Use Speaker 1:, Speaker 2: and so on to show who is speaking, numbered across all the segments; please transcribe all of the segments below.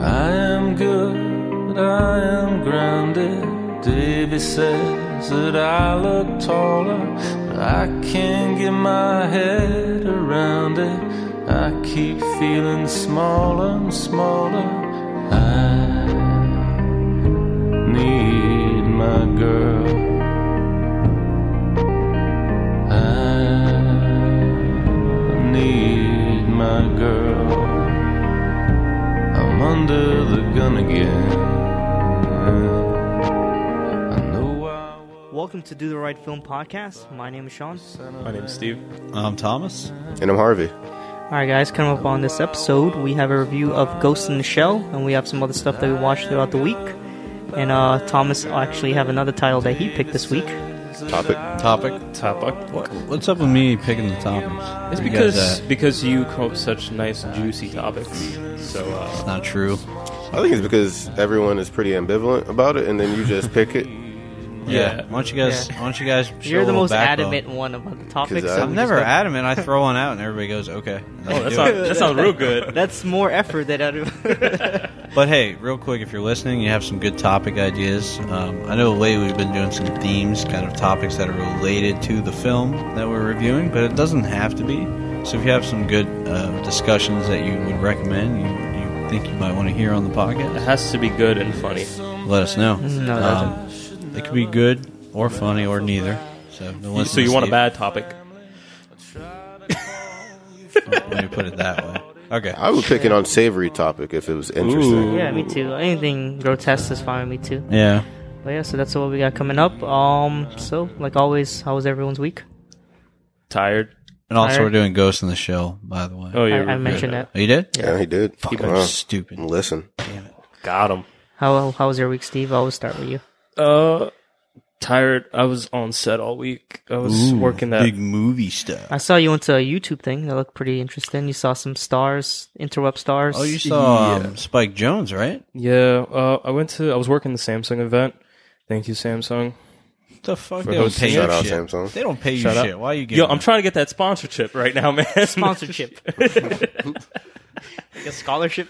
Speaker 1: I am good, I am grounded. Davy says that I look taller, but I can't get my head around it. I keep feeling smaller and smaller. I need my girl. I need my girl. I'm under the gun again. I know I was
Speaker 2: Welcome to Do the Right Film Podcast. My name is Sean.
Speaker 3: My name's Steve.
Speaker 4: I'm Um, Thomas.
Speaker 5: And I'm Harvey.
Speaker 2: Alright, guys, coming up on this episode, we have a review of Ghost in the Shell, and we have some other stuff that we watched throughout the week. And uh, Thomas will actually have another title that he picked this week.
Speaker 5: Topic.
Speaker 4: Topic.
Speaker 3: Topic.
Speaker 4: What's up with me picking the topics?
Speaker 3: It's
Speaker 4: You guys,
Speaker 3: because
Speaker 4: uh,
Speaker 3: because you come up with such nice juicy topics. So uh,
Speaker 4: it's not true.
Speaker 5: I think it's because everyone is pretty ambivalent about it, and then you just pick it.
Speaker 3: Yeah.
Speaker 4: Why don't you guys? Why don't you guys? show
Speaker 2: You're
Speaker 4: a
Speaker 2: the
Speaker 4: little
Speaker 2: most
Speaker 4: backbone?
Speaker 2: adamant one about the topic.
Speaker 5: Because
Speaker 2: so
Speaker 5: I'm
Speaker 4: I'm
Speaker 2: we
Speaker 4: never
Speaker 2: just got-
Speaker 4: adamant. I throw one out and everybody goes okay. And they
Speaker 3: oh, that
Speaker 4: do
Speaker 3: sounds
Speaker 4: it.
Speaker 3: that sounds real good.
Speaker 2: That's more effort than I
Speaker 4: But hey, real quick, if you're listening, you have some good topic ideas. Um, I know lately we've been doing some themes, kind of topics that are related to the film that we're reviewing, but it doesn't have to be. So if you have some good uh, discussions that you would recommend, you, you think you might want to hear on the
Speaker 3: It
Speaker 4: podcast,
Speaker 3: has to be good and funny.
Speaker 4: let us know.
Speaker 2: No, it
Speaker 4: um, it could be good or funny or neither. So, no listen
Speaker 3: so you
Speaker 4: to
Speaker 3: want a
Speaker 4: Steve.
Speaker 3: bad topic?
Speaker 4: Let me put it that way. Okay.
Speaker 5: I would pick an unsavory topic if it was interesting.
Speaker 3: Ooh.
Speaker 2: yeah, me too. Anything grotesque is fine with me too.
Speaker 4: Yeah.
Speaker 2: But yeah, so that's what we got coming up. Um, so like always, how was everyone's week?
Speaker 3: Tired?
Speaker 4: And also,
Speaker 2: Alright.
Speaker 4: we're doing Ghost in the Shell, by the way.
Speaker 3: Oh
Speaker 2: I,
Speaker 3: yeah,
Speaker 2: I mentioned that.
Speaker 4: Oh, you did?
Speaker 5: Yeah, he did.
Speaker 4: People
Speaker 5: Wow.
Speaker 4: are stupid.
Speaker 3: Mm.
Speaker 5: Listen,
Speaker 3: got him.
Speaker 2: How how was your week, Steve? I'll always start with you.
Speaker 3: Uh, tired. I was on set all week. I was working that.
Speaker 4: big movie stuff.
Speaker 2: I saw you went to a YouTube thing that looked pretty interesting. You saw some stars, interweb stars.
Speaker 4: Oh, you saw um, Spike Jones, right?
Speaker 3: Yeah. Uh, I went to. I was working the Samsung event. Thank you, Samsung.
Speaker 4: What the fuck?
Speaker 3: For
Speaker 4: They don't
Speaker 3: hosting.
Speaker 4: pay you
Speaker 5: shout out
Speaker 4: shit.
Speaker 5: Samsung.
Speaker 4: They don't pay you
Speaker 3: Shut up.
Speaker 4: shit. Why are you giving
Speaker 3: Yo, I'm
Speaker 4: them?
Speaker 3: trying to get that sponsorship right now, man.
Speaker 2: sponsorship, like a scholarship.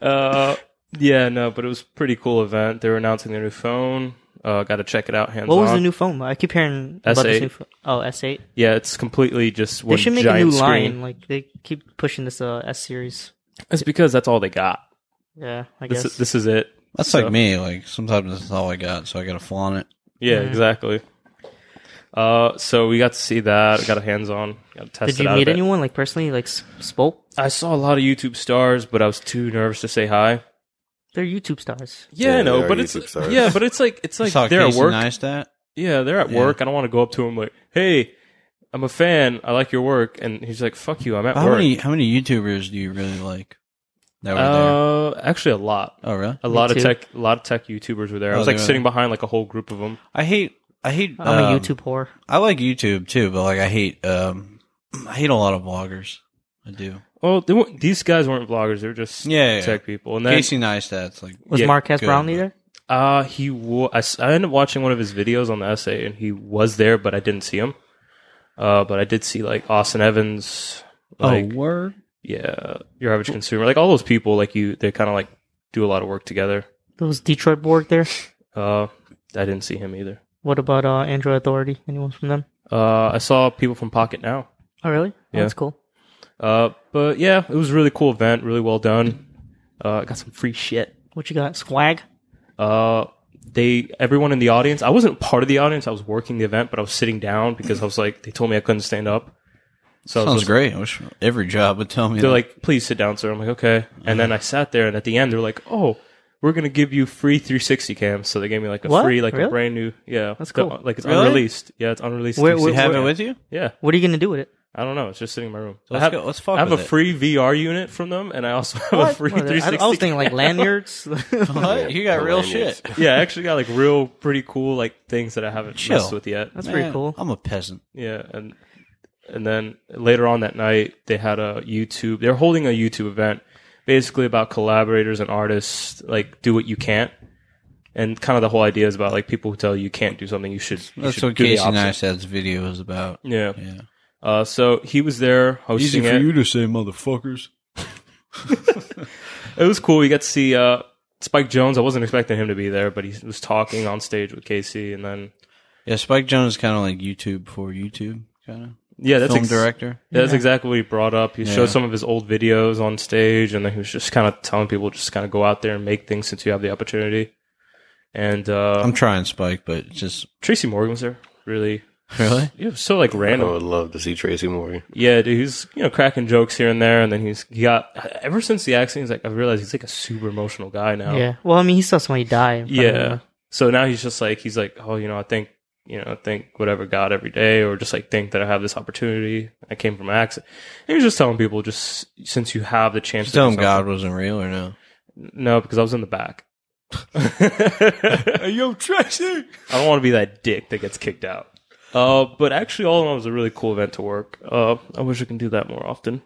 Speaker 3: Uh, yeah, no, but it was a pretty cool event. They were announcing their new phone. Uh, got to check it out. Hands
Speaker 2: what was
Speaker 3: on.
Speaker 2: the new phone? I keep hearing about this
Speaker 3: S8.
Speaker 2: new phone. Oh, S eight.
Speaker 3: Yeah, it's completely just one
Speaker 2: They should make a
Speaker 3: giant
Speaker 2: new
Speaker 3: screen.
Speaker 2: line. Like they keep pushing this uh, S series.
Speaker 3: It's because that's all they got.
Speaker 2: Yeah, I
Speaker 3: This
Speaker 2: guess.
Speaker 3: is, this is it.
Speaker 4: That's
Speaker 3: So-
Speaker 4: like me. Like sometimes that's all I got, so I gotta flaunt it.
Speaker 3: Yeah, exactly. Uh, so we got to see that. Got a hands on. Got to test
Speaker 2: Did
Speaker 3: it
Speaker 2: you
Speaker 3: out a
Speaker 2: meet
Speaker 3: bit.
Speaker 2: anyone like personally? Like s- spoke?
Speaker 3: I saw a lot of YouTube stars, but I was too nervous to say hi.
Speaker 2: They're YouTube stars.
Speaker 3: Yeah,
Speaker 5: Yeah,
Speaker 3: I know,
Speaker 5: they are
Speaker 3: but it's
Speaker 5: YouTube stars.
Speaker 3: yeah, but it's like it's
Speaker 4: I
Speaker 3: like
Speaker 4: saw
Speaker 3: they're
Speaker 4: Casey
Speaker 3: at work.
Speaker 4: Neistat.
Speaker 3: Yeah, they're at
Speaker 4: Yeah.
Speaker 3: work. I don't want to go up to him like, "Hey, I'm a fan. I like your work," and he's like, "Fuck you, I'm at
Speaker 4: How
Speaker 3: work."
Speaker 4: many how many YouTubers do you really like that were
Speaker 3: uh, actually, a lot.
Speaker 4: there? Oh, really?
Speaker 3: A lot
Speaker 2: too.
Speaker 3: of tech, a lot of tech YouTubers were there. I
Speaker 4: Oh,
Speaker 3: was
Speaker 4: they
Speaker 3: like
Speaker 4: were
Speaker 3: sitting
Speaker 4: there.
Speaker 3: behind like a whole group of them.
Speaker 4: I hate I hate
Speaker 2: I'm a
Speaker 4: um,
Speaker 2: YouTube whore.
Speaker 4: I like YouTube too, but like I hate um I hate a lot of vloggers. I do.
Speaker 3: Well, they weren't, these guys weren't vloggers; they were just
Speaker 4: Yeah, yeah, yeah.
Speaker 3: tech people. And then
Speaker 4: Casey Neistat's like
Speaker 2: Was
Speaker 3: yeah,
Speaker 2: Marquez
Speaker 4: good,
Speaker 2: Brownlee
Speaker 4: but-
Speaker 2: there?
Speaker 3: uh he wa- I, s- I ended up watching one of his videos on the essay, and he was there, but I didn't see him. Uh, but I did see like Austin Evans,
Speaker 4: Oh.
Speaker 3: like
Speaker 4: word.
Speaker 3: yeah, your average consumer, like all those people, like you, they kind of like do a lot of work together.
Speaker 2: There was Detroit Borg there.
Speaker 3: Uh, I didn't see him either.
Speaker 2: What about uh, Android Authority? Anyone from them?
Speaker 3: Uh, I saw people from Pocket Now.
Speaker 2: Oh, really? Oh,
Speaker 3: Yeah.
Speaker 2: That's cool.
Speaker 3: Uh, but yeah, it was a really cool event, really well done. Uh, I got some free shit.
Speaker 2: What you got? Swag?
Speaker 3: Uh, they everyone in the audience. I wasn't part of the audience. I was working the event, but I was sitting down because I was like, they told me I couldn't stand up. So I was
Speaker 4: Sounds
Speaker 3: just-
Speaker 4: great. I wish every job would tell me.
Speaker 3: They're
Speaker 4: that.
Speaker 3: like, please sit down, sir. I'm like, okay. And then I
Speaker 4: Mm-hmm.
Speaker 3: sat there, and at the end, they're like, oh, we're gonna give you free 360 cams. So they gave me like a
Speaker 2: What?
Speaker 3: free, like
Speaker 2: Really?
Speaker 3: a brand new, yeah.
Speaker 2: That's
Speaker 3: the-
Speaker 2: cool.
Speaker 3: Like it's
Speaker 4: Really?
Speaker 3: unreleased. Yeah, it's unreleased.
Speaker 2: Where-
Speaker 3: 360.
Speaker 4: you have
Speaker 2: where-
Speaker 4: it with you.
Speaker 3: yeah,
Speaker 2: What are you gonna do with it?
Speaker 3: I don't know. It's just sitting in my room.
Speaker 4: Let's
Speaker 3: I have,
Speaker 4: go- let's fuck
Speaker 3: I have
Speaker 4: with
Speaker 3: a
Speaker 4: it.
Speaker 3: free VR unit from them, and I also have a free
Speaker 2: Well, I-
Speaker 3: 360.
Speaker 2: I, was thinking like lanyards.
Speaker 4: What? You got real shit.
Speaker 3: yeah, I actually got like real pretty cool like things that I haven't
Speaker 4: Chill.
Speaker 3: messed with yet.
Speaker 2: That's pretty
Speaker 4: Man,
Speaker 2: cool.
Speaker 4: I'm a peasant.
Speaker 3: Yeah, and and then later on that night they had a YouTube. They're holding a YouTube event, basically about collaborators and artists like do what you can't, and kind of the whole idea is about like people who tell you you can't do something you should. You
Speaker 4: That's
Speaker 3: should
Speaker 4: what
Speaker 3: do the
Speaker 4: Casey
Speaker 3: opposite.
Speaker 4: Neistat's video is about.
Speaker 3: Yeah.
Speaker 4: Yeah.
Speaker 3: Uh, so he was there hosting it.
Speaker 4: to say, motherfuckers.
Speaker 3: it was cool. You got to see uh, Spike Jones. I wasn't expecting him to be there, but he was talking on stage with KC, and then
Speaker 4: Yeah, Spike Jones is kind of like YouTube for YouTube, kind of
Speaker 3: yeah, that's
Speaker 4: film
Speaker 3: ex-
Speaker 4: director.
Speaker 3: Yeah, that's exactly what he brought up. He
Speaker 4: Yeah.
Speaker 3: showed some of his old videos on stage, and then he was just kind of telling people just kind of go out there and make things since you have the opportunity. And uh,
Speaker 4: I'm trying Spike, but it's just
Speaker 3: Tracy Morgan was there. Really,
Speaker 4: really
Speaker 3: it was so like
Speaker 5: I
Speaker 3: random.
Speaker 5: would love to see Tracy Morgan.
Speaker 3: Yeah, dude, he's you know cracking jokes here and there, and then he's he got ever since the accident. He's like I realized he's like a super emotional guy now.
Speaker 2: Yeah. Well, I mean, he saw somebody die. in front of
Speaker 3: Oh. yeah.
Speaker 2: him.
Speaker 3: So now he's just like he's like oh you know I think you know I think whatever God every day or just like think that I have this opportunity. I came from an accident. And he was just telling people just since you have the chance.
Speaker 4: Just
Speaker 3: to do
Speaker 4: tell him
Speaker 3: something-
Speaker 4: God wasn't real or no.
Speaker 3: No, because I was in the back. I
Speaker 4: Yo, Tracy.
Speaker 3: don't want to be that dick that gets kicked out. Uh, but actually, all in all, it was a really cool event to work. Uh, I wish I can do that more often.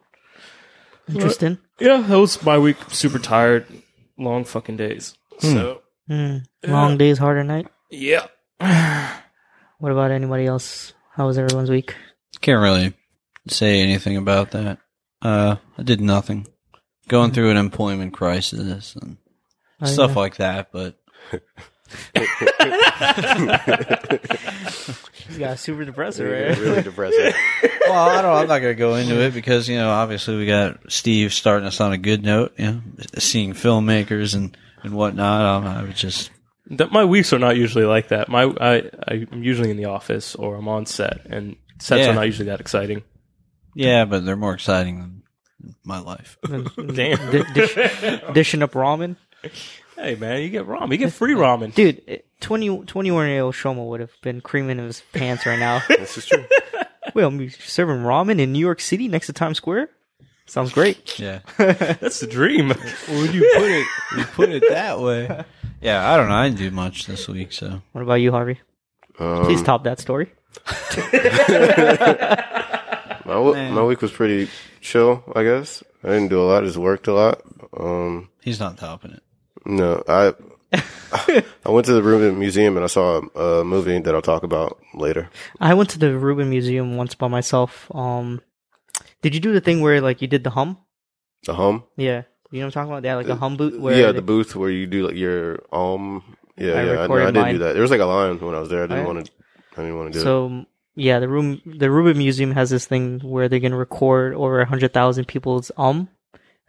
Speaker 2: Interesting.
Speaker 3: Yeah, that was my week. Super tired, long fucking days. So
Speaker 2: Hmm. Long days, harder night.
Speaker 3: yeah,
Speaker 2: What about anybody else? How was everyone's week?
Speaker 4: Can't really say anything about that. Uh, I did nothing. Going through an employment crisis and
Speaker 2: Oh,
Speaker 4: stuff
Speaker 2: yeah.
Speaker 4: like that, but
Speaker 2: You got super depressed,
Speaker 5: Really depressing.
Speaker 4: well, I don't. I'm not going to go into it because you know, obviously, we got Steve starting us on a good note. You know, seeing filmmakers and and whatnot. Um, I was just
Speaker 3: that my weeks are not usually like that. My I I'm usually in the office or I'm on set, and sets
Speaker 4: Yeah.
Speaker 3: are not usually that exciting.
Speaker 4: yeah, but they're more exciting than my life.
Speaker 3: Damn.
Speaker 2: D- dish, dishing up ramen,
Speaker 3: Hey man, you get ramen, you get free ramen.
Speaker 2: dude. eh, 20, 21 year old Shoma would have been creaming in his pants right now.
Speaker 5: this is true.
Speaker 2: Wait, I'm serving ramen in New York City next to Times Square. Sounds great.
Speaker 4: Yeah.
Speaker 3: That's the dream.
Speaker 4: Would you put it? You put it that way. Yeah, I don't know. I didn't do much this week, so
Speaker 2: What about you, Harvey? Please top that story.
Speaker 5: My, w- my week was pretty chill, I guess. I didn't do a lot. Just worked a lot. Um,
Speaker 4: he's not topping it.
Speaker 5: no, I I went to the Rubin Museum and I saw a, a movie that I'll talk about later.
Speaker 2: I went to the Rubin Museum once by myself. Um, did you do the thing where like you did the hum?
Speaker 5: The home,
Speaker 2: Yeah, you know what I'm talking about. They had like a hum boot where
Speaker 5: Uh, yeah,
Speaker 2: they-
Speaker 5: the booth where you do like your um, yeah,
Speaker 2: I
Speaker 5: yeah. I, know, I
Speaker 2: recorded
Speaker 5: did
Speaker 2: mine.
Speaker 5: do that. There was like a line when I was there. I didn't
Speaker 2: Oh, yeah.
Speaker 5: want to. I didn't want to do it.
Speaker 2: So m- yeah, the room, the Rubin Museum has this thing where they're gonna record over hundred thousand people's um,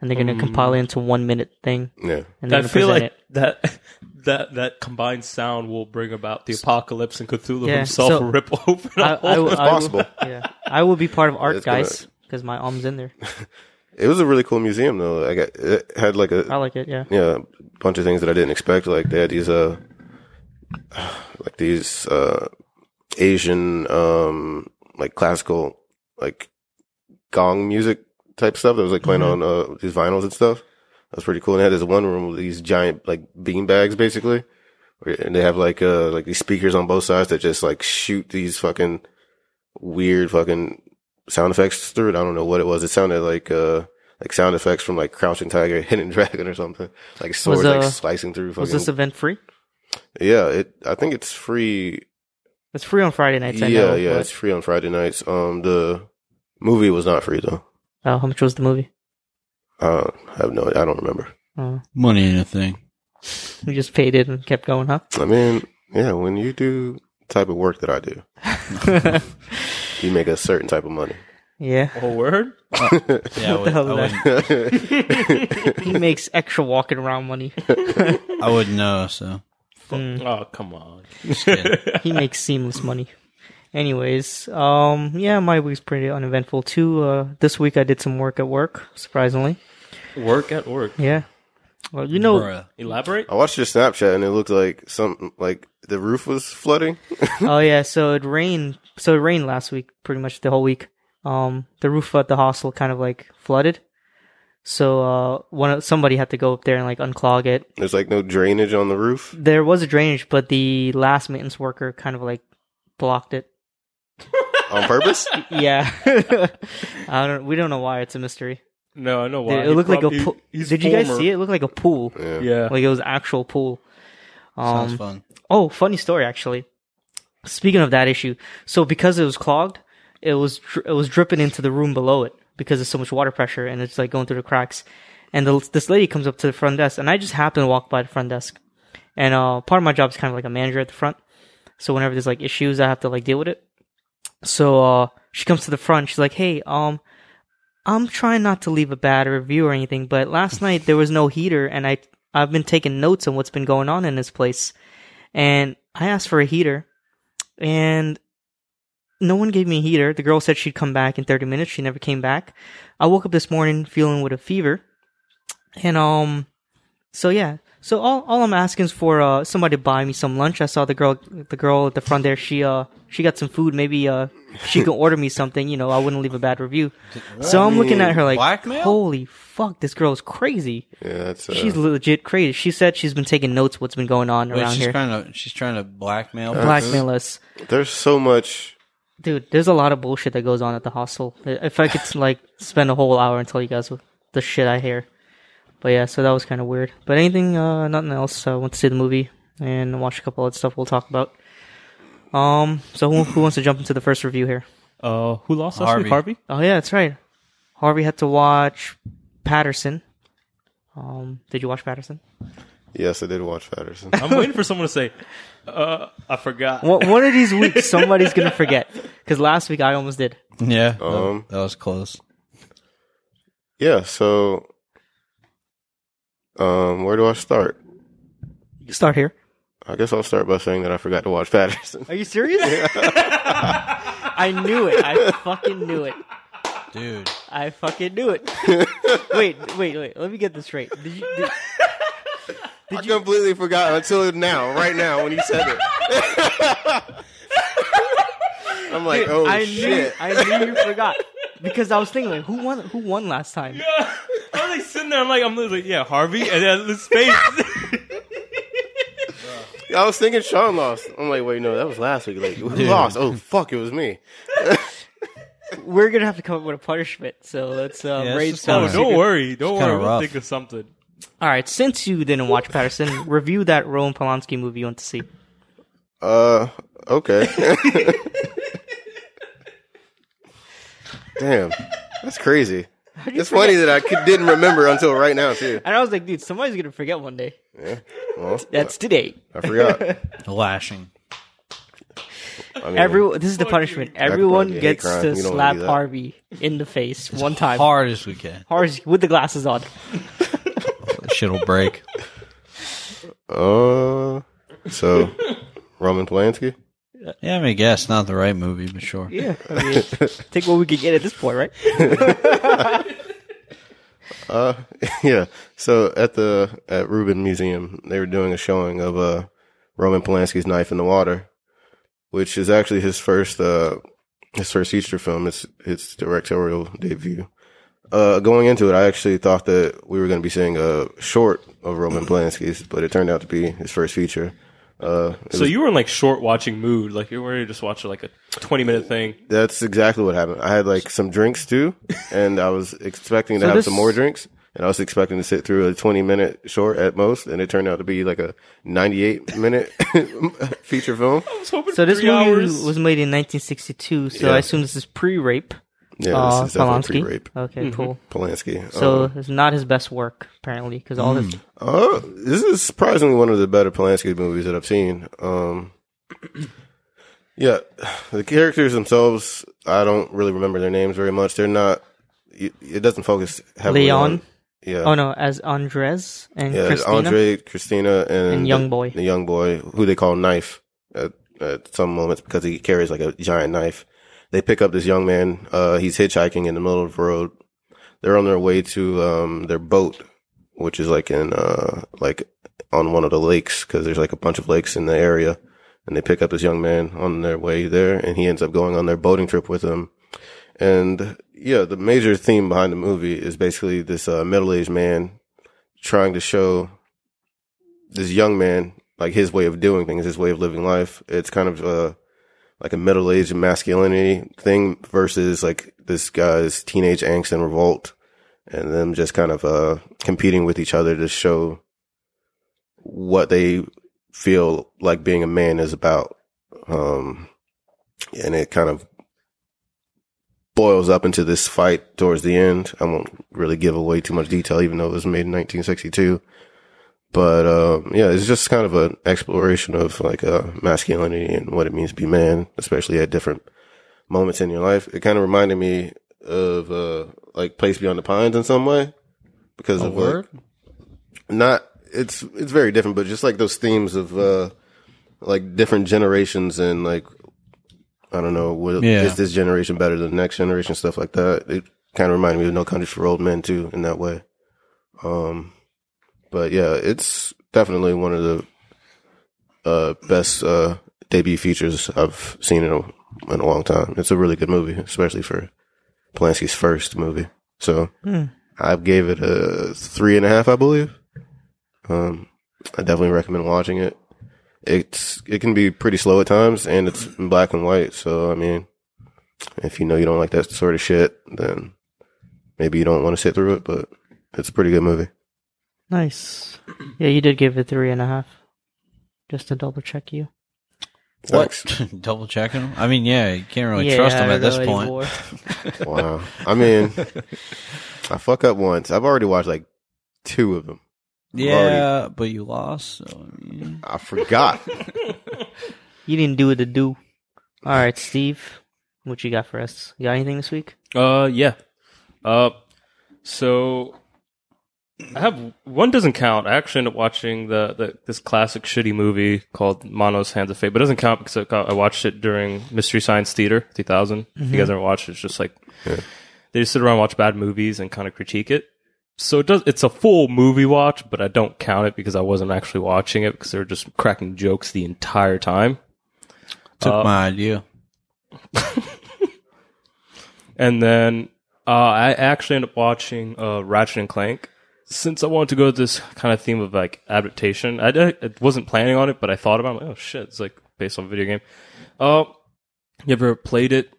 Speaker 2: and they're gonna compile it into one minute thing.
Speaker 5: Yeah,
Speaker 2: And they're
Speaker 3: I
Speaker 2: gonna
Speaker 3: Mm. feel
Speaker 2: present
Speaker 3: like
Speaker 2: it.
Speaker 3: that that that combined sound will bring about the apocalypse, and Cthulhu
Speaker 2: Yeah,
Speaker 3: himself
Speaker 2: so-
Speaker 3: will rip open.
Speaker 2: I,
Speaker 3: a
Speaker 2: I,
Speaker 3: hole.
Speaker 2: will- I will-
Speaker 5: possible.
Speaker 2: yeah, I will be part of art,
Speaker 5: It's gonna-
Speaker 2: guys, because my um's in there.
Speaker 5: it was a really cool museum though. I got it had like a
Speaker 2: I like it. Yeah,
Speaker 5: yeah, a bunch of things that I didn't expect. Like they had these uh like these uh Asian um like classical like gong music type stuff that was like playing
Speaker 2: Mm-hmm.
Speaker 5: on uh these vinyls and stuff. That was pretty cool. And they had this one room with these giant like bean bags basically. And they have like uh like these speakers on both sides that just like shoot these fucking weird fucking sound effects through it. I don't know what it was. It sounded like uh like sound effects from like Crouching Tiger, Hidden Dragon or something. Like swords
Speaker 2: uh,
Speaker 5: like slicing through fucking
Speaker 2: was this event free?
Speaker 5: Yeah, it I think it's free
Speaker 2: It's free on Friday nights. I
Speaker 5: Yeah,
Speaker 2: know,
Speaker 5: yeah,
Speaker 2: but-
Speaker 5: it's free on Friday nights. Um the movie was not free though.
Speaker 2: Oh, how much was the movie?
Speaker 5: Uh, I have no I don't remember.
Speaker 2: Uh,
Speaker 4: Money ain't a thing.
Speaker 2: we just paid it and kept going, huh?
Speaker 5: I mean, yeah, when you do type of work that I do, you make a certain type of money.
Speaker 2: yeah.
Speaker 3: Oh, word.
Speaker 4: Yeah, I, would,
Speaker 2: hell
Speaker 4: I,
Speaker 2: is
Speaker 4: wouldn't,
Speaker 2: He makes extra walking around money.
Speaker 4: I wouldn't know. So
Speaker 2: Hmm.
Speaker 3: Oh, come on.
Speaker 2: he makes seamless money. Anyways, um, yeah, my week's pretty uneventful too. Uh, this week I did some work at work, surprisingly.
Speaker 3: Work at work.
Speaker 2: Yeah. Well, you know,
Speaker 4: Bruh.
Speaker 3: Elaborate.
Speaker 5: I watched your Snapchat and it looked like some like the roof was flooding.
Speaker 2: oh yeah, so it rained. So it rained last week, pretty much the whole week. Um, the roof at the hostel kind of like flooded. So uh, one of- somebody had to go up there and like unclog it,
Speaker 5: There's like no drainage on the roof.
Speaker 2: There was a drainage, but the last maintenance worker kind of like blocked it.
Speaker 5: On purpose?
Speaker 2: Yeah, I don't. We don't know why. It's a mystery.
Speaker 3: No, I know why.
Speaker 2: It- it looked like a. pool.
Speaker 3: He's
Speaker 2: Did you guys
Speaker 3: former-
Speaker 2: see it? It looked like a pool.
Speaker 5: Yeah.
Speaker 3: Yeah.
Speaker 2: Like it was actual pool.
Speaker 4: sounds
Speaker 2: Um,
Speaker 4: fun.
Speaker 2: Oh, funny story actually. Speaking of that issue, so because it was clogged, it was dri- it was dripping into the room below it because of so much water pressure, and it's like going through the cracks. And the, this lady comes up to the front desk, and I just happen to walk by the front desk. And uh, part of my job is kind of like a manager at the front. So whenever there's like issues, I have to like deal with it. So uh, she comes to the front. She's like, "Hey, um, I'm trying not to leave a bad review or anything, but last night there was no heater, and I I've been taking notes on what's been going on in this place, and I asked for a heater, and no one gave me a heater. The girl said she'd come back in 30 minutes. She never came back. I woke up this morning feeling with a fever, and um, so yeah. So all, all I'm asking is for uh somebody to buy me some lunch. I saw the girl the girl at the front there. She uh she got some food. Maybe uh she can order me something. You know I wouldn't leave a bad review. So I'm looking at her like,
Speaker 4: Blackmail?
Speaker 2: holy fuck, this girl is crazy.
Speaker 5: Yeah, that's uh,
Speaker 2: She's legit crazy. She said she's been taking notes what's been going on
Speaker 4: Wait,
Speaker 2: around
Speaker 4: she's
Speaker 2: here. Uh,
Speaker 4: trying to she's trying to blackmail.
Speaker 2: Blackmail us.
Speaker 5: there's so much.
Speaker 2: Dude, there's a lot of bullshit that goes on at the hostel. If I could like spend a whole hour and tell you guys what- the shit I hear. But yeah, so that was kind of weird. But anything, uh, nothing else. I went to see the movie and watch a couple of stuff we'll talk about. Um, so who, who wants to jump into the first review here?
Speaker 3: Uh, who lost last
Speaker 4: Harvey.
Speaker 3: week? Harvey.
Speaker 2: Oh yeah, that's right. Harvey had to watch Patterson. Um, did you watch Patterson?
Speaker 5: Yes, I did watch Patterson.
Speaker 3: I'm waiting for someone to say, uh, I forgot.
Speaker 2: One one of these weeks, somebody's gonna forget. Because last week I almost did.
Speaker 4: Yeah,
Speaker 5: Um,
Speaker 4: that, that was close.
Speaker 5: yeah, so um, where do I start?
Speaker 2: Start here.
Speaker 5: I guess I'll start by saying that I forgot to watch Patterson.
Speaker 2: Are you serious? I knew it. I fucking knew it.
Speaker 4: Dude,
Speaker 2: I fucking knew it. wait, wait, wait. Let me get this straight. Did you, did,
Speaker 5: I completely forgot until now, right now, when you said it. I'm like, oh
Speaker 2: I knew.
Speaker 5: shit!
Speaker 2: I knew you forgot because I was thinking, like, who won? Who won last time?
Speaker 3: I'm like sitting there. I'm like, I'm like, yeah, Harvey, and then the space.
Speaker 5: I was thinking Sean lost. I'm like, wait, no, that was last week. Like, who lost? Oh fuck, it was me.
Speaker 2: We're gonna have to come up with a punishment. So let's uh,
Speaker 4: Yeah, it's
Speaker 2: raid
Speaker 4: just
Speaker 2: some.
Speaker 4: kinda-
Speaker 3: oh, don't worry, don't
Speaker 4: kinda
Speaker 3: worry. We'll
Speaker 4: rough.
Speaker 3: think of something.
Speaker 2: All right. Since you didn't watch Patterson, review that Roman Polanski movie you went to see.
Speaker 5: Uh, okay. Damn, that's crazy. It's funny that I could, didn't remember until right now too.
Speaker 2: And I was like, dude, somebody's gonna forget one day.
Speaker 5: Well,
Speaker 2: That's today.
Speaker 5: I forgot.
Speaker 4: lashing.
Speaker 5: I mean,
Speaker 2: Everyone, this is the punishment. Everyone
Speaker 5: you hate
Speaker 2: gets
Speaker 5: crime.
Speaker 2: to
Speaker 5: You don't wanna
Speaker 2: slap
Speaker 5: do that.
Speaker 2: Harvey in the face one time.
Speaker 4: Hard as we can.
Speaker 2: Harvey with the glasses on.
Speaker 4: Shit'll break.
Speaker 5: Uh, so Roman Polanski.
Speaker 4: Yeah, I mean, guess not the right movie, but sure.
Speaker 2: Yeah, I mean, take what we could get at this point, right?
Speaker 5: yeah. So at the at Rubin Museum, they were doing a showing of uh, Roman Polanski's Knife in the Water, which is actually his first uh, his first feature film. It's his directorial debut. Uh, going into it, I actually thought that we were going to be seeing a short of Roman Polanski's, but it turned out to be his first feature. Uh, it
Speaker 3: So you were in like short watching mood, like you were ready to just watch like a 20 minute thing.
Speaker 5: That's exactly what happened. I had like some drinks too, and I was expecting to
Speaker 2: So
Speaker 5: have
Speaker 2: this-
Speaker 5: some more drinks, and I was expecting to sit through a 20 minute short at most, and it turned out to be like a 98 minute feature film.
Speaker 3: I was hoping
Speaker 2: So
Speaker 3: for
Speaker 2: this
Speaker 3: three
Speaker 2: movie
Speaker 3: hours.
Speaker 2: was made in 1962. So I
Speaker 5: Yeah.
Speaker 2: assume this is pre-rape.
Speaker 5: Yeah,
Speaker 2: uh,
Speaker 5: this is definitely
Speaker 2: Polanski.
Speaker 5: pre-rape.
Speaker 2: Okay,
Speaker 4: Mm-hmm.
Speaker 2: cool.
Speaker 5: Polanski.
Speaker 2: So
Speaker 5: Um,
Speaker 2: it's not his best work apparently, because all his
Speaker 5: Uh, this is surprisingly one of the better Polanski movies that I've seen. Um, yeah, the characters themselves, I don't really remember their names very much. They're not. It it doesn't focus heavily
Speaker 2: Leon.
Speaker 5: on. Yeah.
Speaker 2: Oh no, as Andres and
Speaker 5: Yeah,
Speaker 2: Christina.
Speaker 5: Andre, Christina, and,
Speaker 2: And young boy.
Speaker 5: the, the young boy who they call Knife at, at some moments because he carries like a giant knife. They pick up this young man. Uh, he's hitchhiking in the middle of the road. They're on their way to um, their boat, which is like in uh, like on one of the lakes because there's like a bunch of lakes in the area. And they pick up this young man on their way there, and he ends up going on their boating trip with them. And yeah, the major theme behind the movie is basically this uh, middle aged man trying to show this young man like his way of doing things, his way of living life. It's kind of uh, like a middle aged masculinity thing versus like this guy's teenage angst and revolt, and them just kind of uh, competing with each other to show what they feel like being a man is about. Um, and it kind of boils up into this fight towards the end. I won't really give away too much detail, even though it was made in 1962. But um, yeah, it's just kind of an exploration of like uh, masculinity and what it means to be man, especially at different moments in your life. It kind of reminded me of uh, like Place Beyond the Pines in some way because of like, not it's it's very different, but just like those themes of uh like different generations and like I don't know, what is
Speaker 4: Yeah.
Speaker 5: this generation better than the next generation, stuff like that. It kind of reminded me of No Country for Old Men too in that way. Um, but yeah, it's definitely one of the uh best uh debut features I've seen in a, in a long time. It's a really good movie, especially for Polanski's first movie. So I gave it a three and a half, I believe. Um, I definitely recommend watching it. It's it can be pretty slow at times, and it's in black and white. So I mean, if you know you don't like that sort of shit, then maybe you don't want to sit through it. But it's a pretty good movie.
Speaker 2: Nice. Yeah, you did give it three and a half. Just to double check you.
Speaker 5: What?
Speaker 4: Double checking them? I mean, yeah, you can't really
Speaker 2: yeah,
Speaker 4: trust
Speaker 2: I
Speaker 4: them
Speaker 2: don't
Speaker 4: at this
Speaker 2: know
Speaker 4: point.
Speaker 2: anymore.
Speaker 5: wow. I mean, I fuck up once. I've already watched like two of them.
Speaker 4: Yeah, but you lost. So, I mean,
Speaker 5: I forgot.
Speaker 2: You didn't do what to do. All right, Steve, what you got for us? You got anything this week?
Speaker 3: Uh, yeah. Uh, so I have one doesn't count. I actually ended up watching the, the this classic shitty movie called Manos Hands of Fate, but it doesn't count because I, got- I watched it during Mystery Science Theater 2000. If you
Speaker 2: Mm-hmm.
Speaker 3: guys ever watched it, it's just like they just sit around and watch bad movies and kind of critique it. So it does. It's a full movie watch, but I don't count it because I wasn't actually watching it because they were just cracking jokes the entire time.
Speaker 4: took my idea.
Speaker 3: And then uh, I actually ended up watching uh, Ratchet and Clank since I wanted to go to this kind of theme of like adaptation. I, did, I wasn't planning on it, but I thought about it. I'm like, oh shit, it's like based on a video game. Uh, you ever played it?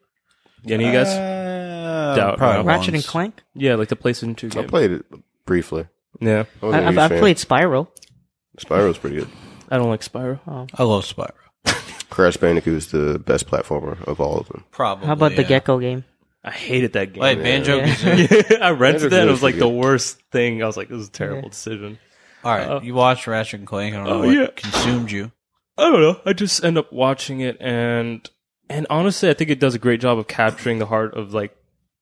Speaker 3: Any of you guys?
Speaker 4: Uh,
Speaker 3: Doubt,
Speaker 4: probably
Speaker 3: no.
Speaker 2: Ratchet and
Speaker 4: once.
Speaker 2: Clank?
Speaker 3: yeah, like the PlayStation 2 game.
Speaker 5: I played it briefly.
Speaker 3: yeah.
Speaker 5: wasn't a
Speaker 2: I, I've,
Speaker 5: huge
Speaker 2: I've
Speaker 5: fan.
Speaker 2: played Spyro.
Speaker 5: Spyro's pretty good.
Speaker 3: I don't like Spyro.
Speaker 4: I love Spyro.
Speaker 5: Crash Bandicoot is the best platformer of all of them.
Speaker 4: Probably.
Speaker 2: How about the
Speaker 4: yeah.
Speaker 2: Gecko game?
Speaker 3: I hated that game.
Speaker 4: Wait, Banjo Kazooie.
Speaker 3: I rented that. and It was like the
Speaker 5: Banjo-Kazooie.
Speaker 3: worst thing. I was like, this is a terrible decision.
Speaker 4: All right, you watched Ratchet and Clank. I don't know
Speaker 3: Oh,
Speaker 4: what
Speaker 3: yeah.
Speaker 4: consumed you.
Speaker 3: I don't know. I just end up watching it and and honestly, I think it does a great job of capturing the heart of like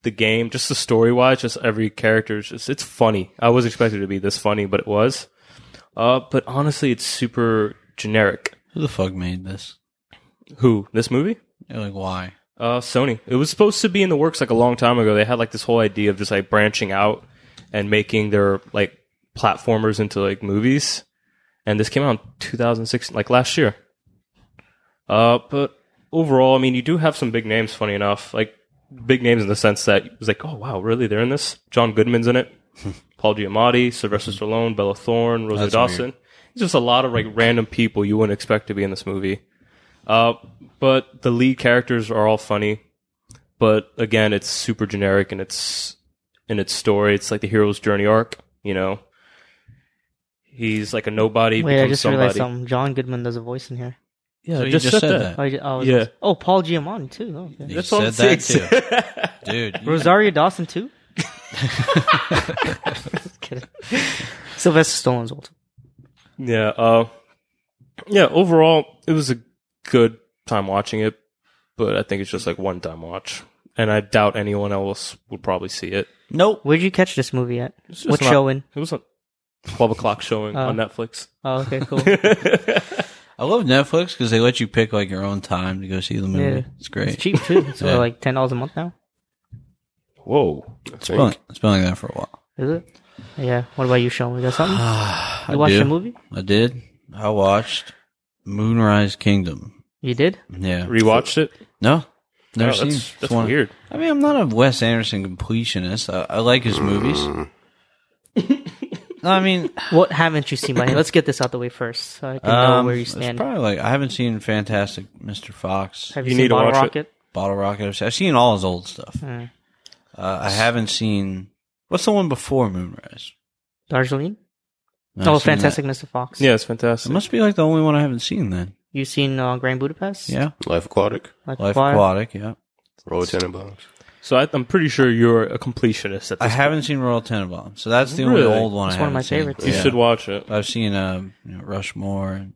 Speaker 3: the game, just the story wise. Just every character is just it's funny. I was expecting it to be this funny, but it was. Uh, but honestly, it's super generic.
Speaker 4: Who the fuck made this?
Speaker 3: Who this movie?
Speaker 4: Like, why?
Speaker 3: Uh, Sony. It was supposed to be in the works like a long time ago. They had like this whole idea of just like branching out and making their like platformers into like movies. And this came out in 2016, like last year. Uh, but overall, I mean, you do have some big names. Funny enough, like big names in the sense that it was like, oh wow, really? They're in this. John Goodman's in it. Paul Giamatti, Sylvester Stallone, Bella Thorne, Rosa
Speaker 4: Mm-hmm. That's
Speaker 3: Dawson. It's just a lot of like random people you wouldn't expect to be in this movie. Uh, but the lead characters are all funny. But again, it's super generic and it's in its story. It's like the hero's journey arc. You know, he's like a nobody.
Speaker 2: Wait, I
Speaker 3: becomes
Speaker 2: just
Speaker 3: somebody.
Speaker 2: realized something. John Goodman does a voice in here.
Speaker 3: Yeah,
Speaker 4: So
Speaker 3: I
Speaker 4: you just said that.
Speaker 2: Oh, I ju- oh,
Speaker 3: Yeah.
Speaker 2: oh, Paul Giamatti too. Oh, okay.
Speaker 4: You
Speaker 3: That's all
Speaker 4: said
Speaker 3: I'm
Speaker 4: that
Speaker 3: saying.
Speaker 4: too, dude. you-
Speaker 2: Rosario Dawson too. just kidding. Sylvester Stallone's old.
Speaker 3: Yeah. Uh, yeah. Overall, it was a good time watching it, but I think it's just like one time watch, and I doubt anyone else would probably see it.
Speaker 4: Nope.
Speaker 2: Where'd you catch this movie at?
Speaker 3: It's just
Speaker 2: What's
Speaker 3: not-
Speaker 2: showing?
Speaker 3: It was a twelve o'clock showing on Netflix.
Speaker 2: Oh, okay, cool.
Speaker 4: I love Netflix because they let you pick like your own time to go see the movie.
Speaker 2: Yeah.
Speaker 4: It's great.
Speaker 2: It's cheap too. It's what,
Speaker 4: Yeah.
Speaker 2: like ten dollars a month now.
Speaker 3: Whoa.
Speaker 5: I
Speaker 4: It's
Speaker 5: think.
Speaker 4: been, it's been like that for a while.
Speaker 2: Is it? Yeah. What about you, Sean? You got something?
Speaker 4: I
Speaker 2: you watched
Speaker 4: do.
Speaker 2: the movie?
Speaker 4: I did. I watched Moonrise Kingdom.
Speaker 2: You did?
Speaker 4: Yeah.
Speaker 3: Rewatched it.
Speaker 4: no, never
Speaker 3: Oh,
Speaker 4: seen. it.
Speaker 3: that's
Speaker 4: It's
Speaker 3: that's
Speaker 4: one-
Speaker 3: weird.
Speaker 4: I mean, I'm not a Wes Anderson completionist. I, I like his movies.
Speaker 3: Mm.
Speaker 4: No, I mean,
Speaker 2: What haven't you seen by now? Let's get this out the way first, so I can know
Speaker 4: um,
Speaker 2: where you
Speaker 4: it's
Speaker 2: stand.
Speaker 4: probably like I haven't seen Fantastic Mr. Fox,
Speaker 2: Have you,
Speaker 3: You
Speaker 2: seen
Speaker 3: need to
Speaker 2: Bottle
Speaker 3: watch it.
Speaker 2: Rocket?
Speaker 4: Bottle Rocket. I've- I've seen all his old stuff.
Speaker 2: Mm.
Speaker 4: Uh, I haven't seen what's the one before Moonrise.
Speaker 2: Darjeeling?
Speaker 4: No,
Speaker 2: oh,
Speaker 4: I've seen
Speaker 2: Fantastic Mr. Fox.
Speaker 3: Yeah, it's
Speaker 4: that. It
Speaker 3: fantastic.
Speaker 4: must be like the only one I haven't seen then.
Speaker 2: You seen uh, Grand Budapest?
Speaker 4: Yeah,
Speaker 5: Life Aquatic,
Speaker 2: Like
Speaker 4: Life
Speaker 2: Fire?
Speaker 4: Aquatic. Yeah,
Speaker 5: Royal Tenenbaums.
Speaker 3: So I, I'm pretty sure you're a completionist at this.
Speaker 4: I haven't seen Royal Tenenbaum, so that's the
Speaker 3: Really?
Speaker 4: only old one.
Speaker 2: It's
Speaker 4: I
Speaker 2: one of my
Speaker 4: haven't seen.
Speaker 2: favorites.
Speaker 3: point. You
Speaker 4: Yeah.
Speaker 3: should watch it.
Speaker 4: I've seen uh, you know, Rushmore and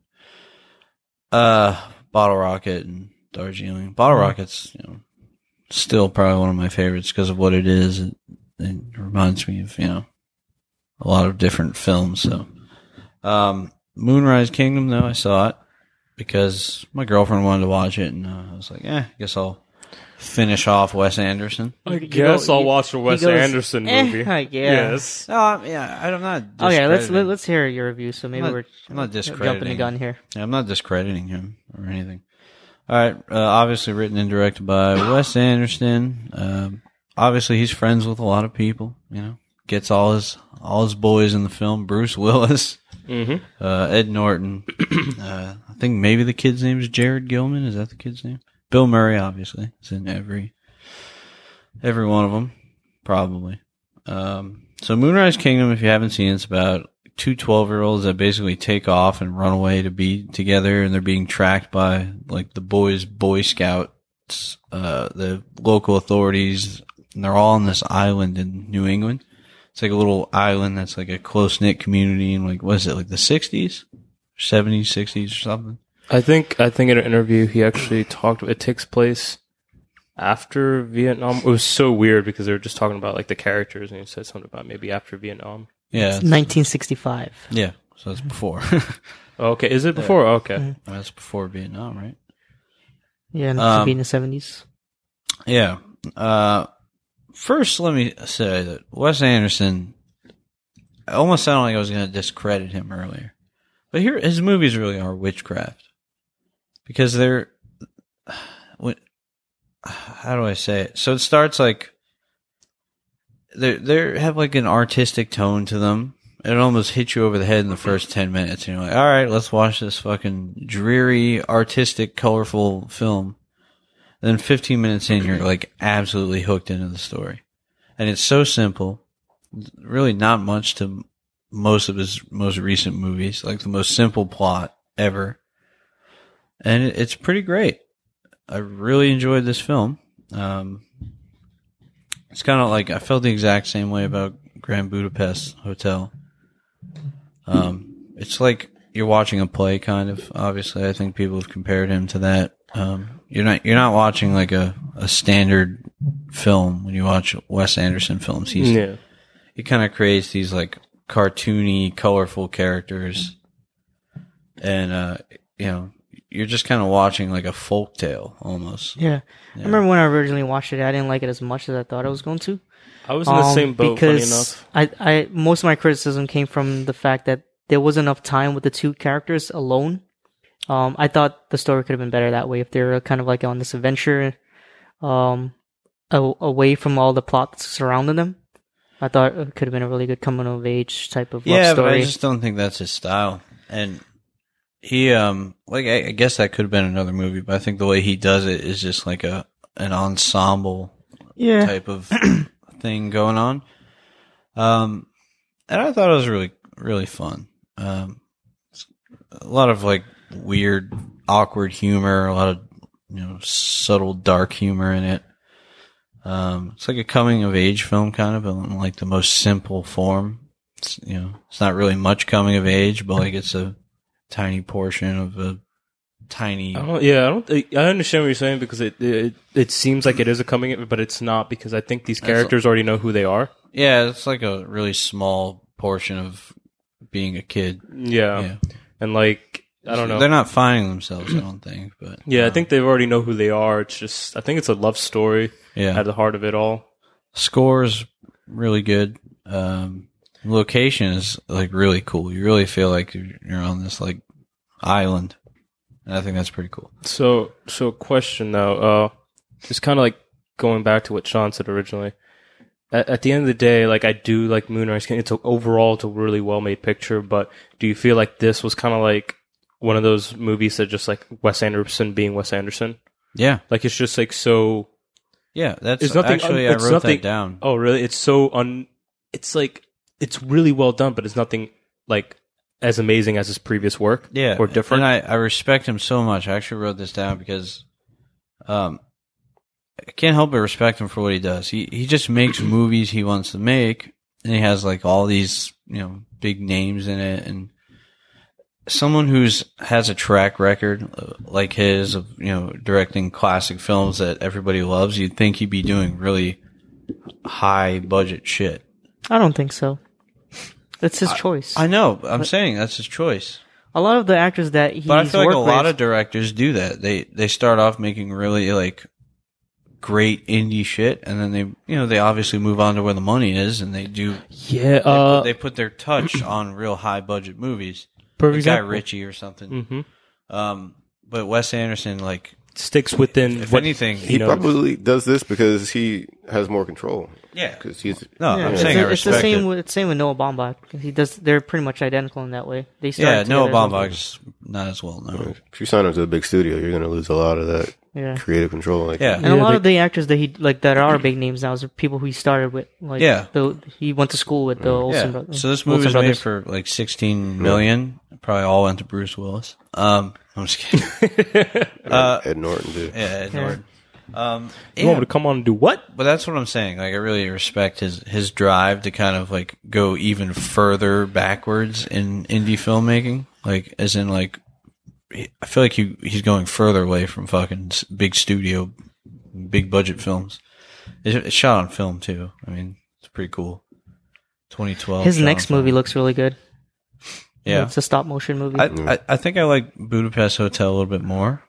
Speaker 4: uh, Bottle Rocket and Darjeeling. Bottle Rocket's you know, still probably one of my favorites because of what it is. It, it reminds me of you know a lot of different films. So, um, Moonrise Kingdom though I saw it because my girlfriend wanted to watch it, and uh, I was like, eh, I guess I'll finish off Wes Anderson.
Speaker 3: I
Speaker 2: You go-
Speaker 3: guess I'll
Speaker 2: you-
Speaker 3: watch a Wes
Speaker 2: goes,
Speaker 3: Anderson
Speaker 2: "Eh,
Speaker 3: movie.
Speaker 2: I guess."
Speaker 3: Yes.
Speaker 4: No, I'm, Oh, yeah, I- I'm not.
Speaker 2: Oh yeah, let's let,
Speaker 4: discrediting-
Speaker 2: let's hear your review. So maybe
Speaker 4: I'm not-
Speaker 2: we're
Speaker 4: I'm not
Speaker 2: jumping the
Speaker 4: discrediting.
Speaker 2: gun here.
Speaker 4: Yeah, I'm not discrediting him or anything. All right. Uh, obviously, written and directed by Wes Anderson. Um, obviously, he's friends with a lot of people. You know, gets all his all his boys in the film. Bruce Willis,
Speaker 3: Mhm.
Speaker 4: uh, Ed Norton. uh, I think maybe the kid's name is Jared Gilman. Is that the kid's name? Bill Murray, obviously, is in every every one of them, probably. Um, so Moonrise Kingdom, if you haven't seen, it, it's about two 12 year olds that basically take off and run away to be together and they're being tracked by like the boys, boy scouts, uh, the local authorities and they're all on this island in New England. It's like a little island that's like a close knit community in like, what is it, like the sixties, seventies, sixties or something?
Speaker 3: I think I think in an interview he actually talked. It takes place after Vietnam. It was so weird because they were just talking about like the characters, and he said something about maybe after Vietnam.
Speaker 4: Yeah.
Speaker 2: 1965.
Speaker 4: Yeah. So that's before.
Speaker 3: Oh, Okay, is it before? Okay,
Speaker 4: that's before Vietnam, right?
Speaker 2: Yeah, and
Speaker 4: Um,
Speaker 2: um, in the 70s.
Speaker 4: Yeah. Uh, first, let me say that Wes Anderson. I almost sounded like I was going to discredit him earlier, but here his movies really are witchcraft because they're. When, how do I say it? So it starts like they they have like an artistic tone to them. It almost hits you over the head in the first ten minutes, and you're like, "All right, let's watch this fucking dreary, artistic, colorful film." then 15 minutes in you're like absolutely hooked into the story and it's so simple really not much to m- most of his most recent movies like the most simple plot ever and it, it's pretty great i really enjoyed this film um, it's kind of like i felt the exact same way about grand budapest hotel um, it's like you're watching a play, kind of. Obviously, I think people have compared him to that. Um, you're not you're not watching like a, a standard film when you watch Wes Anderson films. He's
Speaker 3: yeah.
Speaker 4: he kind of creates these like cartoony, colorful characters, and uh, you know you're just kind of watching like a folk tale almost.
Speaker 2: Yeah. I remember when I originally watched it, I didn't like it as much as I thought I was going to.
Speaker 3: I was in the
Speaker 2: Um,
Speaker 3: same boat. Funny
Speaker 2: because
Speaker 3: enough,
Speaker 2: I, I most of my criticism came from the fact that there wasn't enough time with the two characters alone. Um, I thought the story could have been better that way if they were kind of like on this adventure, um, a- away from all the plots surrounding them. I thought it could have been a really good coming of age type of love
Speaker 4: yeah,
Speaker 2: story.
Speaker 4: but I just don't think that's his style. And he, um, like I, I guess that could have been another movie, but I think the way he does it is just like a an ensemble
Speaker 2: yeah,
Speaker 4: type of thing going on. Um, and I thought it was really really fun. Um, a lot of like weird, awkward humor, a lot of you know subtle dark humor in it. Um, it's like a coming of age film, kind of, but in like the most simple form. It's, you know, it's not really much coming of age, but like it's a tiny portion of a tiny.
Speaker 3: I don't, yeah, I don't. think- I understand what you're saying because it it, it seems like it is a coming, but it's not because I think these characters already know who they are.
Speaker 4: Yeah, it's like a really small portion of being a kid.
Speaker 3: Yeah,
Speaker 4: Yeah.
Speaker 3: and like Oh. I don't know.
Speaker 4: They're not finding themselves, I don't think. But
Speaker 3: yeah, I
Speaker 4: um,
Speaker 3: think they already know who they are. It's just I think it's a love story
Speaker 4: yeah,
Speaker 3: at the heart of it all.
Speaker 4: scores really good. Um, location is like really cool. You really feel like you're you're on this like island, and I think that's pretty cool.
Speaker 3: So, so question though, uh, just kind of like going back to what Sean said originally. At, at the end of the day, like I do like Moonrise. Kingdom. It's a, overall it's a really well made picture, but do you feel like this was kind of like one of those movies that just like Wes Anderson being Wes Anderson?
Speaker 4: Yeah,
Speaker 3: Like it's just like so.
Speaker 4: yeah. That's
Speaker 3: It's nothing.
Speaker 4: actually
Speaker 3: it's
Speaker 4: I wrote
Speaker 3: nothing,
Speaker 4: that down.
Speaker 3: Oh, really? It's so un. It's like it's really well done, but it's nothing like as amazing as his previous work.
Speaker 4: yeah,
Speaker 3: or different.
Speaker 4: And I, I respect him so much. I actually wrote this down because, um, I can't help but respect him for what he does. He he just makes movies he wants to make, and he has like all these you know big names in it, and someone who's has a track record uh, like his of you know directing classic films that everybody loves. You'd think he'd be doing really high budget shit.
Speaker 2: I don't think so. That's his choice.
Speaker 4: I know. but I'm saying that's his choice.
Speaker 2: a lot of the actors that he's
Speaker 4: But I feel like
Speaker 2: worked
Speaker 4: a lot
Speaker 2: with,
Speaker 4: of directors do that. They they start off making really like great indie shit, and then they you know they obviously move on to where the money is, and they do
Speaker 3: Yeah. Uh,
Speaker 4: they put their touch on real high budget movies, like
Speaker 3: perfect
Speaker 4: Guy
Speaker 3: example.
Speaker 4: Ritchie or something.
Speaker 2: Mm-hmm.
Speaker 3: hmm
Speaker 4: Um, but Wes Anderson, like
Speaker 3: Sticks within
Speaker 4: if
Speaker 3: what
Speaker 4: anything,
Speaker 5: He
Speaker 3: knows.
Speaker 5: probably does this because he has more control.
Speaker 4: yeah,
Speaker 5: Because he's
Speaker 4: no,
Speaker 2: Yeah,
Speaker 4: I'm
Speaker 2: it's,
Speaker 4: saying I
Speaker 2: the- it's the
Speaker 4: respect
Speaker 2: same.
Speaker 4: it.
Speaker 2: With, it's the same with Noah Baumbach. He does. They're pretty much identical in that way. They
Speaker 4: Yeah,
Speaker 2: started
Speaker 4: Noah
Speaker 2: together as
Speaker 4: Baumbach's not as well known.
Speaker 5: if you sign up to a big studio, you're going to lose a lot of that
Speaker 2: well. Yeah.
Speaker 5: creative control. Like,
Speaker 4: Yeah,
Speaker 2: And a
Speaker 3: Yeah,
Speaker 2: lot
Speaker 3: they-
Speaker 2: of the actors that he like that are big names now is people who he started with. Like,
Speaker 4: Yeah.
Speaker 2: the, he went to school with the Olsen
Speaker 4: yeah.
Speaker 2: brothers.
Speaker 4: So this
Speaker 2: Olsen
Speaker 4: movie was made
Speaker 2: brothers.
Speaker 4: for like 16 million. Probably all went to Bruce Willis. Um, I'm just kidding. uh,
Speaker 5: Ed Norton did.
Speaker 4: Yeah, Ed
Speaker 2: Yeah.
Speaker 4: Norton. Um,
Speaker 3: You want me to come on and do what?
Speaker 4: but that's what I'm saying. Like, I really respect his his drive to kind of like go even further backwards in indie filmmaking. Like, as in like, he- I feel like he he's going further away from fucking s- big studio, big budget films. It- It's shot on film too. I mean, it's pretty cool. 2012.
Speaker 2: His
Speaker 4: shot on
Speaker 2: next
Speaker 4: film.
Speaker 2: movie looks really good.
Speaker 4: yeah.
Speaker 2: it's a stop motion movie.
Speaker 4: I, I I think I like Budapest Hotel a little bit more.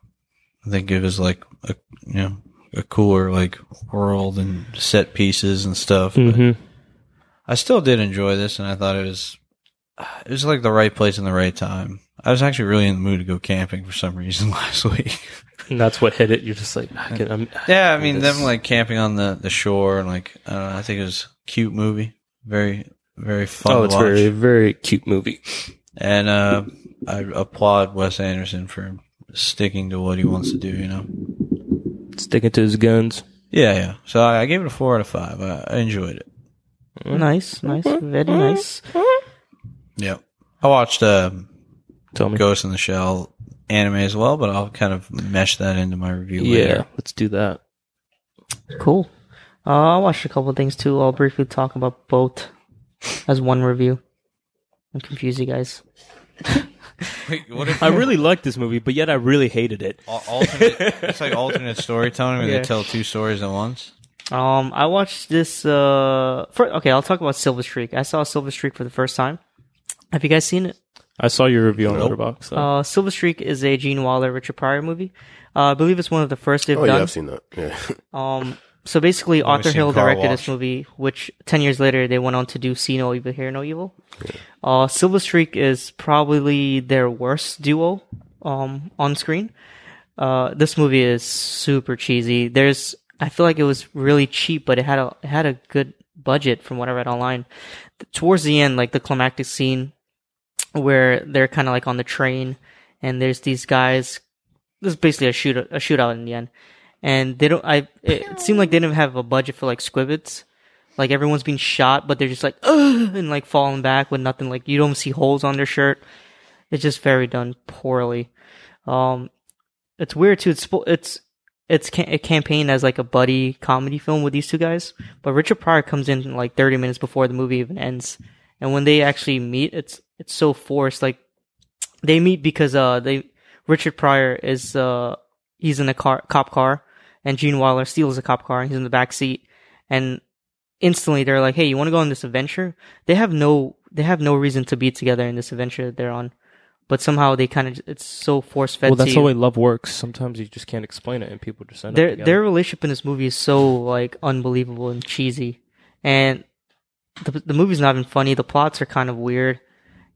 Speaker 4: I think it was like a you know a cooler like world and set pieces and stuff. but
Speaker 2: Mm-hmm.
Speaker 4: I still did enjoy this, and I thought it was it was like the right place and the right time. I was actually really in the mood to go camping for some reason last week.
Speaker 3: And that's what hit it. You're just like, I can, I'm,
Speaker 4: yeah, I mean them
Speaker 3: This-
Speaker 4: like camping on the the shore and like I don't know. I think it was a cute movie, very very fun.
Speaker 3: oh, it's
Speaker 4: watch.
Speaker 3: very, very cute movie.
Speaker 4: And uh, I applaud Wes Anderson for sticking to what he wants to do. You know.
Speaker 3: Sticking to his guns.
Speaker 4: Yeah, yeah. So I, I gave it a four out of five. I, I enjoyed it.
Speaker 2: Mm-hmm. nice, nice, very nice.
Speaker 4: Yep. I watched um
Speaker 3: Tell me.
Speaker 4: Ghost in the Shell anime as well, but I'll kind of mesh that into my review
Speaker 3: Yeah,
Speaker 4: later.
Speaker 3: let's do that.
Speaker 2: Cool. Uh, I watched a couple of things too. I'll briefly talk about both as one review. and confuse you guys.
Speaker 4: Wait, what if
Speaker 3: I really liked this movie, but yet I really hated it.
Speaker 4: al- alternate? It's like alternate storytelling where
Speaker 2: Yeah.
Speaker 4: they tell two stories at once.
Speaker 2: Um, I watched this. Uh, fir- okay, I'll talk about Silver Streak. I saw Silver Streak for the first time. Have you guys seen it?
Speaker 3: I saw your review on Letterboxd. So.
Speaker 2: Uh, Silver Streak is a Gene Wilder, Richard Pryor movie. Uh, I believe it's one of the first they've
Speaker 5: Oh,
Speaker 2: done.
Speaker 5: yeah, I've seen that. Yeah.
Speaker 2: Um, so basically, Arthur
Speaker 4: seen
Speaker 2: Hill
Speaker 4: Car
Speaker 2: directed
Speaker 4: Wash.
Speaker 2: this movie, which ten years later they went on to do "See No Evil, Hear No Evil." Uh, Silver Streak is probably their worst duo um, on screen. Uh, this movie is super cheesy. There's, I feel like it was really cheap, but it had a it had a good budget from what I read online. Towards the end, like the climactic scene where they're kind of like on the train, and there's these guys. This is basically a shoot a shootout in the end, and they don't. I it, it seemed like they didn't have a budget for like squibbits. Like everyone's being shot, but they're just like Ugh! and like falling back with nothing. Like you don't see holes on their shirt. It's just very done poorly. Um, it's weird too. It's spo- it's it's ca- it campaigned as like a buddy comedy film with these two guys, but Richard Pryor comes in like 30 minutes before the movie even ends, and when they actually meet, it's it's so forced. Like they meet because uh they Richard Pryor is uh he's in a car cop car, and Gene Wilder steals a cop car and he's in the back seat, and instantly they're like, "Hey, you want to go on this adventure?" They have no they have no reason to be together in this adventure that they're on. But somehow they kind of it's so force fed.
Speaker 3: well, that's
Speaker 2: to
Speaker 3: the
Speaker 2: you
Speaker 3: way love works. Sometimes you just can't explain it, and people just end
Speaker 2: their
Speaker 3: up
Speaker 2: their relationship in this movie is so like unbelievable and cheesy, and the the movie's not even funny. The plots are kind of weird,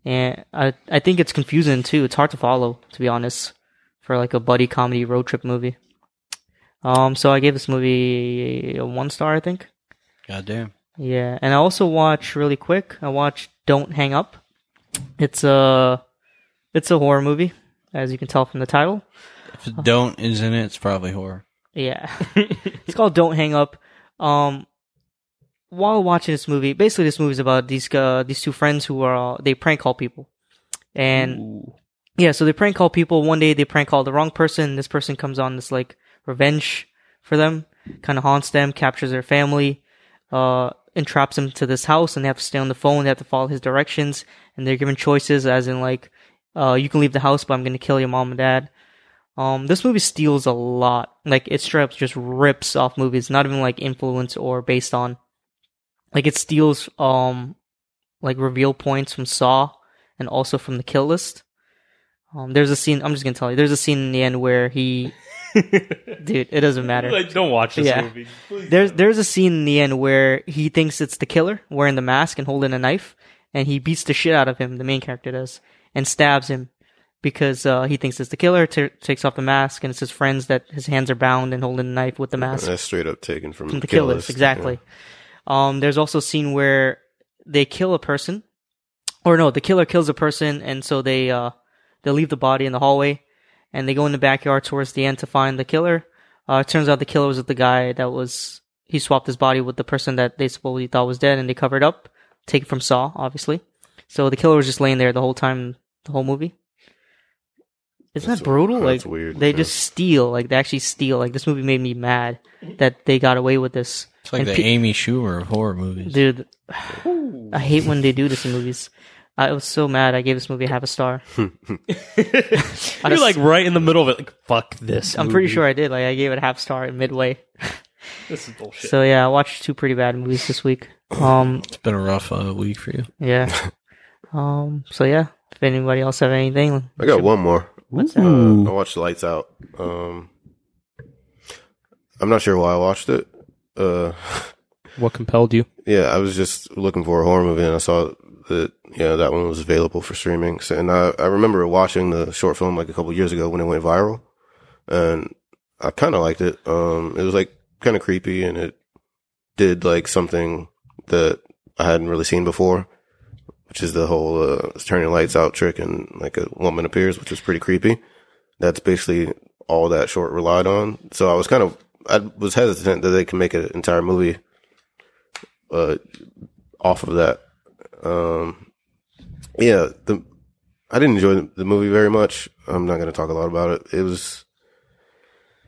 Speaker 2: and I I think it's confusing too. It's hard to follow, to be honest, for like a buddy comedy road trip movie. Um, so I gave this movie a one star, I think.
Speaker 4: God damn.
Speaker 2: Yeah, and I also watch really quick. I watch Don't Hang Up. It's a it's a horror movie, as you can tell from the title.
Speaker 4: If it don't is in it, it's probably horror.
Speaker 2: Yeah. it's called Don't Hang Up. Um while watching this movie, basically this movie is about these uh, these two friends who are uh, they prank call people. And yeah, so they prank call people. One day they prank call the wrong person. This person comes on this like revenge for them. kind of haunts them, captures their family, uh, entraps them to this house, and they have to stay on the phone. They have to follow his directions, and they're given choices, as in like, uh, you can leave the house, but I'm gonna kill your mom and dad. Um, this movie steals a lot. Like it straight up just rips off movies, not even like influence or based on. Like it steals um, like reveal points from Saw and also from the Kill List. Um, there's a scene. I'm just gonna tell you. There's a scene in the end where he, dude, it doesn't matter.
Speaker 3: Like, don't watch this
Speaker 2: Yeah.
Speaker 3: movie. Please.
Speaker 2: There's there's a scene in the end where he thinks it's the killer wearing the mask and holding a knife, and he beats the shit out of him. The main character does and stabs him because uh, he thinks it's the killer. T- takes off the mask and it's his friends that his hands are bound and holding a knife with the mask
Speaker 5: That's straight up taken from,
Speaker 2: from the
Speaker 5: Kill
Speaker 2: killers,
Speaker 5: List,
Speaker 2: exactly. Um, there's also a scene where they kill a person, or no, the killer kills a person, and so they uh, they leave the body in the hallway, and they go in the backyard towards the end to find the killer. Uh, it turns out the killer was the guy that was he swapped his body with the person that they supposedly thought was dead, and they covered up. Take it from Saw, obviously. So the killer was just laying there the whole time, the whole movie. Isn't
Speaker 5: That's-
Speaker 2: that brutal?
Speaker 5: that's
Speaker 2: Like
Speaker 5: weird,
Speaker 2: they
Speaker 5: yeah.
Speaker 2: just steal. Like they actually steal. Like this movie made me mad that they got away with this.
Speaker 4: It's like
Speaker 2: And
Speaker 4: the
Speaker 2: pe-
Speaker 4: Amy Schumer of horror movies.
Speaker 2: Dude, I hate when they do this in movies. I was so mad. I gave this movie half a star.
Speaker 3: You're like right in the middle of it. Like fuck this.
Speaker 2: I'm pretty
Speaker 3: movie.
Speaker 2: sure I did. Like I gave it a half star in midway.
Speaker 3: this is bullshit.
Speaker 2: So yeah, I watched two pretty bad movies this week. Um,
Speaker 4: It's been a rough uh, week for you.
Speaker 2: yeah. Um, so yeah. If anybody else have anything,
Speaker 5: Yeah. I got one more.
Speaker 2: what's
Speaker 5: Uh,
Speaker 2: that?
Speaker 5: I watched Lights Out. Um, I'm not sure why I watched it. Uh,
Speaker 3: What compelled you?
Speaker 5: yeah, I was just looking for a horror movie, and I saw that yeah that one was available for streaming. So, and I, I remember watching the short film like a couple years ago when it went viral, and I kind of liked it. Um, it was like kind of creepy, and it did like something that I hadn't really seen before, which is the whole uh, turning the lights out trick, and like a woman appears, which is pretty creepy. That's basically all that short relied on. So I was kind of I was hesitant that they could make an entire movie uh, off of that. Um, yeah, the I didn't enjoy the, the movie very much. I'm not going to talk a lot about it. It was.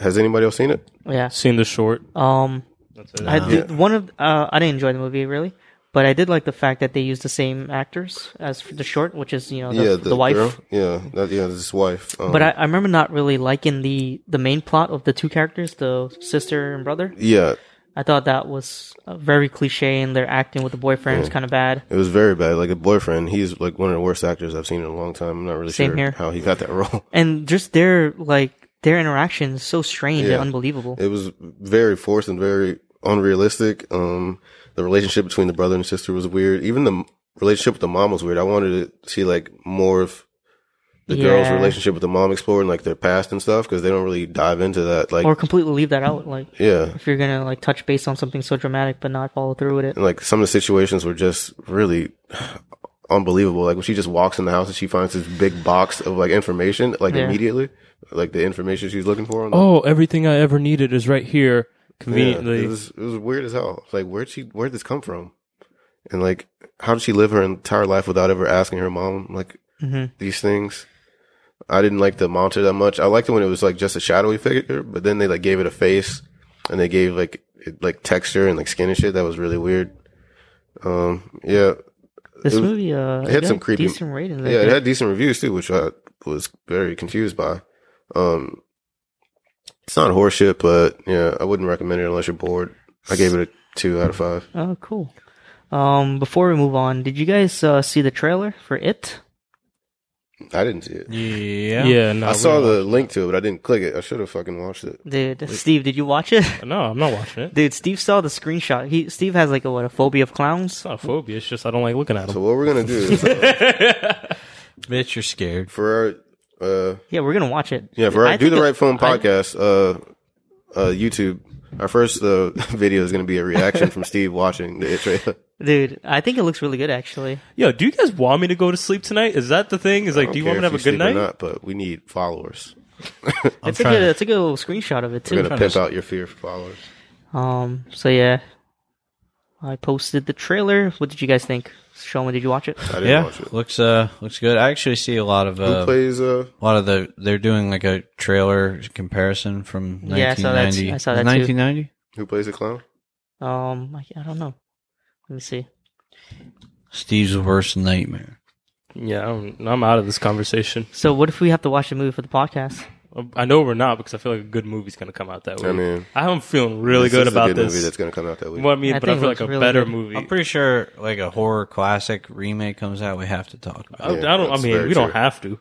Speaker 5: Has anybody else seen it?
Speaker 2: Yeah.
Speaker 3: Seen the short.
Speaker 2: Um,
Speaker 3: That's it.
Speaker 2: I did one of uh, I didn't enjoy the movie really, but I did like the fact that they used the same actors as for the short, which is you know the,
Speaker 5: yeah,
Speaker 2: the, wife.
Speaker 5: girl. Yeah, that, yeah, his wife. Um,
Speaker 2: But I, I remember not really liking the the main plot of the two characters, the sister and brother.
Speaker 5: yeah,
Speaker 2: I thought that was uh, very cliche, and their acting with the boyfriend was kind of bad.
Speaker 5: it was very bad. Like a boyfriend, he's like one of the worst actors I've seen in a long time. I'm not really
Speaker 2: Same
Speaker 5: sure
Speaker 2: here.
Speaker 5: how he got that role.
Speaker 2: And just their like their interaction is so strange
Speaker 5: Yeah.
Speaker 2: and unbelievable.
Speaker 5: It was very forced and very unrealistic. Um, the relationship between the brother and sister was weird. Even the m- relationship with the mom was weird. I wanted to see like more of the girl's
Speaker 2: Yeah.
Speaker 5: relationship with the mom exploring like their past and stuff because they don't really dive into that. Like,
Speaker 2: or completely leave that out. Like
Speaker 5: yeah,
Speaker 2: if you're gonna like touch base on something so dramatic, but not follow through with it.
Speaker 5: and like some of the situations were just really unbelievable. Like when she just walks in the house and she finds this big box of like information, like
Speaker 2: Yeah.
Speaker 5: immediately, like the information she's looking for. I'm like,
Speaker 3: Oh, everything I ever needed is right here.
Speaker 5: Yeah,
Speaker 3: Conveniently.
Speaker 5: it was it was weird as hell. It's Like where'd she where'd this come from? And like how did she live her entire life without ever asking her mom like
Speaker 2: Mhm.
Speaker 5: these things? I didn't like the monster that much. I liked it when it was like just a shadowy figure, but then they like gave it a face and they gave like it, like texture and like skin and shit. That was really weird. Um, yeah,
Speaker 2: This
Speaker 5: it was-
Speaker 2: movie, uh,
Speaker 5: it had some creepy-
Speaker 2: decent ratings. I
Speaker 5: yeah, it
Speaker 2: think.
Speaker 5: had decent reviews too, which I was very confused by. Um, it's not horseshit, but yeah, I wouldn't recommend it unless you're bored. I gave it a two out of five.
Speaker 2: Oh, cool. Um, before we move on, did you guys uh, see the trailer for it?
Speaker 5: I didn't see it.
Speaker 4: Yeah.
Speaker 3: yeah. no.
Speaker 5: I
Speaker 3: we
Speaker 5: saw
Speaker 3: don't
Speaker 5: the link to it, but I didn't click it. I should have fucking watched it.
Speaker 2: Dude, Steve, did you watch it?
Speaker 3: watch- No, I'm not watching it.
Speaker 2: Dude, Steve saw the screenshot. He Steve has like a what a phobia of clowns.
Speaker 3: It's not a phobia. It's just I don't like looking at
Speaker 5: So
Speaker 3: them.
Speaker 5: what we're gonna do is uh,
Speaker 4: Bitch, you're scared.
Speaker 5: for our uh,
Speaker 2: Yeah, we're gonna watch it.
Speaker 5: yeah for our
Speaker 2: I
Speaker 5: do
Speaker 2: think
Speaker 5: the
Speaker 2: it-
Speaker 5: right film podcast uh, uh, YouTube. Our first uh, video is gonna be a reaction from Steve watching the it trailer.
Speaker 2: Dude, I think it looks really good actually.
Speaker 3: Yo, do you guys want me to go to sleep tonight? Is that the thing? Is like, do you want me to have a good night?
Speaker 5: Not, but we need followers.
Speaker 4: I'm
Speaker 2: it's a
Speaker 4: trying.
Speaker 2: good it's a good little screenshot of it
Speaker 5: We're
Speaker 2: too.
Speaker 5: gonna pimp out your fear for followers.
Speaker 2: Um so yeah. I posted the trailer. What did you guys think? Showman, did you watch it?
Speaker 5: I didn't
Speaker 4: Yeah,
Speaker 5: watch it.
Speaker 4: looks uh looks good. I actually see a lot of
Speaker 5: Who
Speaker 3: Um,
Speaker 4: uh,
Speaker 5: plays? Uh,
Speaker 4: a lot of the they're doing like a trailer comparison from
Speaker 2: Yeah, I saw that-
Speaker 4: 1990.
Speaker 2: I saw that too.
Speaker 4: 1990.
Speaker 5: who plays the clown?
Speaker 2: Um, I, I don't know. Let me see.
Speaker 4: Steve's worst nightmare.
Speaker 3: Yeah, I'm, I'm out of this conversation.
Speaker 2: So what if we have to watch the movie for the podcast?
Speaker 3: I know we're not because I feel like a good movie's gonna come out that way.
Speaker 5: I mean,
Speaker 3: I'm feeling really
Speaker 5: this
Speaker 3: good
Speaker 5: is
Speaker 3: about
Speaker 5: a good
Speaker 3: this.
Speaker 5: movie that's going to come out that week.
Speaker 3: Well, I mean,
Speaker 2: I
Speaker 3: but I
Speaker 2: think
Speaker 3: feel
Speaker 2: it
Speaker 3: like a
Speaker 2: looks really
Speaker 3: better
Speaker 2: good.
Speaker 3: movie.
Speaker 4: I'm pretty sure like a horror classic remake comes out. We have to talk about.
Speaker 3: I,
Speaker 5: Yeah,
Speaker 3: I don't. I
Speaker 5: that's
Speaker 3: mean, we
Speaker 5: very
Speaker 3: don't
Speaker 5: true.
Speaker 3: have to.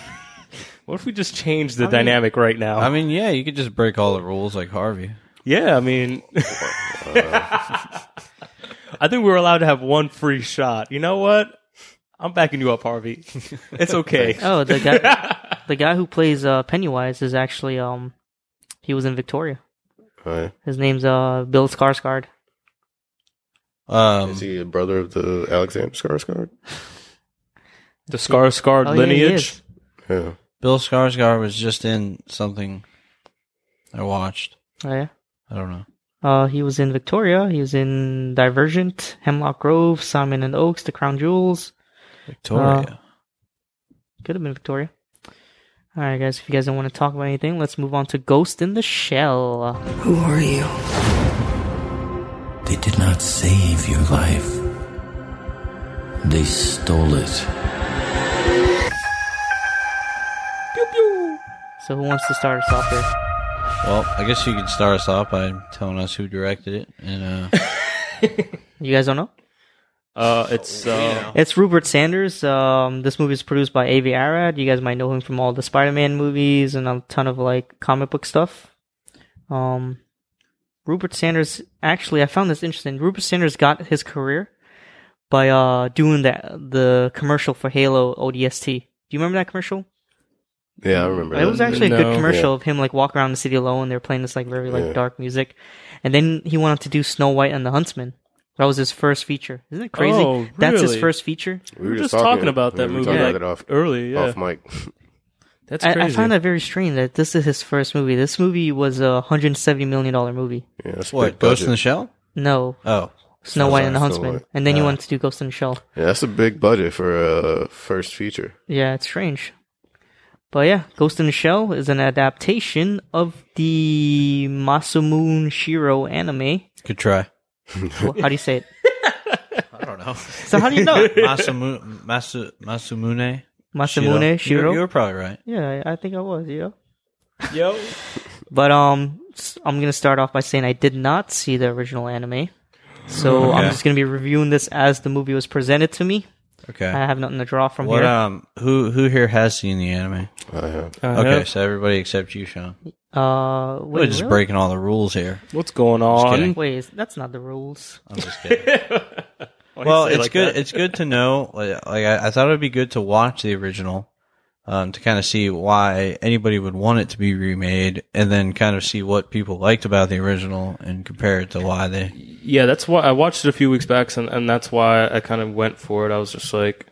Speaker 3: what if we just change the
Speaker 2: mean-
Speaker 3: dynamic right now?
Speaker 4: It. I mean, yeah, you could just break all the rules like Harvey.
Speaker 3: yeah, I mean,
Speaker 5: Uh,
Speaker 3: I think we're allowed to have one free shot. You know what? I'm backing you up, Harvey. It's okay.
Speaker 2: Oh, the guy, the guy who plays uh, Pennywise is actually um, he was in Victoria.
Speaker 5: All right.
Speaker 2: His name's uh Bill Skarsgård.
Speaker 4: Um,
Speaker 5: is he a brother of the Alexander Skarsgård?
Speaker 3: the scar scarred
Speaker 2: Oh, yeah, he
Speaker 3: lineage.
Speaker 2: is.
Speaker 5: Yeah.
Speaker 4: Bill Skarsgård was just in something I watched.
Speaker 2: Oh yeah.
Speaker 4: I don't know.
Speaker 2: Uh, he was in Victoria. He was in Divergent, Hemlock Grove, Simon and Oaks, The Crown Jewels.
Speaker 4: Victoria.
Speaker 2: Could have been Victoria. All right, guys. If you guys don't want to talk about anything, let's move on to Ghost in the Shell.
Speaker 6: Who are you?
Speaker 7: They did not save your life. They stole it.
Speaker 2: So who wants to start us off here?
Speaker 4: well, I guess you could start us off by telling us who directed it and uh,
Speaker 2: You guys don't know?
Speaker 3: Uh, it's
Speaker 4: Oh,
Speaker 3: uh,
Speaker 2: It's Rupert Sanders. Um, this movie is produced by Avi Arad. You guys might know him from all the Spider-Man movies and a ton of like comic book stuff. Um, Rupert Sanders actually, I found this interesting. Rupert Sanders got his career by uh doing that the commercial for Halo ODST. Do you remember that commercial?
Speaker 5: Yeah, I remember.
Speaker 2: It was
Speaker 5: that.
Speaker 2: actually a
Speaker 3: Uh, No.
Speaker 2: good commercial of him like walking around the city alone. They're playing this like very like
Speaker 5: Yeah.
Speaker 2: dark music, and then he went on to do Snow White and the Huntsman. That was his first feature. Isn't it crazy?
Speaker 3: Oh,
Speaker 2: That's his
Speaker 3: really?
Speaker 2: first feature.
Speaker 5: we
Speaker 3: we were just talking, about that
Speaker 5: we were
Speaker 3: movie
Speaker 5: Talking
Speaker 3: like,
Speaker 5: about it off,
Speaker 3: early. Yeah,
Speaker 5: off mic.
Speaker 3: that's
Speaker 2: I,
Speaker 3: crazy.
Speaker 2: I find that very strange that this is his first movie. This movie was a hundred seventy million dollar movie.
Speaker 5: Yeah, that's
Speaker 4: what?
Speaker 5: big
Speaker 4: Ghost in the
Speaker 5: budget.
Speaker 4: Shell?
Speaker 2: No, Snow
Speaker 4: Oh,
Speaker 5: Sounds
Speaker 2: White
Speaker 5: like
Speaker 2: and the
Speaker 5: Snow
Speaker 2: Huntsman,
Speaker 5: White.
Speaker 2: and then you wanted to do Ghost in the Shell.
Speaker 5: Yeah, that's a big budget for a first feature.
Speaker 2: Yeah, it's strange. But yeah, Ghost in the Shell is an adaptation of the Masamune Shiro anime.
Speaker 4: good try.
Speaker 2: Well, How do you say it?
Speaker 4: I don't know.
Speaker 2: So how do you know it?
Speaker 4: Masamu, Masu, Masumune
Speaker 2: Masamune Shiro?
Speaker 4: You, you were probably right.
Speaker 2: Yeah, I I think I was. Yeah.
Speaker 3: Yo,
Speaker 2: But um, s- I'm gonna start off by saying I did not see the original anime, so I'm
Speaker 4: Okay.
Speaker 2: just gonna be reviewing this as the movie was presented to me.
Speaker 4: Okay.
Speaker 2: I have nothing to draw from
Speaker 4: what
Speaker 2: here.
Speaker 4: um who who here has seen the anime?
Speaker 5: I have.
Speaker 4: Okay, so everybody except you, Sean.
Speaker 2: Uh,
Speaker 4: We're
Speaker 2: wait,
Speaker 4: just
Speaker 2: really?
Speaker 4: breaking all the rules here.
Speaker 3: what's going
Speaker 4: kidding.
Speaker 3: on?
Speaker 2: Wait, is- that's not the rules.
Speaker 4: I'm just kidding. well, it's good. It's good to know. Like, like I, I thought it'd be good to watch the original, um, to kind of see why anybody would want it to be remade, and then kind of see what people liked about the original and compare it to why they.
Speaker 3: Yeah, that's why I watched it a few weeks back, and, and that's why I kind of went for it. I was just like,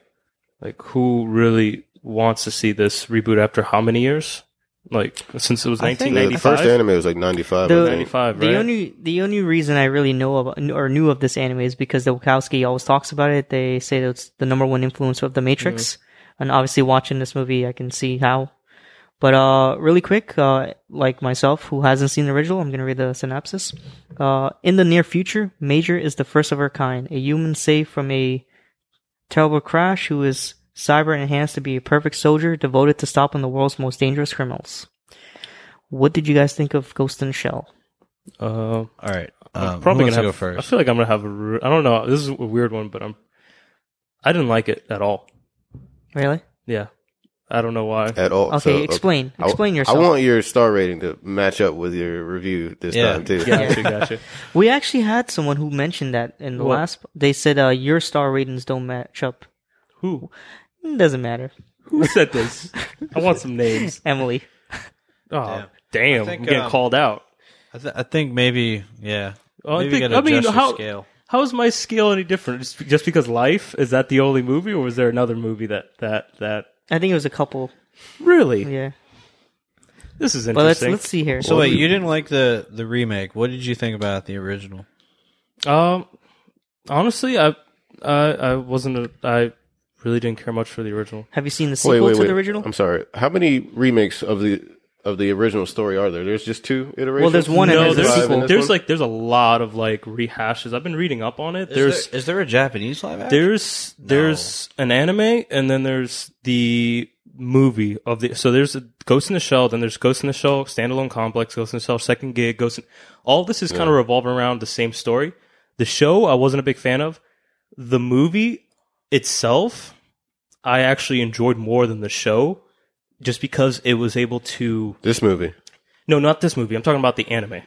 Speaker 3: like who really wants to see this reboot after how many years? Like since it was
Speaker 2: I think-
Speaker 5: The first
Speaker 3: 1995.
Speaker 5: anime was like 95.
Speaker 2: The-
Speaker 5: I think.
Speaker 3: 95,
Speaker 2: The
Speaker 3: right?
Speaker 2: only the only reason I really know about or knew of this anime is because the Wachowski always talks about it. They say that it's the number one influence of The Matrix, and obviously watching this movie, I can see how. But uh, really quick, uh, like myself who hasn't seen the original, I'm gonna read the synopsis. Uh, in the near future, Major is the first of her kind, a human saved from a terrible crash who is cyber enhanced to be a perfect soldier devoted to stopping the world's most dangerous criminals. What did you guys think of Ghost in the Shell?
Speaker 3: Uh,
Speaker 4: All right,
Speaker 3: I'm
Speaker 4: um,
Speaker 3: probably
Speaker 4: who
Speaker 3: gonna
Speaker 4: wants
Speaker 3: have,
Speaker 4: to go
Speaker 3: I
Speaker 4: first.
Speaker 3: feel like I'm gonna have a. re- I don't know. This is a weird one, but I'm. I didn't like it at all.
Speaker 2: Really?
Speaker 3: Yeah, I don't know why.
Speaker 5: at all.
Speaker 2: Okay,
Speaker 5: So,
Speaker 2: explain.
Speaker 5: uh, I-
Speaker 2: Explain yourself.
Speaker 5: I want your star rating to match up with your review this
Speaker 4: Yeah.
Speaker 5: time too.
Speaker 3: Gotcha, gotcha.
Speaker 2: we actually had someone who mentioned that in the
Speaker 3: What?
Speaker 2: last. They said uh, your star ratings don't match up.
Speaker 3: Who
Speaker 2: Mm, Doesn't matter,
Speaker 3: who said this? I want some names.
Speaker 2: Emily.
Speaker 3: Oh
Speaker 4: Yeah.
Speaker 3: damn! I
Speaker 4: think,
Speaker 3: am getting
Speaker 4: um,
Speaker 3: called out.
Speaker 4: I, th- I think maybe yeah.
Speaker 3: Oh, I
Speaker 4: maybe
Speaker 3: think-
Speaker 4: you gotta
Speaker 3: I mean,
Speaker 4: adjust your
Speaker 3: how-
Speaker 4: scale.
Speaker 3: How is my scale any different? Just, just because Life is that the only movie, or was there another movie that that that
Speaker 2: I think it was a couple.
Speaker 3: really?
Speaker 2: Yeah,
Speaker 3: This is
Speaker 2: but let's
Speaker 3: interesting.
Speaker 2: let's see here.
Speaker 4: So wait, you didn't like the the remake. What did you think about the original?
Speaker 3: Um, honestly, I I I wasn't. A, I really didn't care much for the original.
Speaker 2: Have you seen the sequel to the original?
Speaker 5: I'm sorry. How many remakes of the of the original story are there? There's just two iterations.
Speaker 2: Well, there's one and there's
Speaker 3: No,
Speaker 2: a
Speaker 3: there's,
Speaker 5: Five
Speaker 2: sequel.
Speaker 5: in this
Speaker 3: there's
Speaker 5: one?
Speaker 3: like there's a lot of like rehashes. I've been reading up on it.
Speaker 4: Is
Speaker 3: there's
Speaker 4: there, is there a Japanese live action?
Speaker 3: there's there's an anime and then there's the movie of the so there's a Ghost in the Shell, then there's Ghost in the Shell standalone complex, Ghost in the Shell second gig, Ghost. In, all this is kind of revolving around the same story. The show I wasn't a big fan of. The movie itself, I actually enjoyed more than the show, just because it was able to.
Speaker 5: This movie,
Speaker 3: No, not this movie. I'm talking about the anime.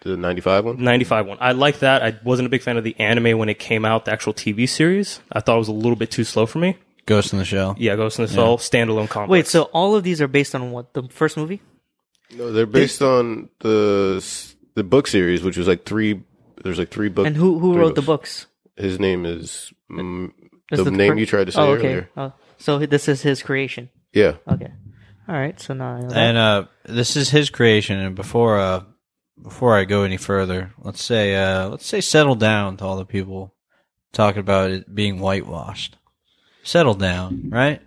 Speaker 5: the '95 one.
Speaker 3: 95 one. I like that. I wasn't a big fan of the anime when it came out, the actual TV series. I thought it was a little bit too slow for me.
Speaker 4: Ghost in the Shell.
Speaker 3: Yeah, Ghost in the Shell, standalone complex.
Speaker 2: Wait, so all of these are based on what? The first movie?
Speaker 5: No, they're based on the s- the book series, which was like three. There's like three books.
Speaker 2: And who who wrote the books?
Speaker 5: His name is mm,
Speaker 2: Is
Speaker 5: the
Speaker 2: that
Speaker 5: name
Speaker 2: cor-
Speaker 5: you tried to say
Speaker 2: oh, okay.
Speaker 5: earlier.
Speaker 2: Oh, so this is his creation.
Speaker 5: Yeah,
Speaker 2: Okay. All right. So now I know that.
Speaker 4: And uh, this is his creation. And before uh, before I go any further, let's say uh, let's say settle down to all the people talking about it being whitewashed. Settle down, right?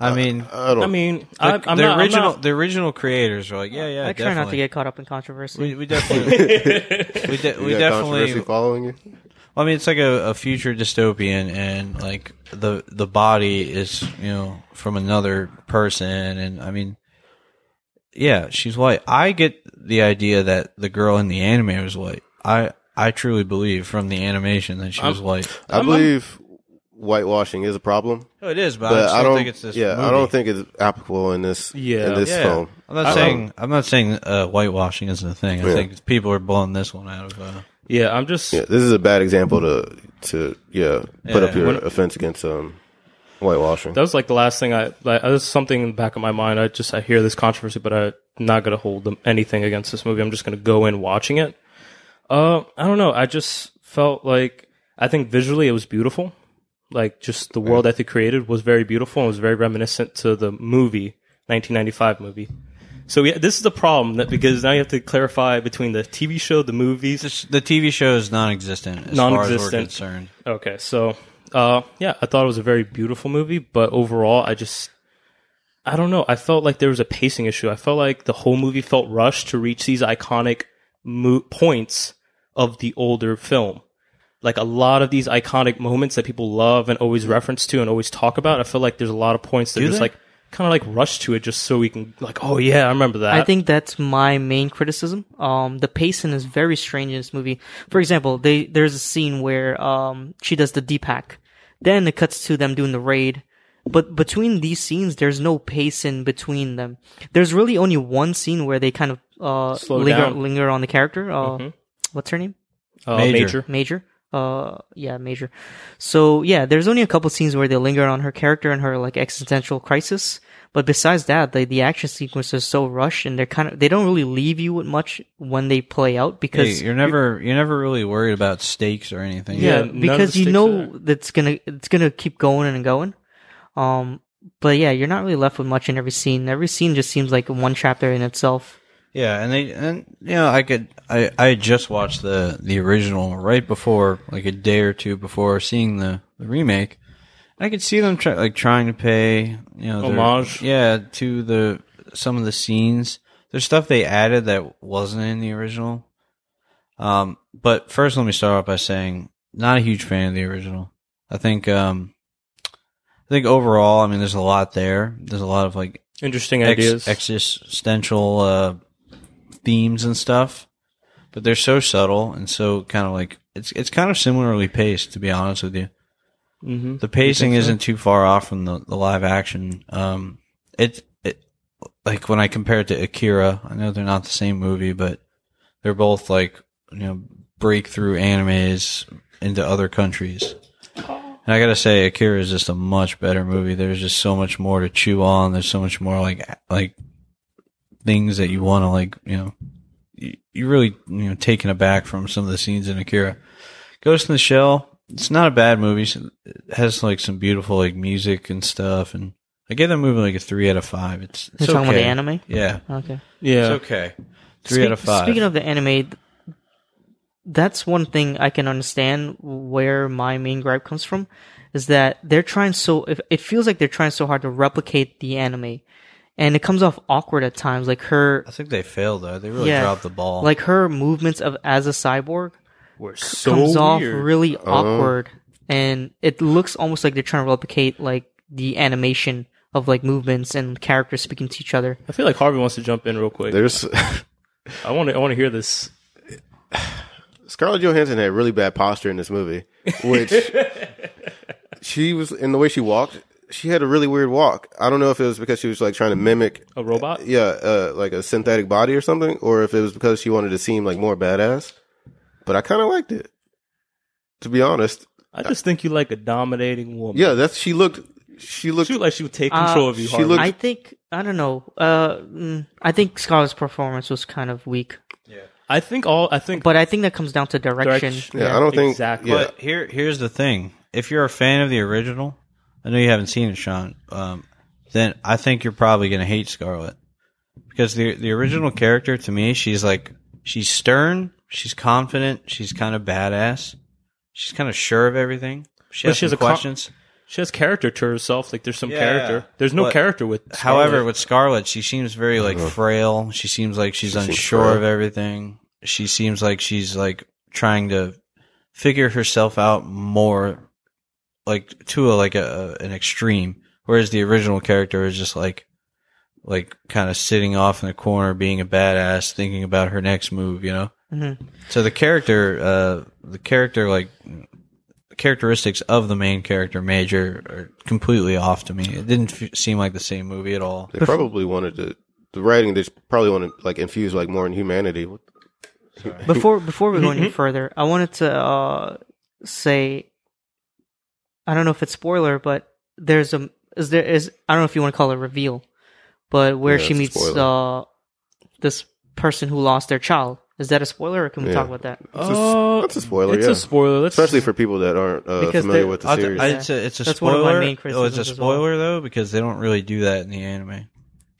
Speaker 4: I mean,
Speaker 5: I don't.
Speaker 3: I mean, I,
Speaker 4: the,
Speaker 3: I'm,
Speaker 4: the
Speaker 3: not, I'm
Speaker 4: original
Speaker 3: not-
Speaker 4: the original creators are like, yeah, yeah.
Speaker 2: I try not to
Speaker 4: definitely.
Speaker 2: get caught up in controversy.
Speaker 4: We, we definitely. we de-
Speaker 5: you
Speaker 4: we definitely.
Speaker 5: got controversy following you.
Speaker 4: Well, I mean, it's like a, a future dystopian, and like the the body is you know from another person, and I mean, yeah, she's white. I get the idea that the girl in the anime was white. I I truly believe from the animation that she was white.
Speaker 5: I believe whitewashing is a problem,
Speaker 4: Oh, it is, but,
Speaker 5: but
Speaker 4: I, just
Speaker 5: I
Speaker 4: don't
Speaker 5: don't
Speaker 4: think it's this.
Speaker 5: Yeah, I don't think it's applicable in this.
Speaker 3: Yeah.
Speaker 5: in this
Speaker 4: Yeah.
Speaker 5: film.
Speaker 4: I'm not
Speaker 3: I
Speaker 4: saying I'm not saying uh, whitewashing isn't a thing. I
Speaker 5: Yeah.
Speaker 4: think people are blowing this one out of. Uh,
Speaker 3: yeah, I'm just.
Speaker 5: Yeah, this is a bad example to to yeah put up your offense against um whitewashing.
Speaker 3: That was like the last thing I. Like, that was something in the back of my mind. I just. I hear this controversy, but I'm not going to hold them, anything against this movie. I'm just going to go in watching it. Uh, I don't know. I just felt like. I think visually it was beautiful. Like, just the world that they created was very beautiful and was very reminiscent to the movie, 1995 movie. So, yeah, this is the problem that because now you have to clarify between the TV show, the movies.
Speaker 4: this, the TV show is non-existent as far as we're
Speaker 3: Non-existent.
Speaker 4: concerned.
Speaker 3: Okay, so uh, yeah, I thought it was a very beautiful movie, but overall, I just I don't know. I felt like there was a pacing issue. I felt like the whole movie felt rushed to reach these iconic mo- points of the older film. Like a lot of these iconic moments that people love and always reference to and always talk about. I feel like there's a lot of points that
Speaker 4: Do
Speaker 3: are just
Speaker 4: they?
Speaker 3: like kind of like rushed to it just so we can like, oh yeah, I remember that.
Speaker 2: I think that's my main criticism. Um, the pacing is very strange in this movie. For example, they there's a scene where um she does the Deepak, then it cuts to them doing the raid. But between these scenes, there's no pacing between them. There's really only one scene where they kind of uh
Speaker 3: Slow
Speaker 2: linger,
Speaker 3: down. Mm-hmm.
Speaker 2: linger on the character. Uh, what's her name?
Speaker 3: uh,
Speaker 4: Major.
Speaker 3: Major.
Speaker 2: Major. Uh, yeah, Major. So yeah, there's only a couple scenes where they linger on her character and her like existential crisis. But besides that, the the action sequences are so rushed and they're kind of they don't really leave you with much when they play out
Speaker 4: Hey,
Speaker 2: because
Speaker 4: you're never you're never really worried about stakes or anything.
Speaker 3: Yeah,
Speaker 2: yeah,
Speaker 3: none of
Speaker 2: because
Speaker 3: the
Speaker 2: you
Speaker 3: stakes
Speaker 2: know
Speaker 3: are there.
Speaker 2: that's gonna it's gonna keep going and going. Um, but yeah, you're not really left with much in every scene. Every scene just seems like one chapter in itself.
Speaker 4: Yeah, and they and you know I could I I had just watched the the original right before like a day or two before seeing the the remake. I could see them try, like trying to pay you know their-
Speaker 3: Homage.
Speaker 4: yeah, to the some of the scenes. There's stuff they added that wasn't in the original. Um, but first, let me start off by saying not a huge fan of the original. I think um, I think overall, I mean, there's a lot there. There's a lot of like
Speaker 3: Interesting
Speaker 4: ex-
Speaker 3: ideas.
Speaker 4: existential uh, themes and stuff, but they're so subtle and so kind of like it's it's kind of similarly paced. To be honest with you,
Speaker 3: Mhm.
Speaker 4: the pacing isn't too far off from the, the live action. Um, it it like when I compare it to Akira, I know they're not the same movie, but they're both like you know breakthrough animes into other countries. And I gotta say, Akira is just a much better movie. There's just so much more to chew on. There's so much more like like things that you want to like you know you- you're really you know taken aback from some of the scenes in Akira. Ghost in the Shell. It's not a bad movie. So It has like some beautiful like music and stuff. And I give that movie like a three out of five. It's, it's
Speaker 2: You're talking about
Speaker 4: okay.
Speaker 2: the anime.
Speaker 4: Yeah,
Speaker 2: Okay.
Speaker 3: yeah.
Speaker 4: it's okay. Three
Speaker 2: Speak-
Speaker 4: out of five.
Speaker 2: Speaking of the anime, that's one thing I can understand where my main gripe comes from is that they're trying so if- it feels like they're trying so hard to replicate the anime and it comes off awkward at times like her
Speaker 4: I think they failed though. They really
Speaker 2: Yeah.
Speaker 4: dropped the ball.
Speaker 2: like her movements of as a cyborg
Speaker 3: We're
Speaker 2: comes
Speaker 3: so
Speaker 2: off
Speaker 3: weird. Oh.
Speaker 2: really awkward and it looks almost like they're trying to replicate like the animation of like movements and characters speaking to each other
Speaker 3: I feel like Harvey wants to jump in real quick.
Speaker 5: There's
Speaker 3: I want to. I want to hear this.
Speaker 5: Scarlett Johansson had really bad posture in this movie, which she was in the way she walked. She had a really weird walk. I don't know if it was because she was like trying to mimic,
Speaker 3: A robot.
Speaker 5: yeah, uh, like a synthetic body or something, or if it was because she wanted to seem like more badass. But I kind of liked it, to be honest.
Speaker 3: I just think you like a dominating woman.
Speaker 5: Yeah, that's she looked. She looked.
Speaker 3: She looked like she would take control
Speaker 2: Uh,
Speaker 3: of you.
Speaker 5: she
Speaker 3: Harvey.
Speaker 5: looked-
Speaker 2: I think I don't know. Uh, mm, I think Scarlett's performance was kind of weak,
Speaker 3: I think all. I think.
Speaker 2: but I think that comes down to direction.
Speaker 3: Direction.
Speaker 5: yeah, I don't think.
Speaker 3: exactly.
Speaker 5: Yeah,
Speaker 4: But here, here's the thing: if you're a fan of the original, I know you haven't seen it, Sean. Um, then I think you're probably going to hate Scarlet because the the original character to me, she's like she's stern, she's confident, she's kind of badass, she's kind of sure of everything. She
Speaker 3: But
Speaker 4: has
Speaker 3: she has
Speaker 4: some
Speaker 3: a con-
Speaker 4: questions.
Speaker 3: she has character to herself. Like there's some
Speaker 4: Yeah,
Speaker 3: character.
Speaker 4: yeah.
Speaker 3: There's no
Speaker 4: But-
Speaker 3: character with. Scarlet.
Speaker 4: However, with Scarlet, she seems very like frail. She seems like she's
Speaker 5: Uh-huh. seems
Speaker 4: unsure
Speaker 5: frail.
Speaker 4: of everything. She seems like she's like trying to figure herself out more, like to a, like a, an extreme. Whereas the original character is just like, like kind of sitting off in the corner, being a badass, thinking about her next move. You know.
Speaker 2: Mhm.
Speaker 4: So the character, uh, the character like. Characteristics of the main character Major are completely off to me. It didn't f- seem like the same movie at all.
Speaker 5: they probably wanted to. The writing, they probably want to like infuse like more in humanity.
Speaker 2: Before before we go
Speaker 5: Mm-hmm.
Speaker 2: any further, I wanted to uh, say, I don't know if it's spoiler, but there's a is there is I don't know if you want to call it reveal, but where
Speaker 5: Yeah,
Speaker 2: she
Speaker 5: it's a
Speaker 2: meets uh,
Speaker 5: spoiler.
Speaker 2: this person who lost their child. Is that a spoiler, or can we
Speaker 5: Yeah.
Speaker 2: talk about that?
Speaker 5: That's a, that's a spoiler.
Speaker 3: Oh, Uh, It's
Speaker 5: yeah.
Speaker 3: a spoiler. Let's,
Speaker 5: especially for people that aren't uh,
Speaker 2: Because
Speaker 5: familiar
Speaker 2: they're-
Speaker 5: with the
Speaker 4: I'll t-
Speaker 5: series.
Speaker 4: I-
Speaker 2: Yeah.
Speaker 4: it's a, it's a
Speaker 2: That's one
Speaker 4: spoiler.
Speaker 2: of my main
Speaker 4: oh, it's a
Speaker 2: criticisms as well.
Speaker 4: spoiler though because they don't really do that in the anime.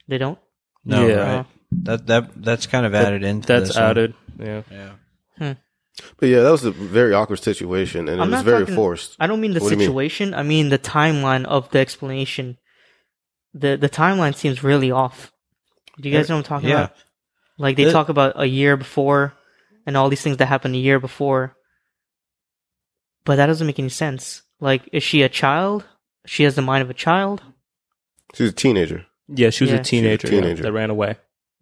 Speaker 2: They don't.
Speaker 4: No,
Speaker 3: Yeah.
Speaker 2: Uh-huh.
Speaker 4: right? That that that's kind of added into
Speaker 3: that's
Speaker 4: this one.
Speaker 3: added. Yeah.
Speaker 4: Yeah.
Speaker 5: But yeah, that was a very awkward situation, and
Speaker 2: I'm
Speaker 5: it
Speaker 2: not
Speaker 5: was very
Speaker 2: talking-
Speaker 5: forced.
Speaker 2: I don't mean the
Speaker 5: What do you mean?
Speaker 2: situation. I mean the timeline of the explanation. the The timeline seems really off. Do you guys know what I'm talking
Speaker 4: Yeah.
Speaker 2: about? Like they
Speaker 4: It-
Speaker 2: talk about a year before, and all these things that happened a year before. But that doesn't make any sense. Like, is she a child? She has the mind of a child.
Speaker 5: She was a teenager.
Speaker 3: Yeah. She was
Speaker 2: Yeah.
Speaker 3: a teenager, yeah,
Speaker 5: teenager.
Speaker 3: that ran away.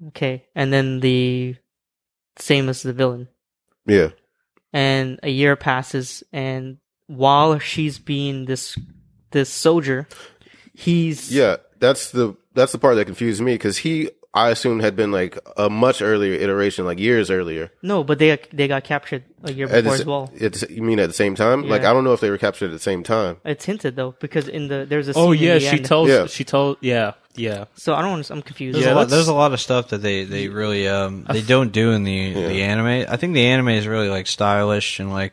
Speaker 2: Okay, and then the same as the villain.
Speaker 5: Yeah,
Speaker 2: And a year passes, and while she's being this this soldier, he's
Speaker 5: yeah. That's the that's the part that confused me because he, I assume, had been like a much earlier iteration, like years earlier.
Speaker 2: No, but they they got captured a year
Speaker 5: At the
Speaker 2: before
Speaker 5: s-
Speaker 2: as well.
Speaker 5: it's- you mean at the same time? Like
Speaker 2: Yeah.
Speaker 5: I don't know if they were captured at the same time.
Speaker 2: It's hinted though because in the there's a scene
Speaker 3: Oh
Speaker 2: in
Speaker 3: yeah.
Speaker 2: the
Speaker 3: She
Speaker 2: end.
Speaker 3: tells.
Speaker 5: Yeah.
Speaker 3: She told. Yeah. Yeah.
Speaker 2: so I don't under- I'm confused.
Speaker 4: There's,
Speaker 3: Yeah,
Speaker 4: a lot,
Speaker 3: that's-
Speaker 4: there's a lot of stuff that they, they really um they don't do in the the anime. I think the anime is really like stylish and like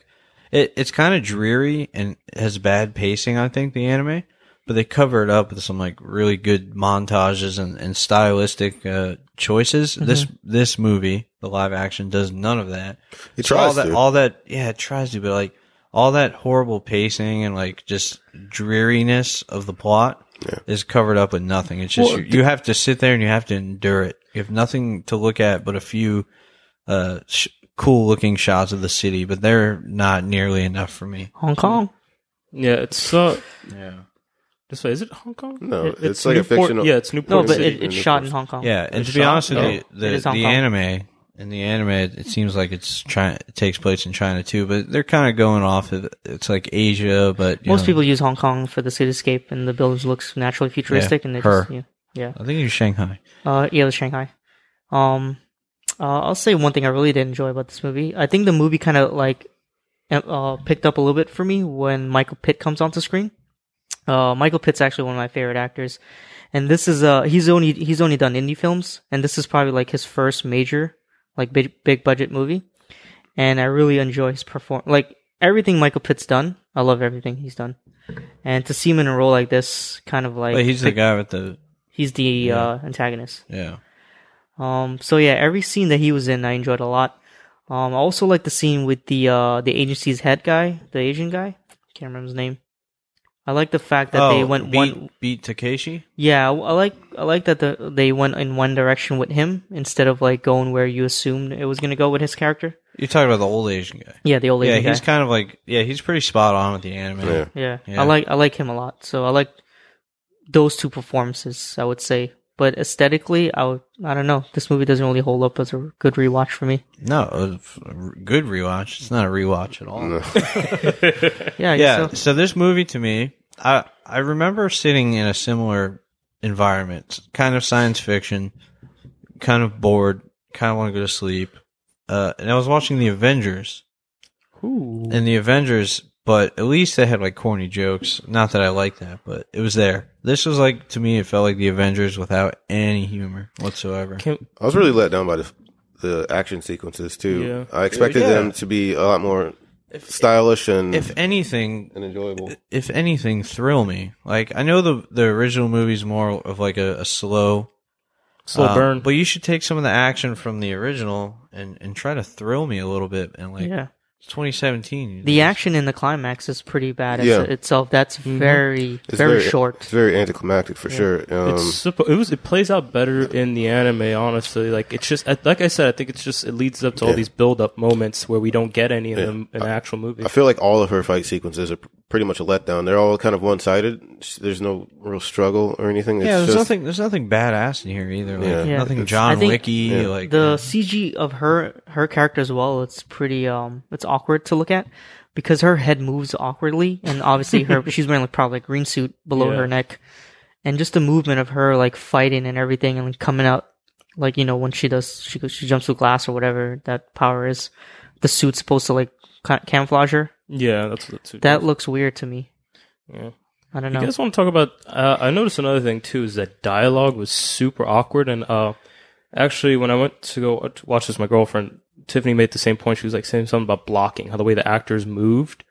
Speaker 4: it, it's kind of dreary and has bad pacing. I think the anime, but they cover it up with some like really good montages and, and stylistic uh, choices. This this movie, the live action, does none of that.
Speaker 5: It
Speaker 4: So all
Speaker 5: tries
Speaker 4: that
Speaker 5: to.
Speaker 4: all that yeah, it tries to, but like all that horrible pacing and like just dreariness of the plot is covered up with nothing. It's just
Speaker 3: Well,
Speaker 4: you, you have to sit there and you have to endure it. You have nothing to look at but a few uh, sh- cool looking shots of the city, but they're not nearly enough for me.
Speaker 2: Hong Kong.
Speaker 3: Yeah. It's uh.
Speaker 4: Yeah,
Speaker 3: This way. Is it Hong Kong?
Speaker 5: No,
Speaker 3: It-
Speaker 5: it's like a
Speaker 3: Newport-
Speaker 5: fictional-
Speaker 3: Yeah. It's
Speaker 2: No,
Speaker 3: Newport
Speaker 2: but
Speaker 3: City.
Speaker 2: it, it's shot in Hong Kong.
Speaker 4: yeah. And to
Speaker 3: It's
Speaker 4: be
Speaker 3: Hong
Speaker 4: honest with
Speaker 3: Kong.
Speaker 4: you, the,
Speaker 2: It is Hong
Speaker 4: the
Speaker 2: Kong.
Speaker 4: anime in the anime, it it seems like it's China. It takes place in China too, but they're kind of going off. Of, it's like Asia, but you
Speaker 2: Most
Speaker 4: know,
Speaker 2: people use Hong Kong for the cityscape and the buildings looks naturally futuristic and they
Speaker 4: her.
Speaker 2: just yeah. Yeah.
Speaker 4: I think it's Shanghai.
Speaker 2: Uh yeah, the Shanghai. Um uh, I'll say one thing I really did enjoy about this movie. I think the movie kind of like em- uh, picked up a little bit for me when Michael Pitt comes onto screen. Uh, Michael Pitt's actually one of my favorite actors, and this is uh he's only he's only done indie films, and this is probably like his first major like big big budget movie, and I really enjoy his perform like everything Michael Pitt's done. I love everything he's done, and to see him in a role like this, kind of like
Speaker 4: But he's the guy with the
Speaker 2: he's the uh, antagonist.
Speaker 4: yeah.
Speaker 2: Um, so yeah, every scene that he was in, I enjoyed a lot. Um, I also like the scene with the uh, the agency's head guy, the Asian guy. Can't remember his name. I like the fact that they went
Speaker 4: Oh, beat,
Speaker 2: one.
Speaker 4: beat Takeshi.
Speaker 2: Yeah, I I like I like that the, they went in one direction with him instead of like going where you assumed it was gonna go with his character.
Speaker 4: You're talking about the old Asian guy.
Speaker 2: Yeah, the old
Speaker 4: yeah,
Speaker 2: Asian guy.
Speaker 4: he's kind of like yeah, he's pretty spot on with the anime.
Speaker 5: Yeah.
Speaker 2: Yeah.
Speaker 4: Yeah.
Speaker 2: I like I like him a lot. So I like those two performances, I would say. But aesthetically, I would, I don't know. This movie doesn't really hold up as a good rewatch for me.
Speaker 4: No, a f- a r- good rewatch. It's not a rewatch at all.
Speaker 2: Yeah, I guess
Speaker 4: Yeah.
Speaker 2: so.
Speaker 4: So this movie to me, I I remember sitting in a similar environment, kind of science fiction, kind of bored, kind of want to go to sleep. Uh, and I was watching the Avengers and the Avengers, but at least they had like corny jokes. Not that I like that, but it was there. This was like to me, it felt like the Avengers without any humor whatsoever.
Speaker 5: I was really let down by the the action sequences too. I expected
Speaker 4: Yeah.
Speaker 5: them to be a lot more stylish and
Speaker 4: If anything,
Speaker 5: and enjoyable.
Speaker 4: if anything, thrill me. Like I know the the original movie's more of like a, a slow
Speaker 3: Slow
Speaker 2: uh,
Speaker 4: Um,
Speaker 3: burn.
Speaker 4: But you should take some of the action from the original and, and try to thrill me a little bit. And like
Speaker 2: yeah.
Speaker 4: it's 2017, you
Speaker 2: The
Speaker 4: just-
Speaker 2: action in the climax is pretty bad
Speaker 5: Yeah.
Speaker 2: it's- itself. That's
Speaker 3: Mm-hmm.
Speaker 2: very
Speaker 5: It's
Speaker 2: very,
Speaker 5: It's
Speaker 2: short.
Speaker 5: very anticlimactic for sure. Um,
Speaker 3: it's suppo- it was it plays out better in the anime, honestly. Like it's just like I said, I think it's just it leads up to all
Speaker 5: Yeah.
Speaker 3: these build up moments where we don't get any of
Speaker 5: Yeah.
Speaker 3: them in the actual movie.
Speaker 5: I feel like all of her fight sequences are pr- pretty much a letdown. They're all kind of one sided. There's no real struggle or anything. It's
Speaker 4: Yeah, there's
Speaker 5: just,
Speaker 4: nothing. There's nothing badass in here either. Like,
Speaker 5: Yeah.
Speaker 2: Yeah.
Speaker 4: Nothing
Speaker 5: It's-
Speaker 2: I
Speaker 4: John
Speaker 2: think
Speaker 4: Wicky.
Speaker 5: Yeah.
Speaker 4: Like
Speaker 2: The CG of her her character as well. It's pretty um it's awkward to look at because her head moves awkwardly and obviously her she's wearing like probably a green suit below
Speaker 3: Yeah.
Speaker 2: her neck and just the movement of her like fighting and everything and coming out like you know when she does she goes- she jumps through glass or whatever that power is the suit's supposed to like ca- camouflage her
Speaker 3: yeah, that's what it
Speaker 2: that
Speaker 3: is.
Speaker 2: looks weird to me
Speaker 3: Yeah.
Speaker 2: I don't
Speaker 3: You
Speaker 2: know
Speaker 3: guys want to talk about? Uh, I noticed another thing too is that dialogue was super awkward. And uh, actually, when I went to go to watch this, with my girlfriend Tiffany made the same point. She was like saying something about blocking, how the way the actors moved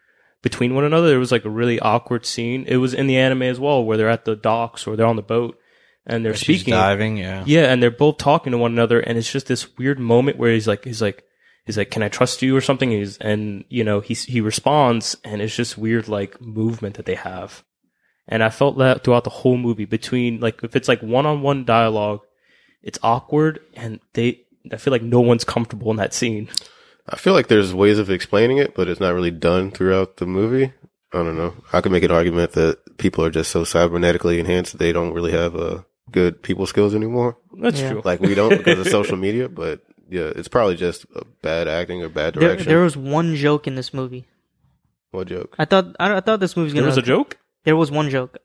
Speaker 3: between one another. There was like a really awkward scene. It was in the anime as well, where they're at the docks or they're on the boat and they're
Speaker 4: she's
Speaker 3: speaking.
Speaker 4: diving. Yeah.
Speaker 3: Yeah, and they're both talking to one another, and it's just this weird moment where he's like, he's like, he's like, "Can I trust you?" or something. He's and you know he he responds, and it's just weird like movement that they have, and I felt that throughout the whole movie between like if it's like one on one dialogue, it's awkward, and they I feel like no one's comfortable in that scene.
Speaker 5: I feel like there's ways of explaining it, but it's not really done throughout the movie. I don't know. I could make an argument that people are just so cybernetically enhanced that they don't really have uh, good people skills anymore.
Speaker 3: That's
Speaker 2: Yeah.
Speaker 3: true.
Speaker 5: Like we don't because of social media, but yeah, it's probably just uh, bad acting or bad
Speaker 2: there,
Speaker 5: direction.
Speaker 2: there was one joke in this movie
Speaker 5: what joke?
Speaker 2: I thought I, I thought this movie was gonna
Speaker 3: there was a joke.
Speaker 2: There was one joke.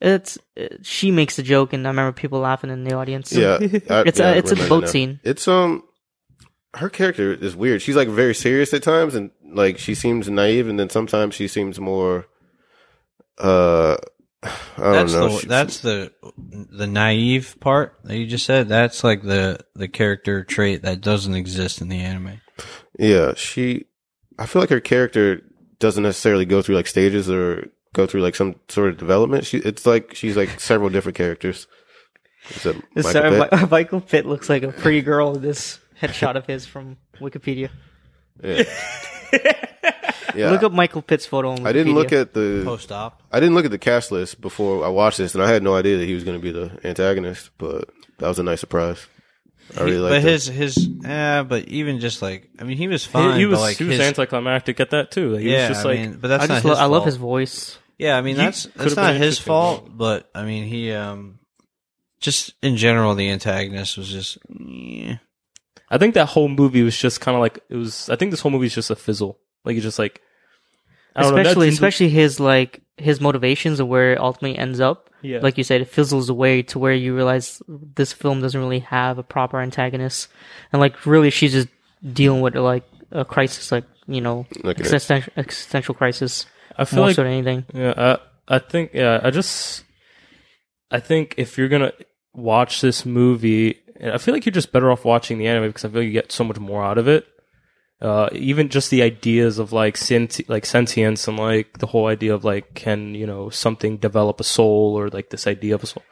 Speaker 2: It's uh, she makes a joke, and I remember people laughing in the audience.
Speaker 5: Yeah, I-
Speaker 2: It's a-
Speaker 5: yeah, I
Speaker 2: it's a
Speaker 5: remember
Speaker 2: boat
Speaker 5: now.
Speaker 2: scene.
Speaker 5: It's um, her character is weird. She's like very serious at times, and like she seems naive, and then sometimes she seems more. Uh, I don't
Speaker 4: That's
Speaker 5: know.
Speaker 4: the
Speaker 5: She-
Speaker 4: that's the the naive part that you just said. That's like the the character trait that doesn't exist in the anime.
Speaker 5: yeah, she. I feel like her character doesn't necessarily go through like stages or go through like some sort of development. She, it's like she's like several different characters. Is that Michael
Speaker 2: Sorry,
Speaker 5: Pitt?
Speaker 2: Mi- uh, Michael Pitt looks like a pretty girl. in This headshot of his from Wikipedia.
Speaker 5: Yeah. yeah.
Speaker 2: Look up Michael Pitt's photo on Wikipedia.
Speaker 5: I didn't look at the
Speaker 4: Post op.
Speaker 5: I didn't look at the cast list before I watched this, and I had no idea that he was going to be the antagonist. But that was a nice surprise. I really
Speaker 4: but
Speaker 5: like
Speaker 4: his his eh, but even just like I mean he was
Speaker 3: He-
Speaker 4: fine.
Speaker 3: he,
Speaker 4: but,
Speaker 3: was
Speaker 4: like,
Speaker 3: he was
Speaker 4: his-
Speaker 3: anticlimactic at that too. Like, he
Speaker 4: yeah,
Speaker 3: was just
Speaker 4: I
Speaker 3: like
Speaker 4: mean, but that's
Speaker 2: I
Speaker 4: not
Speaker 2: just
Speaker 4: his
Speaker 2: lo- I love
Speaker 4: fault.
Speaker 2: his voice.
Speaker 4: Yeah, I mean
Speaker 3: You
Speaker 4: that's
Speaker 3: could've
Speaker 4: that's
Speaker 3: been
Speaker 4: not his
Speaker 3: interesting.
Speaker 4: fault, but I mean he um just in general the antagonist was just yeah.
Speaker 3: I think that whole movie was just kind of like it was. I think this whole movie is just a fizzle. Like it's just like. I don't know, that
Speaker 2: Especially,
Speaker 3: didn't-
Speaker 2: especially his like his motivations and where it ultimately ends up.
Speaker 3: Yeah.
Speaker 2: Like you said, it fizzles away to where you realize this film doesn't really have a proper antagonist, and like really, she's just dealing with like a crisis, like you know,
Speaker 5: Look at it.
Speaker 2: existential, existential crisis.
Speaker 3: I feel
Speaker 2: more
Speaker 3: like
Speaker 2: so than anything.
Speaker 3: Yeah, I I think yeah, I just I think if you're gonna watch this movie, I feel like you're just better off watching the anime because I feel like you get so much more out of it. Uh, even just the ideas of like senti- like sentience and like the whole idea of like can you know something develop a soul or like this idea of a soul,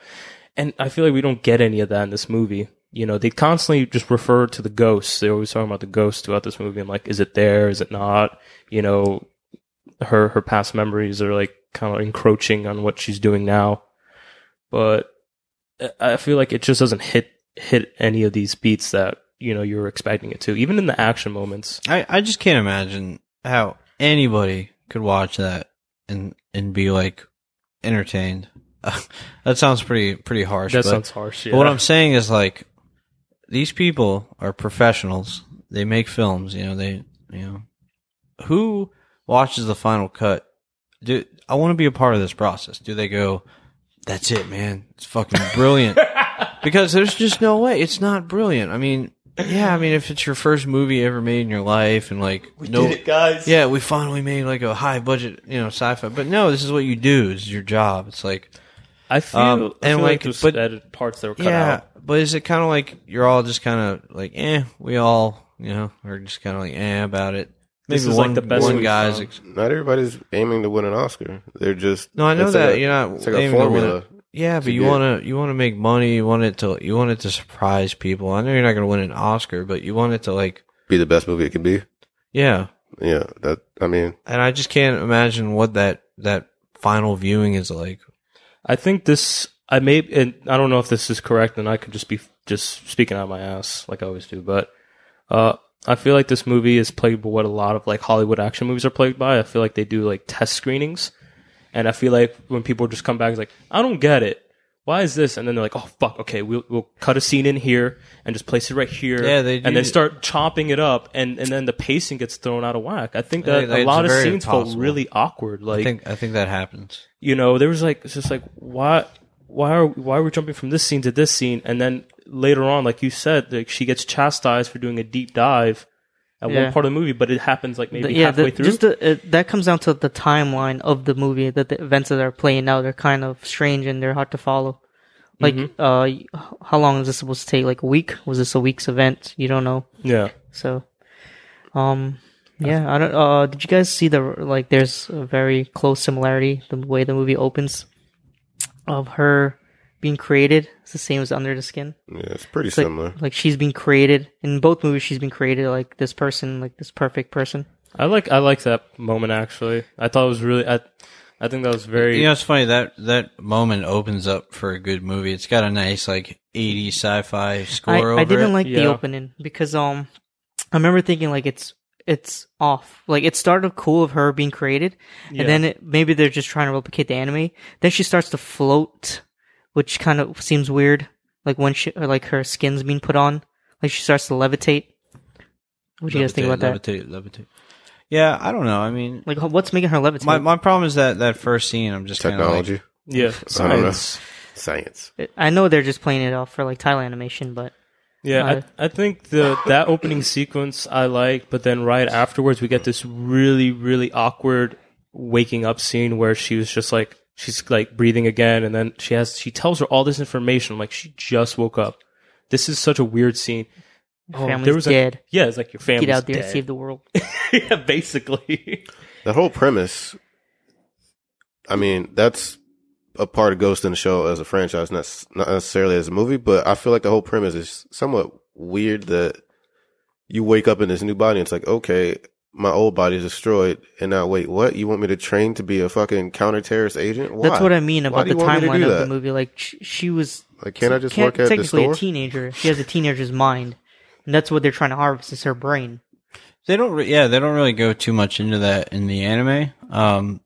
Speaker 3: and I feel like we don't get any of that in this movie. you know, they constantly just refer to the ghosts. They're always talking about the ghosts throughout this movie and like, is it there? Is it not? You know, her her past memories are like kind of encroaching on what she's doing now. But I- I feel like it just doesn't hit hit any of these beats that you know you're expecting it to. Even in the action moments,
Speaker 4: I, I just can't imagine how anybody could watch that and and be like entertained. that sounds pretty pretty harsh.
Speaker 3: that
Speaker 4: but-
Speaker 3: sounds harsh. Yeah.
Speaker 4: But what I'm saying is like these people are professionals. They make films, you know, they you know who watches the final cut? Do I want to be a part of this process? Do they go that's it, man. It's fucking brilliant. because there's just no way. It's not brilliant. I mean, yeah, I mean if it's your first movie ever made in your life and like no
Speaker 3: guys.
Speaker 4: yeah, we finally made like a high budget, you know, sci-fi. But no, this is what you do. This is your job. It's like
Speaker 3: I feel,
Speaker 4: Um,
Speaker 3: I
Speaker 4: and
Speaker 3: feel like,
Speaker 4: like,
Speaker 3: there's
Speaker 4: but-
Speaker 3: added parts that were cut
Speaker 4: yeah,
Speaker 3: out.
Speaker 4: but is it kind of like you're all just kind of like, eh? We all, you know, are just kind of like, eh, about it. Maybe
Speaker 3: This is, like,
Speaker 4: one,
Speaker 3: the best
Speaker 4: one
Speaker 3: we've
Speaker 4: guy's.
Speaker 3: found.
Speaker 4: Ex-
Speaker 5: Not everybody's aiming to win an Oscar. They're just
Speaker 4: no, I know
Speaker 5: it's
Speaker 4: that
Speaker 5: like a-
Speaker 4: you're not.
Speaker 5: It's like a
Speaker 4: aiming to win it.
Speaker 5: formula.
Speaker 4: Yeah,
Speaker 5: to
Speaker 4: but you
Speaker 5: do it.
Speaker 4: want to you want to make money. You want it to you want it to surprise people. I know you're not going to win an Oscar, but you want it to like,
Speaker 5: Be the best movie it can be.
Speaker 4: yeah.
Speaker 5: Yeah, that. I mean,
Speaker 4: And I just can't imagine what that that final viewing is like.
Speaker 3: I think this. I may, and I don't know if this is correct, and I could just be just speaking out my ass like I always do. But uh, I feel like this movie is plagued by what a lot of like Hollywood action movies are plagued by. I feel like they do like test screenings, and I feel like when people just come back, it's like I don't get it. Why is this? And then they're like, "Oh fuck, okay, we'll we'll cut a scene in here and just place it right here,
Speaker 4: Yeah, they do-
Speaker 3: and then start chopping it up, and, and then the pacing gets thrown out of whack. I think
Speaker 4: Yeah,
Speaker 3: that
Speaker 4: like,
Speaker 3: a
Speaker 4: it's
Speaker 3: lot of
Speaker 4: very
Speaker 3: scenes felt
Speaker 4: possible.
Speaker 3: really awkward. Like
Speaker 4: I think I think that happens.
Speaker 3: you know there was like it's just like why why are why are we jumping from this scene to this scene and then later on like you said like she gets chastised for doing a deep dive at
Speaker 2: Yeah.
Speaker 3: one part of the movie but it happens like maybe
Speaker 2: The- yeah,
Speaker 3: halfway
Speaker 2: the,
Speaker 3: through
Speaker 2: just the, it, that comes down to the timeline of the movie. That the events that are playing out are kind of strange and they're hard to follow. Like,
Speaker 3: Mm-hmm.
Speaker 2: uh, y- how long is this supposed to take? Like a week? Was this a week's event? You don't know.
Speaker 3: yeah
Speaker 2: So, um, yeah, I don't. Uh, did you guys see the like? There's a very close similarity the way the movie opens of her being created. It's the same as Under the Skin.
Speaker 5: yeah, it's pretty
Speaker 2: It's like-
Speaker 5: similar.
Speaker 2: Like, she's been created in both movies. She's been created like this person, like this perfect person.
Speaker 3: i like i like that moment actually i thought it was really i i think that was very
Speaker 4: You know, it's funny that that moment opens up for a good movie. It's got a nice like 80 sci-fi score
Speaker 2: I,
Speaker 4: over
Speaker 2: I didn't
Speaker 4: it.
Speaker 2: like
Speaker 3: Yeah.
Speaker 2: the opening because um, I remember thinking like it's it's off. Like it started cool of her being created,
Speaker 3: Yeah.
Speaker 2: and then it, maybe they're just trying to replicate the anime. Then she starts to float, which kind of seems weird. Like when she or like her skin's being put on, like she starts to levitate. What do you guys think about that?
Speaker 4: Levitate, levitate. Yeah, I don't know. I mean,
Speaker 2: Like h- what's making her levitate?
Speaker 4: my my problem is that that first scene. I'm just kind of
Speaker 5: Technology,
Speaker 4: like,
Speaker 3: yeah science
Speaker 5: science.
Speaker 2: I know they're just playing it off for like Thailand animation, but
Speaker 3: Yeah, I, I think the that opening sequence I like, but then right afterwards we get this really really awkward waking up scene where she was just like she's like breathing again, and then she has she tells her all this information like she just woke up. This is such a weird scene. Oh,
Speaker 2: family's
Speaker 3: there was a-
Speaker 2: dead.
Speaker 3: yeah, it's like your family's
Speaker 2: Get out there,
Speaker 3: dead.
Speaker 2: save the world.
Speaker 3: yeah, basically.
Speaker 5: That whole premise. I mean, that's a part of Ghost in the Shell as a franchise, not s- not necessarily as a movie, but I feel like the whole premise is somewhat weird that you wake up in this new body and it's like, okay, my old body is destroyed, and now wait, what? You want me to train to be a fucking counter terrorist agent? Why?
Speaker 2: That's what I mean
Speaker 5: Why
Speaker 2: about
Speaker 5: do
Speaker 2: the
Speaker 5: you want me to
Speaker 2: timeline
Speaker 5: do
Speaker 2: of the
Speaker 5: that?
Speaker 2: movie. Like sh- she was
Speaker 5: Like, can't I just
Speaker 2: can't-
Speaker 5: work at the
Speaker 2: technically
Speaker 5: store?
Speaker 2: a teenager. She has a teenager's mind, and that's what they're trying to harvest is her brain.
Speaker 4: they don't. Re- yeah, they don't really go too much into that in the anime. Um,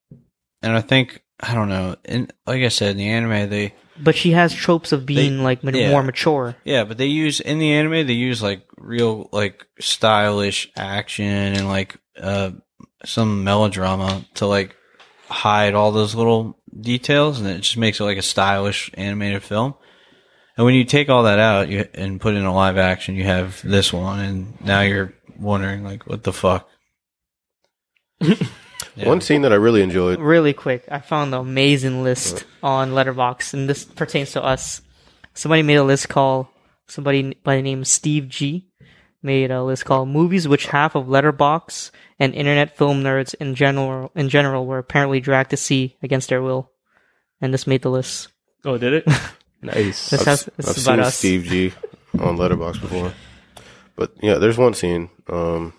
Speaker 4: and I think I don't know. And like I said, in the anime, they
Speaker 2: But she has tropes of being like ma-
Speaker 4: yeah.
Speaker 2: more mature.
Speaker 4: Yeah, but they use in the anime they use like real like stylish action and like uh some melodrama to like hide all those little details and it just makes it like a stylish animated film. And when you take all that out you, and put in a live action, you have this one and now you're wondering like what the fuck. Yeah.
Speaker 5: One scene that I really enjoyed.
Speaker 2: Really quick, I found an amazing list on Letterbox, and this pertains to us. Somebody made a list called somebody by the name of Steve G made a list called movies which half of Letterbox and internet film nerds in general in general were apparently dragged to see against their will, and this made the list.
Speaker 3: Oh, did it? nice.
Speaker 2: This has,
Speaker 5: I've
Speaker 2: this is
Speaker 5: seen
Speaker 2: about us.
Speaker 5: Steve G. on Letterbox before. But yeah, there's one scene, um,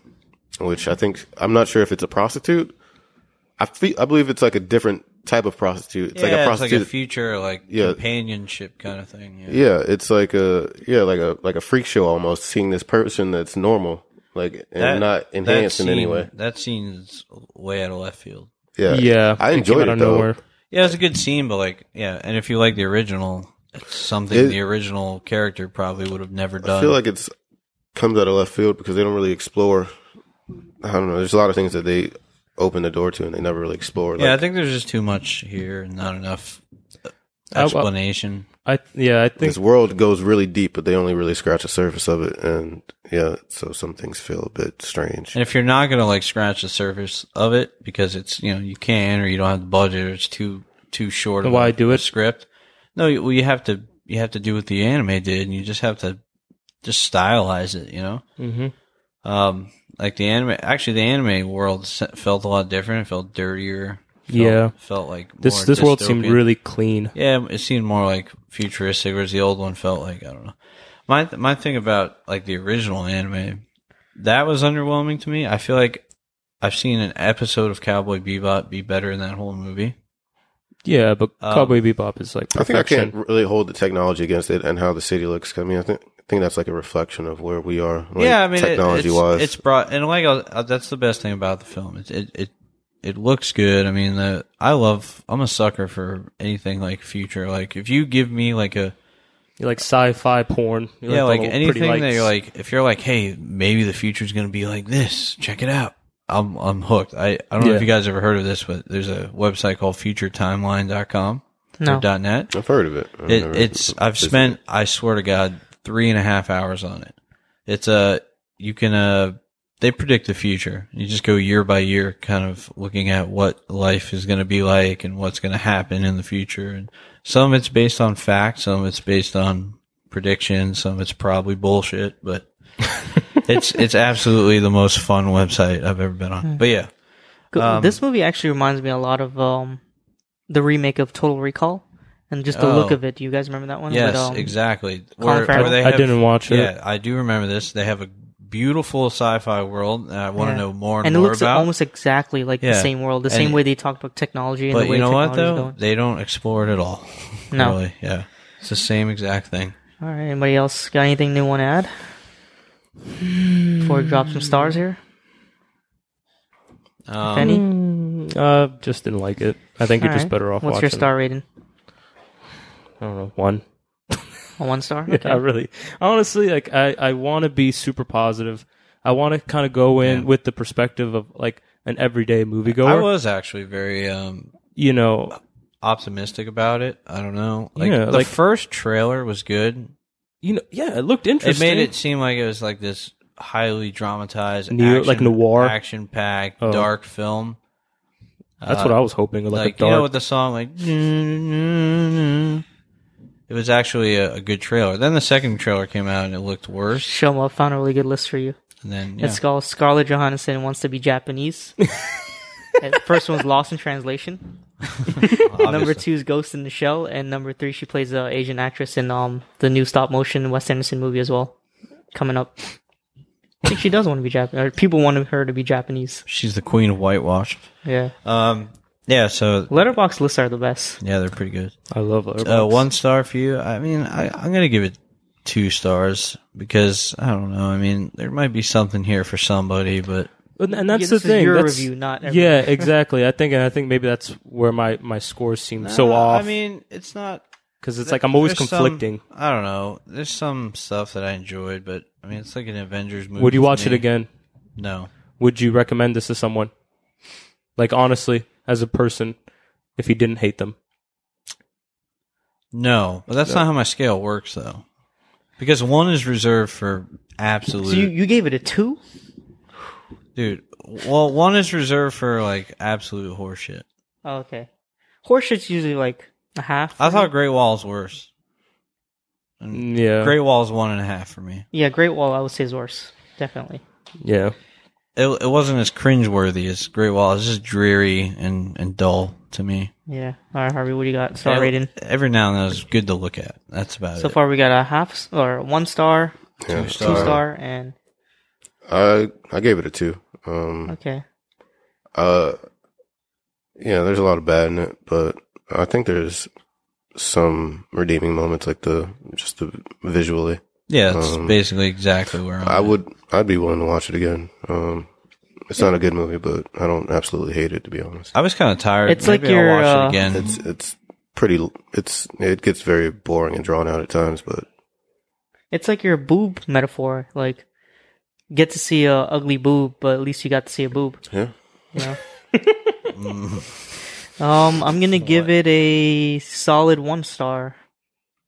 Speaker 5: which I think I'm not sure if it's a prostitute. I fe- I believe it's like a different type of prostitute. It's like a
Speaker 4: it's like a
Speaker 5: prostitute.
Speaker 4: future like
Speaker 5: Yeah.
Speaker 4: companionship kind of thing. Yeah.
Speaker 5: yeah, it's like a yeah, like a like a freak show almost. Seeing this person that's normal, like and
Speaker 4: That-
Speaker 5: not enhanced
Speaker 4: that
Speaker 5: in any
Speaker 4: scene-
Speaker 5: way.
Speaker 4: That scene's way out of left field.
Speaker 5: Yeah,
Speaker 3: Yeah,
Speaker 5: I
Speaker 3: came
Speaker 5: enjoyed
Speaker 3: out
Speaker 5: it
Speaker 3: of
Speaker 5: though.
Speaker 3: nowhere.
Speaker 4: Yeah, it's a good scene, but like, yeah, and if you like the original, it's something
Speaker 5: It-
Speaker 4: the original character probably would have never done.
Speaker 5: I feel like it's comes out of left field because they don't really explore. I don't know. There's a lot of things that they open the door to and they never really explore.
Speaker 4: yeah, I
Speaker 5: Like,
Speaker 4: think there's just too much here and not enough uh,
Speaker 3: Oh, I- I-
Speaker 4: explanation.
Speaker 3: I yeah, I think
Speaker 5: this world goes really deep, but they only really scratch the surface of it. And yeah, so some things feel a bit strange.
Speaker 4: And if you're not gonna like scratch the surface of it because it's you know you can't or you don't have the budget or it's too too short. of
Speaker 3: Why
Speaker 4: a-
Speaker 3: do
Speaker 4: a
Speaker 3: it?
Speaker 4: Script. No, you, well, you have to you have to do what the anime did, and you just have to just stylize it. You know.
Speaker 3: hmm
Speaker 4: Um, like the anime, actually, the anime world se- felt a lot different. It felt dirtier. Felt,
Speaker 3: Yeah.
Speaker 4: felt like more
Speaker 3: this this world seemed
Speaker 4: dystopian.
Speaker 3: really clean.
Speaker 4: Yeah, it seemed more like futuristic, whereas the old one felt like I don't know. My th- my thing about like the original anime, that was underwhelming to me. I feel like I've seen an episode of Cowboy Bebop be better in that whole movie.
Speaker 3: Yeah, but
Speaker 4: Um,
Speaker 3: Cowboy Bebop is like
Speaker 5: I think I can't
Speaker 3: perfection.
Speaker 5: really hold the technology against it and how the city looks. I mean, I think I think that's like a reflection of where we are. Like,
Speaker 4: yeah, I mean,
Speaker 5: technology
Speaker 4: technology it, it's,
Speaker 5: wise,
Speaker 4: it's brought and like I was- uh, that's the best thing about the film. It it it, it looks good. I mean, the I love. I'm a sucker for anything like future. Like if you give me like a
Speaker 3: You like sci-fi porn. You
Speaker 4: yeah,
Speaker 3: the
Speaker 4: like
Speaker 3: little pretty
Speaker 4: anything that
Speaker 3: lights.
Speaker 4: you're like, if you're like, hey, maybe the future's gonna be like this. Check it out. I'm I'm hooked. I, I don't know
Speaker 3: Yeah.
Speaker 4: if you guys ever heard of this, but there's a website called futuretimeline.com
Speaker 2: No.
Speaker 4: or dot .net.
Speaker 5: I've heard of it. I've
Speaker 4: It,
Speaker 5: never-
Speaker 4: it's I've spent I swear to God three and a half hours on it. It's a you can uh they predict the future. You just go year by year, kind of looking at what life is going to be like and what's going to happen in the future. And some it's based on facts, some it's based on predictions, some it's probably bullshit. But it's it's absolutely the most fun website I've ever been on. But yeah,
Speaker 2: Go-
Speaker 4: Um,
Speaker 2: this movie actually reminds me a lot of um, the remake of Total Recall, and just the look
Speaker 4: Oh.
Speaker 2: of it. Do you guys remember that one?
Speaker 4: yes,
Speaker 2: With, um,
Speaker 4: exactly.
Speaker 2: Colin Farrell?
Speaker 3: I didn't watch it.
Speaker 4: Yeah, I do remember this. They have a beautiful sci-fi world. And I want
Speaker 2: Yeah.
Speaker 4: to know more and,
Speaker 2: And it
Speaker 4: more
Speaker 2: looks
Speaker 4: about.
Speaker 2: almost exactly like the
Speaker 4: Yeah.
Speaker 2: same world, the
Speaker 4: And-
Speaker 2: same way they talked about technology and
Speaker 4: but
Speaker 2: the way
Speaker 4: you know what
Speaker 2: technology
Speaker 4: though?
Speaker 2: is going.
Speaker 4: They don't explore it at all.
Speaker 2: No.
Speaker 4: really. Yeah, it's the same exact thing.
Speaker 2: All right, anybody else got anything they want to add? Before we drop some stars
Speaker 4: Hmm.
Speaker 2: here, if
Speaker 4: Um,
Speaker 2: any.
Speaker 3: Uh, just didn't like it. I think you're
Speaker 2: Mm. All
Speaker 3: just
Speaker 2: right.
Speaker 3: better off.
Speaker 2: What's
Speaker 3: watching.
Speaker 2: your star rating?
Speaker 3: I don't know. One.
Speaker 2: A one star.
Speaker 3: Yeah,
Speaker 2: Okay.
Speaker 3: I really, honestly, like I, I want to be super positive. I want to kind of go in
Speaker 4: Yeah.
Speaker 3: with the perspective of like an everyday moviegoer.
Speaker 4: I was actually very um,
Speaker 3: you know,
Speaker 4: optimistic about it. I don't know. Like
Speaker 3: Yeah,
Speaker 4: the
Speaker 3: like-
Speaker 4: first trailer was good.
Speaker 3: you know, yeah, it looked
Speaker 4: It
Speaker 3: interesting.
Speaker 4: made it seem like it was like this highly dramatized,
Speaker 3: Neo- like noir?
Speaker 4: action packed,
Speaker 3: Oh.
Speaker 4: dark film.
Speaker 3: That's what I was hoping. Like,
Speaker 4: like
Speaker 3: a dark.
Speaker 4: you know with the song like it was actually a, a good trailer then the second trailer came out and it looked worse
Speaker 2: Show 'em up. Found a really good list for you.
Speaker 4: and then yeah.
Speaker 2: It's called Scarlett Johansson wants to be Japanese. And first one's Lost in Translation. number two is Ghost in the Shell, and number three she plays an Asian actress in um the new stop motion Wes Anderson movie as well, coming up. I think she does want to be Japanese. Or people wanted her to be Japanese.
Speaker 4: she's the queen of whitewash
Speaker 2: Yeah,
Speaker 4: um yeah so
Speaker 2: letterbox lists are the best.
Speaker 4: yeah they're pretty good
Speaker 3: I love
Speaker 4: uh,
Speaker 3: Letterboxd.
Speaker 4: one star for you i mean I, i'm gonna give it two stars because i don't know i mean there might be something here for somebody but
Speaker 3: and, and that's
Speaker 2: Yeah,
Speaker 3: the
Speaker 2: this is
Speaker 3: thing.
Speaker 2: your
Speaker 3: that's-
Speaker 2: review, not
Speaker 3: yeah,
Speaker 2: everyone.
Speaker 3: exactly. I think, and I think maybe that's where my my scores seem so
Speaker 4: Uh,
Speaker 3: off.
Speaker 4: i mean it's not
Speaker 3: because it's like I'm always
Speaker 4: there's some-
Speaker 3: conflicting.
Speaker 4: i don't know there's some stuff that i enjoyed but i mean it's like an avengers movie
Speaker 3: Would you
Speaker 4: to
Speaker 3: watch it
Speaker 4: me.
Speaker 3: again?
Speaker 4: no
Speaker 3: Would you recommend this to someone? Like honestly, as a person, if you didn't hate them,
Speaker 4: No, but that's not how my scale works, though. Because one is reserved for absolute,
Speaker 2: So you, you gave it a two?
Speaker 4: dude. Well, one is reserved for like absolute horseshit.
Speaker 2: Oh, okay. Horseshit's usually like a half.
Speaker 4: I thought Great Wall is worse. And
Speaker 3: yeah,
Speaker 4: Great Wall is one and a half for me.
Speaker 2: Yeah, Great Wall I would say is worse, definitely.
Speaker 3: yeah.
Speaker 4: It, it wasn't as cringeworthy as Great Wall. It's just dreary and and dull to me.
Speaker 2: Yeah. All right, Harvey, what do you got? Star rating.
Speaker 4: Every now and then it's good to look at. That's about
Speaker 2: So
Speaker 4: it.
Speaker 2: far, we got a half s- or one star,
Speaker 5: Yeah.
Speaker 4: Two
Speaker 2: two
Speaker 4: Alright.
Speaker 2: star, and
Speaker 5: I I gave it a two. Um,
Speaker 2: okay.
Speaker 5: uh, yeah, there's a lot of bad in it, but I think there's some redeeming moments, like the just the visually.
Speaker 4: yeah, that's
Speaker 5: um,
Speaker 4: basically exactly where I'm
Speaker 5: I
Speaker 4: at.
Speaker 5: would I'd be willing to watch it again. Um, it's not a good movie, but I don't absolutely hate it to be honest.
Speaker 4: I was kind of tired.
Speaker 2: It's
Speaker 4: Maybe
Speaker 2: like
Speaker 4: I'll
Speaker 2: your,
Speaker 4: watch
Speaker 2: uh,
Speaker 4: it again.
Speaker 5: It's it's pretty. It's it gets very boring and drawn out at times, but
Speaker 2: It's like your boob metaphor. Like, get to see a ugly boob, but at least you got to see a boob.
Speaker 5: yeah,
Speaker 2: You know? um, I'm gonna give it a solid one star.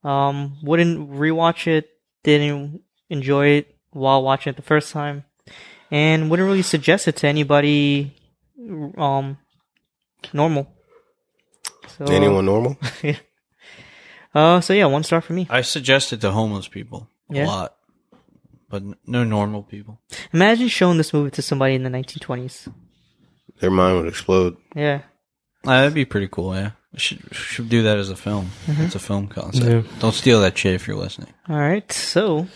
Speaker 2: Um, wouldn't rewatch it. Didn't enjoy it while watching it the first time, and wouldn't really suggest it to anybody. Um, normal. So,
Speaker 5: anyone normal?
Speaker 2: Uh, so yeah, one star for me.
Speaker 4: I suggest it to homeless people
Speaker 2: Yeah.
Speaker 4: a lot, but n- no normal people.
Speaker 2: Imagine showing this movie to somebody in the 1920s.
Speaker 5: Their mind would explode.
Speaker 2: Yeah.
Speaker 4: Uh, that'd be pretty cool. Yeah, we should we should do that as a film.
Speaker 3: Mm-hmm.
Speaker 4: It's a film concept. Don't steal that shit if you're listening.
Speaker 2: All right. So,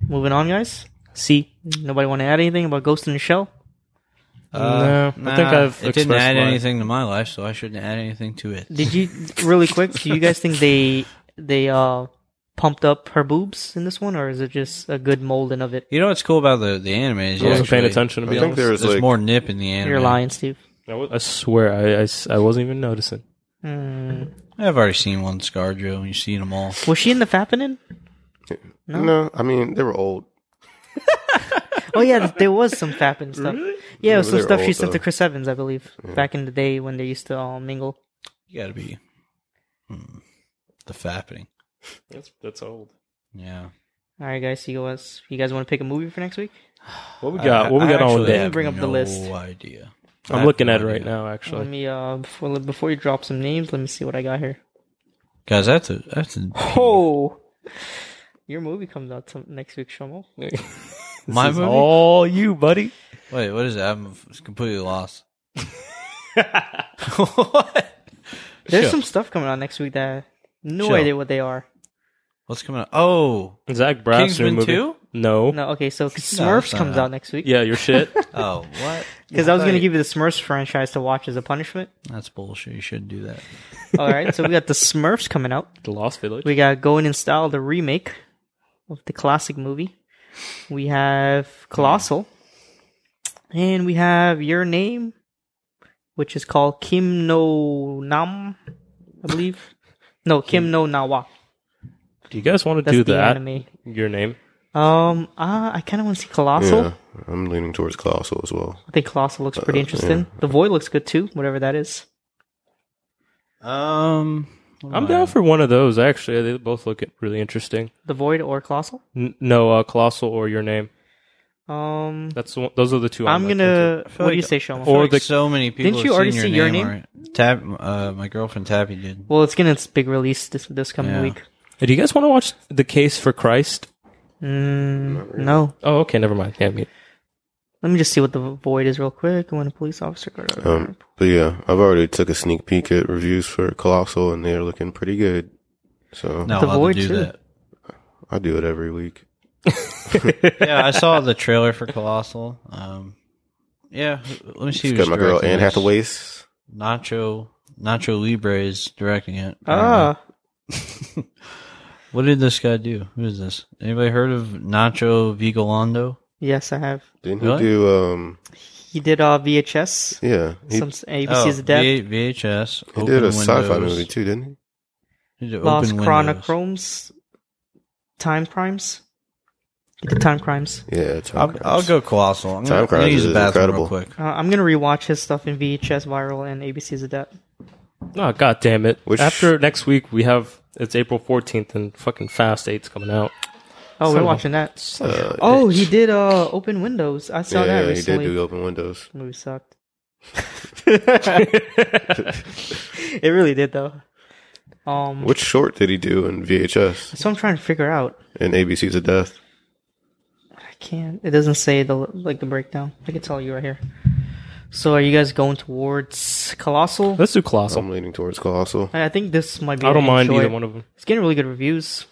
Speaker 2: moving on, guys. See, nobody want to add anything about Ghost in the Shell?
Speaker 3: Uh, No, I think I've
Speaker 4: It didn't
Speaker 3: expressed
Speaker 4: add
Speaker 3: my-
Speaker 4: anything to my life, so I shouldn't add anything to it.
Speaker 2: Did you really quick? Do you guys think they they uh pumped up her boobs in this one, or is it just a good molding of it?
Speaker 4: You know what's cool about the the anime is
Speaker 3: I
Speaker 4: you
Speaker 3: wasn't paying
Speaker 4: actually-
Speaker 3: attention to be
Speaker 5: I think
Speaker 3: honest.
Speaker 5: there's
Speaker 4: There's
Speaker 5: like
Speaker 4: more nip in the anime.
Speaker 2: You're lying, Steve.
Speaker 3: I wa- I swear, I, I s- I wasn't even noticing.
Speaker 2: Mm.
Speaker 4: I've already seen one ScarJo, and you've seen them all.
Speaker 2: Was she in the Fappening?
Speaker 5: no. I mean they were old.
Speaker 2: Oh yeah, there was some Fappin stuff. Yeah, it was
Speaker 5: Yeah,
Speaker 2: some
Speaker 5: they're
Speaker 2: stuff she
Speaker 5: old,
Speaker 2: sent to
Speaker 5: though.
Speaker 2: Chris Evans, I believe, back in the day when they used to all mingle.
Speaker 4: You gotta be hmm, the fapping.
Speaker 3: That's that's old.
Speaker 4: Yeah.
Speaker 2: All right, guys. You guys, you guys want to pick a movie for next week?
Speaker 3: What we got? What we
Speaker 4: I- I
Speaker 3: got on
Speaker 4: actually
Speaker 3: with that?
Speaker 4: have
Speaker 2: Bring up the
Speaker 4: no
Speaker 2: list.
Speaker 4: idea. I
Speaker 3: I'm
Speaker 4: have
Speaker 3: looking
Speaker 4: no
Speaker 3: at it right
Speaker 4: idea.
Speaker 3: now.
Speaker 2: Let
Speaker 3: Actually,
Speaker 2: me uh before before you drop some names, let me see what I got here.
Speaker 4: Guys, I have to. I have to
Speaker 2: Oh, your movie comes out to next week, Shomo.
Speaker 4: Mm-hmm. my movie.
Speaker 3: all you, buddy.
Speaker 4: Wait, what is that? I'm f- completely lost. what?
Speaker 2: There's
Speaker 4: Sure.
Speaker 2: some stuff coming out next week that no
Speaker 4: Sure.
Speaker 2: idea what they are.
Speaker 4: What's coming up? Oh,
Speaker 3: Zach Braff's
Speaker 4: Kingsman
Speaker 3: new movie.
Speaker 4: 2?
Speaker 3: No.
Speaker 2: No, okay, so 'cause
Speaker 4: No,
Speaker 2: Smurfs
Speaker 4: it's not
Speaker 2: comes
Speaker 4: out.
Speaker 2: out next week.
Speaker 3: Yeah, your shit.
Speaker 4: oh, what?
Speaker 2: Because I was going to give you the Smurfs franchise to watch as a punishment.
Speaker 4: That's bullshit. You shouldn't do that.
Speaker 2: All right, so we got the Smurfs coming out.
Speaker 3: the Lost Village.
Speaker 2: We got Going in Style, the remake of the classic movie. We have Colossal. And we have Your Name, which is called Kim No Nam, I believe. No, Kim No Nawa.
Speaker 3: do you guys want to
Speaker 2: That's
Speaker 3: do
Speaker 2: the
Speaker 3: that?
Speaker 2: anime.
Speaker 3: Your name.
Speaker 2: Um, uh, I kind of want to see Colossal.
Speaker 5: yeah, Uh, I'm leaning towards colossal as well.
Speaker 2: I think Colossal looks pretty interesting. The Void looks good too, whatever that is.
Speaker 4: Um,
Speaker 3: I'm down for one of those. Actually, they both look really interesting.
Speaker 2: The Void or Colossal.
Speaker 3: N- no, uh, Colossal or Your Name.
Speaker 2: Um,
Speaker 3: That's the one, those are the two.
Speaker 2: I'm
Speaker 3: like,
Speaker 2: gonna.
Speaker 4: I
Speaker 2: What
Speaker 4: feel
Speaker 2: do
Speaker 4: like-
Speaker 2: you say,
Speaker 4: I
Speaker 2: Shoma?
Speaker 4: feel
Speaker 3: Or
Speaker 4: like
Speaker 3: the-
Speaker 4: so many people.
Speaker 2: Didn't
Speaker 4: have
Speaker 2: you already
Speaker 4: seen
Speaker 2: see
Speaker 4: your
Speaker 2: Your
Speaker 4: name?
Speaker 2: Name?
Speaker 4: already. Tab, uh, my girlfriend Tabby did.
Speaker 2: well, it's getting its big release this this coming
Speaker 4: Yeah.
Speaker 2: week.
Speaker 3: into. Do you guys want to watch The Case for Christ?
Speaker 2: Mm, no,
Speaker 3: Oh, okay, never mind. Yeah, me.
Speaker 2: let me just see what the Void is real quick. When a police officer. got-
Speaker 5: Um, but yeah, I've already took a sneak peek at reviews for Colossal, and they're looking pretty good. So
Speaker 4: No,
Speaker 2: The
Speaker 4: I'll
Speaker 2: Void
Speaker 4: do
Speaker 2: too.
Speaker 4: that.
Speaker 5: I do it every week.
Speaker 4: yeah, I saw the trailer for Colossal. Um, yeah, let me see.
Speaker 5: It's
Speaker 4: who's
Speaker 5: got my girl
Speaker 4: directing
Speaker 5: Anne
Speaker 4: this.
Speaker 5: Hathaway's.
Speaker 4: Nacho Nacho Libre is directing it.
Speaker 2: Ah,
Speaker 4: What did this guy do? Who is this? Anybody heard of Nacho Vigalondo?
Speaker 2: yes, I have.
Speaker 5: Didn't
Speaker 4: Really?
Speaker 5: he do? Um,
Speaker 2: He did uh VHS.
Speaker 5: yeah, he,
Speaker 2: Some ABC's
Speaker 4: oh,
Speaker 2: of Death.
Speaker 4: V- VHS.
Speaker 5: he did a
Speaker 4: Open
Speaker 5: sci-fi
Speaker 4: Windows.
Speaker 5: movie too, didn't he?
Speaker 4: He did
Speaker 2: Lost
Speaker 4: Open Windows.
Speaker 2: Chronochromes. Time Crimes. He did Time Crimes.
Speaker 5: Yeah, Tom
Speaker 4: I'll,
Speaker 5: Cruise.
Speaker 4: I'll go Colossal. I'm
Speaker 5: Time
Speaker 4: gonna, I'm gonna
Speaker 5: Crimes
Speaker 4: use the
Speaker 5: is
Speaker 4: bathroom
Speaker 5: incredible.
Speaker 4: real quick.
Speaker 2: Uh, I'm gonna rewatch his stuff in VHS Viral and ABC's of Death.
Speaker 3: Oh god damn it!
Speaker 5: Which-
Speaker 3: After next week, we have it's April 14th and fucking Fast Eight's coming out.
Speaker 2: Oh,
Speaker 3: Son
Speaker 2: we're
Speaker 3: of a-
Speaker 2: watching that.
Speaker 5: Uh,
Speaker 2: Oh, he did uh Open Windows. I saw that
Speaker 5: yeah, he did
Speaker 2: recently.
Speaker 5: do Open Windows.
Speaker 2: movie sucked. it really did though. Um,
Speaker 5: Which short did he do in VHS
Speaker 2: so I'm trying to figure out.
Speaker 5: in ABC's of Death?
Speaker 2: I can't. It doesn't say the like the breakdown. I can tell you right here. So are you guys going towards Colossal?
Speaker 3: Let's do Colossal.
Speaker 5: I'm leaning towards Colossal.
Speaker 2: I I think this might be.
Speaker 3: I don't mind
Speaker 2: enjoy
Speaker 3: either
Speaker 2: it.
Speaker 3: one of them.
Speaker 2: It's getting really good reviews.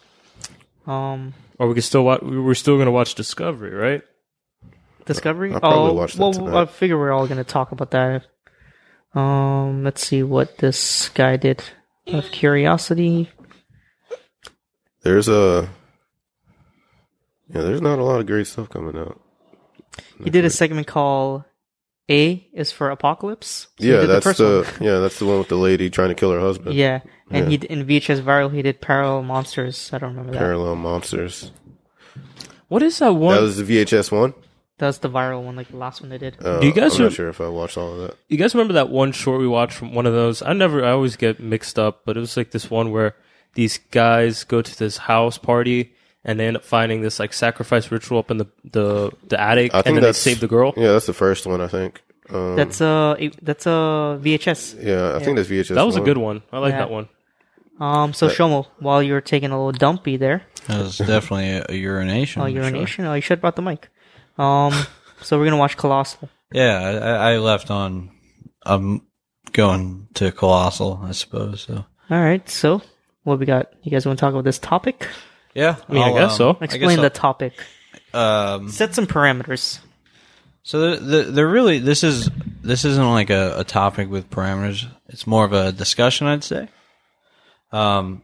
Speaker 2: Um,
Speaker 3: Or we could still watch. We're still gonna watch Discovery, right?
Speaker 2: Discovery.
Speaker 5: I'll probably
Speaker 2: oh,
Speaker 5: watch that
Speaker 2: well,
Speaker 5: tonight.
Speaker 2: I figure we're all going to talk about that. Um, let's see what this guy did. Out of curiosity,
Speaker 5: There's a yeah. There's not a lot of great stuff coming out.
Speaker 2: he did a segment called "A is for Apocalypse." So he
Speaker 5: yeah,
Speaker 2: did
Speaker 5: that's
Speaker 2: first
Speaker 5: the,
Speaker 2: one.
Speaker 5: yeah, that's the one with the lady trying to kill her husband.
Speaker 2: yeah, and he d- in VHS viral he did Parallel Monsters. I don't remember that.
Speaker 5: Parallel monsters.
Speaker 3: What is that one?
Speaker 5: That was the VHS one.
Speaker 2: That's the viral one, like the last one they did.
Speaker 5: Uh,
Speaker 3: Do you guys
Speaker 5: I'm
Speaker 3: rem-
Speaker 5: not sure if I watched all of that.
Speaker 3: you guys remember that one short we watched from one of those? I never. I always get mixed up, but it was like this one where these guys go to this house party and they end up finding this like sacrifice ritual up in the the, the attic,
Speaker 5: I think
Speaker 3: and then they
Speaker 5: that's
Speaker 3: save the girl.
Speaker 5: Yeah, that's the first one. I think. Um,
Speaker 2: that's a it- that's a VHS.
Speaker 5: yeah, I think that's VHS.
Speaker 3: That was a good one. I like
Speaker 2: Yeah.
Speaker 3: that one.
Speaker 2: Um, so Shomo, while you were taking a little dumpy there,
Speaker 4: That was definitely a, a urination.
Speaker 2: oh,
Speaker 5: Mm,
Speaker 4: for sure.
Speaker 2: urination. Oh, you should have brought the mic. Um, so we're gonna watch Colossal.
Speaker 4: Yeah, I- I, I left on. I'm going to Colossal, I suppose. So
Speaker 2: All right, so what we got? You guys want to talk about this topic?
Speaker 4: yeah, um,
Speaker 3: mean, I guess so.
Speaker 2: Explain the topic.
Speaker 4: so. Um,
Speaker 2: Set some parameters.
Speaker 4: so the, the, they're really this is this isn't like a, a topic with parameters. It's more of a discussion, I'd say. Um,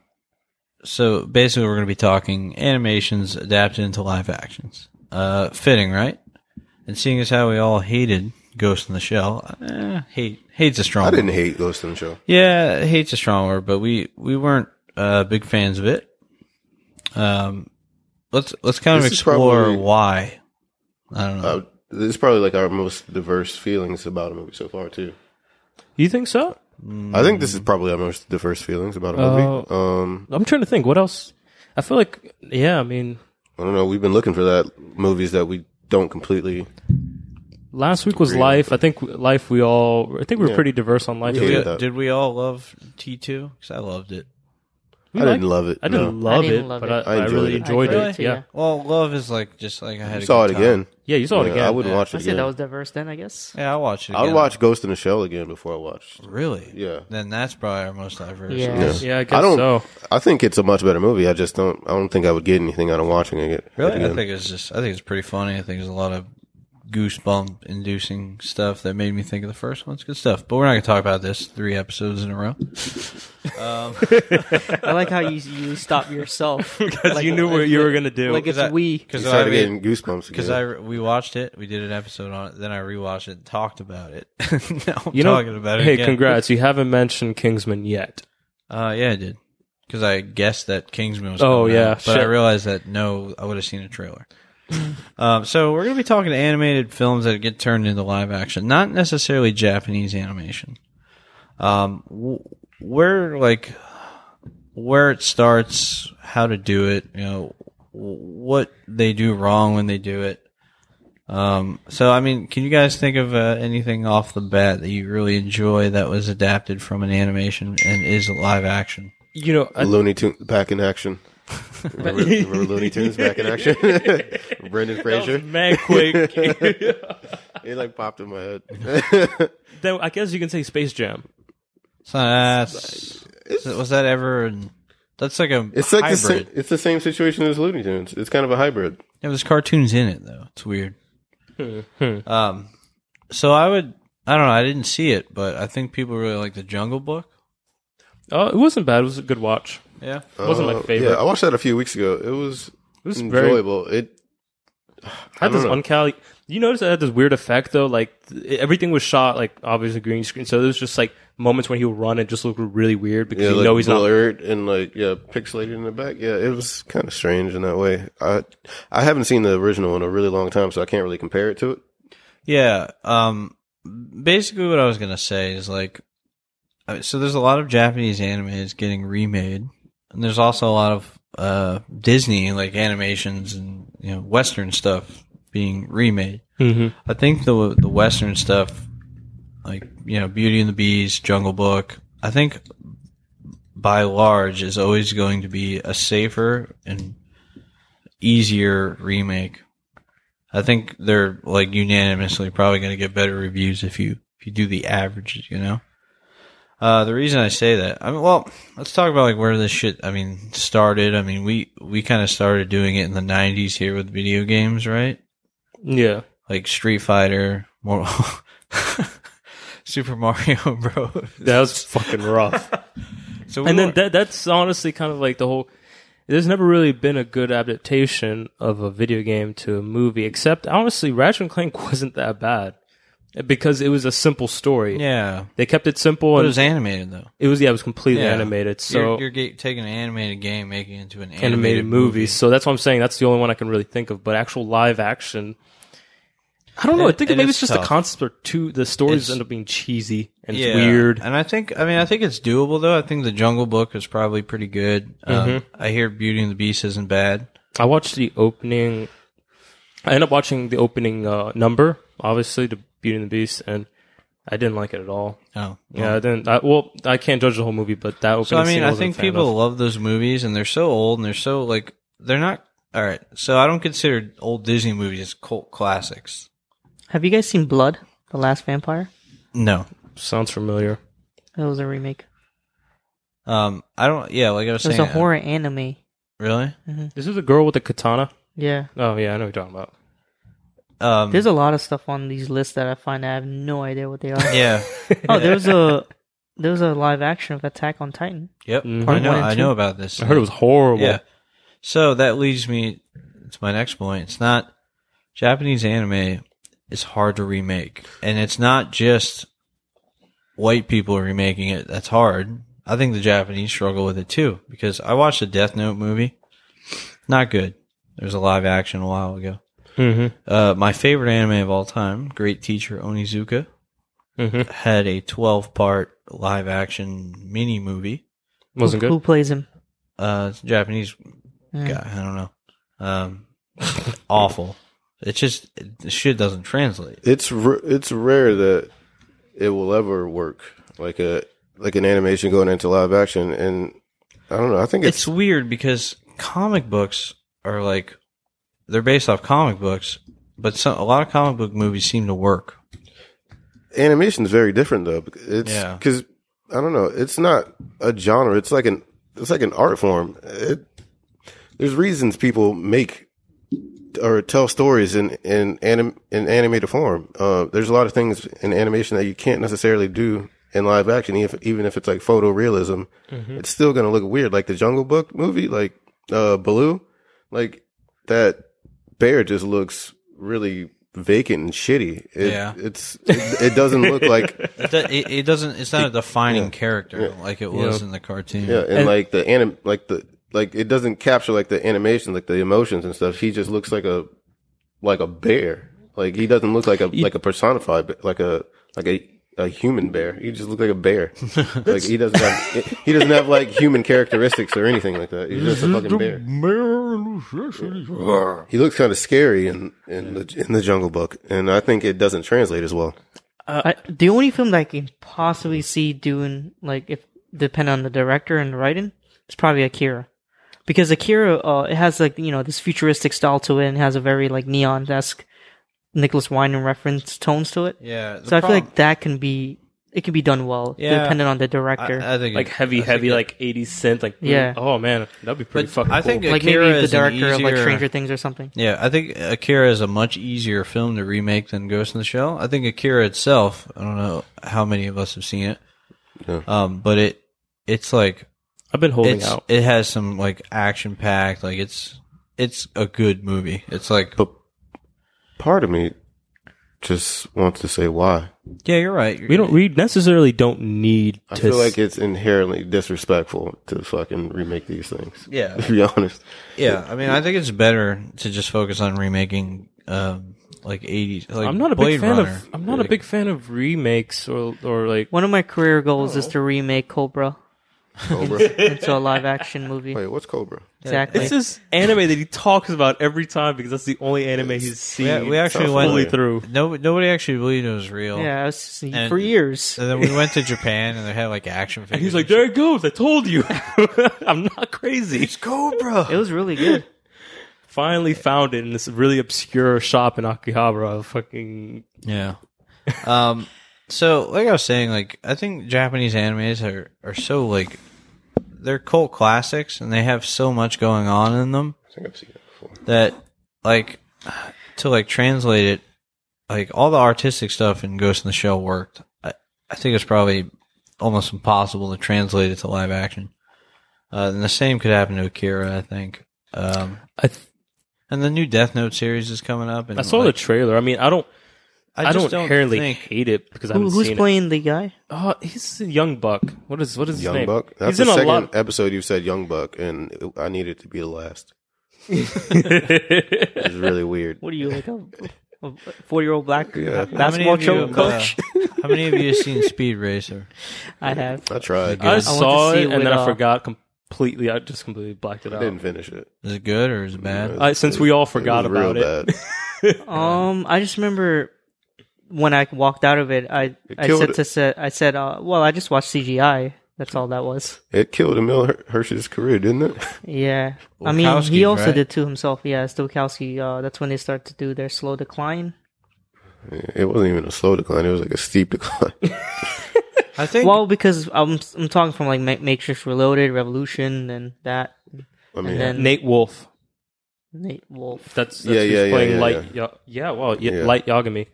Speaker 4: so basically, we're going to be talking animations adapted into live actions. Uh, fitting, right? And seeing as how we all hated Ghost in the Shell, eh, hate hate's a strong.
Speaker 5: I
Speaker 4: word.
Speaker 5: didn't hate Ghost in the Shell.
Speaker 4: Yeah, hate's a strong word, but we we weren't uh, big fans of it. Um, let's let's kind of
Speaker 5: This is
Speaker 4: explore
Speaker 5: probably-
Speaker 4: why. I don't know.
Speaker 5: Uh, it's probably like our most diverse feelings about a movie so far too.
Speaker 3: You think so?
Speaker 5: I think this is probably our most diverse feelings about a movie. um,
Speaker 3: I'm trying to think. What else? I feel like yeah. I mean,
Speaker 5: I don't know. We've been looking for that movies that we don't completely.
Speaker 3: last week was life. I think life. We all. I think we were pretty diverse on life.
Speaker 5: Yeah.
Speaker 3: We-
Speaker 4: did,
Speaker 5: that.
Speaker 4: did we all love T two? Because I loved it.
Speaker 3: we
Speaker 5: I
Speaker 3: liked-
Speaker 5: didn't love it.
Speaker 3: I didn't
Speaker 5: no.
Speaker 3: love
Speaker 2: I didn't
Speaker 3: it,
Speaker 2: love
Speaker 3: but
Speaker 2: it.
Speaker 3: I,
Speaker 5: I
Speaker 3: I really
Speaker 5: enjoyed
Speaker 3: enjoyed
Speaker 2: I
Speaker 3: it.
Speaker 2: enjoyed it,
Speaker 3: yeah.
Speaker 2: yeah.
Speaker 4: Well, love is like just like I had. a
Speaker 5: saw it
Speaker 4: good time.
Speaker 5: again.
Speaker 3: Yeah, you saw it
Speaker 5: Yeah,
Speaker 3: again.
Speaker 5: I would watch
Speaker 2: I said
Speaker 5: it again.
Speaker 2: that was diverse then, I guess.
Speaker 4: Yeah, I watched it.
Speaker 5: I would
Speaker 4: again.
Speaker 5: watch Ghost in the Shell again before I watched.
Speaker 4: Really?
Speaker 5: Yeah.
Speaker 4: Then that's probably our most diverse.
Speaker 2: Yeah.
Speaker 5: Yeah.
Speaker 3: Yeah, I guess
Speaker 5: don't.
Speaker 3: so.
Speaker 5: I think it's a much better movie. I just don't. I don't think I would get anything out of watching it. again.
Speaker 4: Really? I think it's just. I think it's pretty funny. I think there's a lot of goosebump inducing stuff that made me think of the first one. It's good stuff. But we're not going to talk about this three episodes in a row.
Speaker 2: I like how you you stop yourself because
Speaker 3: you knew what you were gonna do.
Speaker 2: Like it's
Speaker 4: I-
Speaker 2: we.
Speaker 4: Because
Speaker 5: started getting goosebumps
Speaker 4: because
Speaker 5: again.
Speaker 4: I re- we watched it, we did an episode on it, then I rewatched it, and talked about it. now I'm
Speaker 3: You know,
Speaker 4: talking about it.
Speaker 3: hey,
Speaker 4: again.
Speaker 3: congrats! You haven't mentioned Kingsman yet.
Speaker 4: Uh, yeah, I did because I guessed that Kingsman was.
Speaker 3: Oh,
Speaker 4: coming
Speaker 3: yeah,
Speaker 4: out, but I
Speaker 3: shit.
Speaker 4: realized that no, I would have seen a trailer. um, so we're gonna be talking to animated films that get turned into live action, not necessarily Japanese animation. Um, w- where like where it starts, how to do it, you know, w- what they do wrong when they do it. Um, so I mean, can you guys think of uh, anything off the bat that you really enjoy that was adapted from an animation and is live action?
Speaker 3: You know, I,
Speaker 5: Looney Tunes back in action. remember, remember Looney Tunes back in action? Brendan Fraser.
Speaker 3: man, quick.
Speaker 5: It like popped in my head.
Speaker 3: then I guess you can say Space Jam.
Speaker 4: It's not, that's, was that ever? An, that's like a
Speaker 5: It's like the
Speaker 4: hybrid.
Speaker 5: same, it's the same situation as Looney Tunes. It's kind of a hybrid.
Speaker 4: Yeah, there's cartoons in it though. It's weird. um, so I would. I don't know. I didn't see it, but I think people really like the Jungle Book.
Speaker 3: Oh, it wasn't bad. It was a good watch.
Speaker 4: Yeah,
Speaker 3: It wasn't my
Speaker 5: Uh,
Speaker 3: favorite.
Speaker 5: Yeah, I watched that a few weeks ago. It was
Speaker 3: it was very
Speaker 5: enjoyable. It
Speaker 3: I had
Speaker 5: don't
Speaker 3: this
Speaker 5: know.
Speaker 3: uncal. You notice it had this weird effect though. Like th- everything was shot like obviously green screen, so there was just like moments when he would run and just looked really weird because
Speaker 5: yeah,
Speaker 3: you
Speaker 5: like
Speaker 3: know he's not.
Speaker 5: blurred and like yeah, pixelated in the back. Yeah, it was kind of strange in that way. I I haven't seen the original in a really long time, so I can't really compare it to it.
Speaker 4: yeah. Um, basically, what I was gonna say is like, I mean, so there's a lot of Japanese animes getting remade, and there's also a lot of uh Disney like animations and you know Western stuff being remade.
Speaker 3: Mhm.
Speaker 4: I think the the Western stuff, like you know, Beauty and the Beast, Jungle Book, I think by large is always going to be a safer and easier remake. I think they're like unanimously probably going to get better reviews if you if you do the averages, you know. Uh, the reason I say that, I mean, well, let's talk about like where this shit, I mean, started. I mean, we we kind of started doing it in the '90s here with video games, right?
Speaker 3: Yeah.
Speaker 4: Like Street Fighter, Mortal, Super Mario Bros.
Speaker 3: That was fucking rough.
Speaker 4: So we
Speaker 3: and then
Speaker 4: weren't-
Speaker 3: that, that's honestly kind of like the whole. There's never really been a good adaptation of a video game to a movie, except honestly, Ratchet and Clank wasn't that bad because it was a simple story.
Speaker 4: yeah,
Speaker 3: They kept it simple,
Speaker 4: but it
Speaker 3: and
Speaker 4: was animated though.
Speaker 3: it was yeah, it was completely
Speaker 4: Yeah.
Speaker 3: animated. So
Speaker 4: you're, you're ga- taking an animated game, making it into an animated,
Speaker 3: animated
Speaker 4: movie.
Speaker 3: movies. So that's what I'm saying. That's the only one I can really think of. But actual live action, I don't know. I
Speaker 4: It-
Speaker 3: think
Speaker 4: it
Speaker 3: maybe
Speaker 4: is
Speaker 3: it's just the
Speaker 4: tough.
Speaker 3: concept or two. The stories
Speaker 4: It's-
Speaker 3: end up being cheesy and it's weird.
Speaker 4: And I think, I mean, I think it's doable though. I think the Jungle Book is probably pretty good. Um,
Speaker 3: Mm-hmm.
Speaker 4: I hear Beauty and the Beast isn't bad.
Speaker 3: I watched the opening. I ended up watching the opening uh, number, obviously, to Beauty and the Beast, and I didn't like it at all.
Speaker 4: Oh,
Speaker 3: Yeah, I didn't. I, well, I can't judge the whole movie, but that opening.
Speaker 4: So I mean,
Speaker 3: scene
Speaker 4: I
Speaker 3: wasn't a
Speaker 4: think
Speaker 3: fan
Speaker 4: people
Speaker 3: of.
Speaker 4: love those movies, and they're so old, and they're so like they're not. All right, so I don't consider old Disney movies as cult classics.
Speaker 2: Have you guys seen Blood, The Last Vampire?
Speaker 4: No,
Speaker 3: sounds familiar.
Speaker 2: That was a remake.
Speaker 4: um, I don't. Yeah, like I was
Speaker 2: It was
Speaker 4: saying,
Speaker 2: a horror anime.
Speaker 4: Really?
Speaker 3: This is a girl with a katana.
Speaker 2: Yeah.
Speaker 3: Oh yeah, I know what you're talking about.
Speaker 4: Um,
Speaker 3: Hmm.
Speaker 2: There's a lot of stuff on these lists that I find I have no idea what they are.
Speaker 4: yeah.
Speaker 2: oh, there was a there was a live action of Attack on Titan.
Speaker 4: Yep. I
Speaker 3: Part
Speaker 4: know.
Speaker 2: one and
Speaker 4: I
Speaker 2: two.
Speaker 4: know about this.
Speaker 3: I heard it was horrible.
Speaker 4: Yeah. So that leads me to my next point. It's not Japanese anime is hard to remake, and it's not just white people remaking it. That's hard. I think the Japanese struggle with it too because I watched the Death Note movie. Not good. There was a live action a while ago.
Speaker 3: Mm-hmm.
Speaker 4: Uh, my favorite anime of all time, Great Teacher Onizuka,
Speaker 3: Mhm.
Speaker 4: had a 12 part live action mini movie.
Speaker 3: Wasn't
Speaker 2: who,
Speaker 3: good.
Speaker 2: Who plays him?
Speaker 4: Uh, it's a Japanese
Speaker 2: Mm.
Speaker 4: guy. I don't know. Um, awful. It's just the shit doesn't translate.
Speaker 5: It's r- it's rare that it will ever work like a like an animation going into live action, and I don't know. I think
Speaker 4: It's,
Speaker 5: it's
Speaker 4: weird because comic books are like they're based off comic books, but some, a lot of comic book movies seem to work.
Speaker 5: animation is very different though. bec- It's
Speaker 4: Yeah.
Speaker 5: because I don't know. It's not a genre. It's like an it's like an art form. It, there's reasons people make or tell stories in in anim, in animated form. Uh, there's a lot of things in animation that you can't necessarily do in live action, even if, even if it's like photorealism. It's still gonna look weird, like the Jungle Book movie, like uh, Baloo, like that bear just looks really vacant and shitty. It,
Speaker 4: Yeah.
Speaker 5: it's it, it doesn't look like
Speaker 4: It, do, it, it doesn't. It's not a defining character like it was
Speaker 3: Yeah.
Speaker 4: in the cartoon.
Speaker 5: Yeah, and, like the anim, like the like it doesn't capture like the animation, like the emotions and stuff. He just looks like a like a bear. Like he doesn't look like a like a personified be- like a like a a human bear. He just looks like a bear. like he doesn't have he doesn't have like human characteristics or anything like that. He's just a fucking bear. He looks kind of scary in in the in the Jungle Book, and I think it doesn't translate as well.
Speaker 2: I, the only film that I can possibly see doing like if depend on the director and the writing is probably Akira, because Akira uh, it has like you know this futuristic style to it and has a very like neon esque Nicholas Winding reference tones to it.
Speaker 4: Yeah, the
Speaker 2: so I feel
Speaker 4: problem-
Speaker 2: like that can be it can be done well,
Speaker 4: Yeah.
Speaker 2: depending on the director.
Speaker 4: I, I think
Speaker 3: Like
Speaker 4: it-
Speaker 3: heavy, heavy, like 80 cent. Like
Speaker 2: Yeah.
Speaker 3: Oh man, that'd be pretty
Speaker 4: But
Speaker 3: fucking.
Speaker 4: I
Speaker 3: cool.
Speaker 4: think-
Speaker 2: like
Speaker 4: Akira
Speaker 2: maybe the
Speaker 4: is an
Speaker 2: director of like
Speaker 4: easier-
Speaker 2: Stranger Things or something.
Speaker 4: Yeah, I think Akira is a much easier film to remake than Ghost in the Shell. I think Akira itself, I don't know how many of us have seen it,
Speaker 5: Yeah.
Speaker 4: um, but it it's like
Speaker 3: I've been holding
Speaker 4: it's,
Speaker 3: out.
Speaker 4: it has some like action packed, like it's it's a good movie. It's like
Speaker 5: But part of me just wants to say why.
Speaker 4: yeah, you're right.
Speaker 3: We don't. We necessarily don't need.
Speaker 5: I
Speaker 3: to
Speaker 5: feel
Speaker 3: s-
Speaker 5: like it's inherently disrespectful to fucking remake these things.
Speaker 4: Yeah.
Speaker 5: To be honest.
Speaker 4: yeah. I mean, I think it's better to just focus on remaking um, like 80s. Like
Speaker 3: I'm not a
Speaker 4: Blade
Speaker 3: big fan
Speaker 4: Runner.
Speaker 3: of. I'm not a big fan of remakes or or like.
Speaker 2: One of my career goals
Speaker 4: Oh.
Speaker 2: is to remake Cobra
Speaker 5: Cobra.
Speaker 2: into a live action movie.
Speaker 5: Wait, what's Cobra?
Speaker 2: exactly.
Speaker 3: It's this anime that he talks about every time because that's the only anime he's seen.
Speaker 4: Yeah, we actually
Speaker 5: Sounds
Speaker 4: went
Speaker 5: familiar.
Speaker 3: fully through.
Speaker 4: No, nobody actually believed it was real.
Speaker 2: Yeah, I was,
Speaker 4: And-
Speaker 2: for years.
Speaker 4: And then we went to Japan and they had like action figures.
Speaker 3: And he's
Speaker 4: and
Speaker 3: like, "There it goes! I told you, I'm not crazy."
Speaker 4: Cobra.
Speaker 2: It was really good.
Speaker 3: Finally found it in this really obscure shop in Akihabara. Fucking
Speaker 4: Yeah. Um. So, like I was saying, like I think Japanese animes are are so like they're cult classics, and they have so much going on in them
Speaker 5: I think I've seen it before.
Speaker 4: that like to like translate it, like all the artistic stuff in Ghost in the Shell worked. I, I think it's probably almost impossible to translate it to live action. Uh, and the same could happen to Akira, I think. Um,
Speaker 3: I th-
Speaker 4: and the new Death Note series is coming up. And
Speaker 3: I saw the
Speaker 4: like,
Speaker 3: trailer. I mean, I don't. I,
Speaker 4: just
Speaker 3: don't, inherently
Speaker 4: think-
Speaker 3: hate it because I
Speaker 2: Who,
Speaker 3: haven't
Speaker 2: who's
Speaker 3: seen
Speaker 2: playing the guy?
Speaker 3: it. Oh, he's a young buck. What is what is his
Speaker 5: Young
Speaker 3: name?
Speaker 5: Buck. That's
Speaker 3: he's
Speaker 5: the
Speaker 3: in a
Speaker 5: second
Speaker 3: lot.
Speaker 5: episode you said Young Buck, and it- I needed to be the last. It's really weird.
Speaker 2: What are you like a, a four-year-old black
Speaker 5: Yeah.
Speaker 4: How many
Speaker 2: basketball
Speaker 4: of you
Speaker 2: cho-
Speaker 4: have,
Speaker 2: coach?
Speaker 4: uh, how many of you have seen Speed Racer?
Speaker 2: I have.
Speaker 5: I tried.
Speaker 3: I
Speaker 4: I
Speaker 3: saw
Speaker 2: see
Speaker 3: it
Speaker 2: it
Speaker 3: and
Speaker 2: with,
Speaker 3: then I
Speaker 2: uh,
Speaker 3: forgot completely. I just completely blacked it
Speaker 5: I
Speaker 3: out.
Speaker 5: didn't finish it.
Speaker 4: Is it good or is it bad?
Speaker 3: I- since we all forgot
Speaker 5: it was real
Speaker 3: about it,
Speaker 5: bad.
Speaker 2: Um, I just remember when I walked out of it, I I
Speaker 5: killed
Speaker 2: said
Speaker 5: it.
Speaker 2: to said I said, uh, well, I just watched CGI. That's all that was.
Speaker 5: It killed Emil Her- Hirsch's career, didn't it?
Speaker 2: Yeah, I mean,
Speaker 4: Wachowski's,
Speaker 2: he also
Speaker 4: right?
Speaker 2: did to himself. Yeah, it's Stokowski. Uh, that's when they start to do their slow decline.
Speaker 5: It wasn't even a slow decline. It was like a steep decline.
Speaker 4: I think
Speaker 2: Well, because I'm I'm talking from like Ma- Matrix Reloaded, Revolution, and that.
Speaker 5: I mean,
Speaker 2: And then
Speaker 3: Nate Wolf.
Speaker 2: Nate Wolf.
Speaker 3: That's, that's
Speaker 5: Yeah,
Speaker 3: who's
Speaker 5: yeah, yeah,
Speaker 3: playing
Speaker 5: yeah,
Speaker 3: light. Yeah, yeah well, yeah,
Speaker 5: Yeah.
Speaker 3: light Yagami.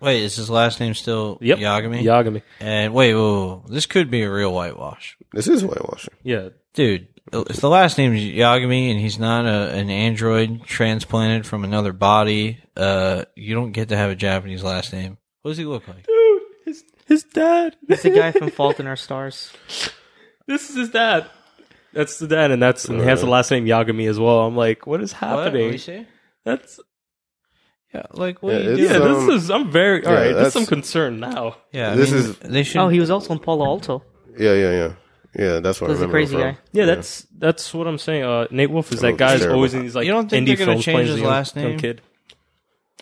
Speaker 4: Wait, is his last name still
Speaker 3: Yep,
Speaker 4: Yagami?
Speaker 3: Yagami.
Speaker 4: And wait, whoa, whoa, this could be a real whitewash,
Speaker 5: this is whitewashing.
Speaker 3: Yeah,
Speaker 4: dude. If the last name is Yagami and he's not a, an android transplanted from another body, uh, you don't get to have a Japanese last name. What does he look like?
Speaker 3: dude, his his dad.
Speaker 2: It's the guy from Fault in Our Stars.
Speaker 3: this is his dad. That's the dad, and that's and he
Speaker 5: Uh.
Speaker 3: has the last name Yagami as well. I'm like, what is happening? That's
Speaker 4: Yeah, like what
Speaker 5: Yeah,
Speaker 4: do you
Speaker 5: it's,
Speaker 4: do?
Speaker 3: yeah.
Speaker 5: uh,
Speaker 3: this
Speaker 5: um,
Speaker 3: is I'm very all
Speaker 5: yeah,
Speaker 3: right. There's
Speaker 5: that's-
Speaker 3: some concern now.
Speaker 4: yeah, I
Speaker 5: this
Speaker 4: mean,
Speaker 5: is-
Speaker 4: they should.
Speaker 2: Oh, he was also in Palo Alto.
Speaker 5: Yeah, yeah, yeah, yeah. That's what
Speaker 2: He's a
Speaker 5: I remember. him
Speaker 2: crazy
Speaker 5: from.
Speaker 2: guy.
Speaker 3: Yeah, that's that's what I'm saying. Uh, Nate Wolf is
Speaker 5: That
Speaker 3: that
Speaker 5: was
Speaker 3: guy's
Speaker 5: Oh, terrible.
Speaker 3: always in these like
Speaker 4: You don't think
Speaker 3: indie
Speaker 4: they're gonna
Speaker 3: films
Speaker 4: change
Speaker 3: playing
Speaker 4: his
Speaker 3: the young-
Speaker 4: last
Speaker 3: young
Speaker 4: name?
Speaker 3: kid.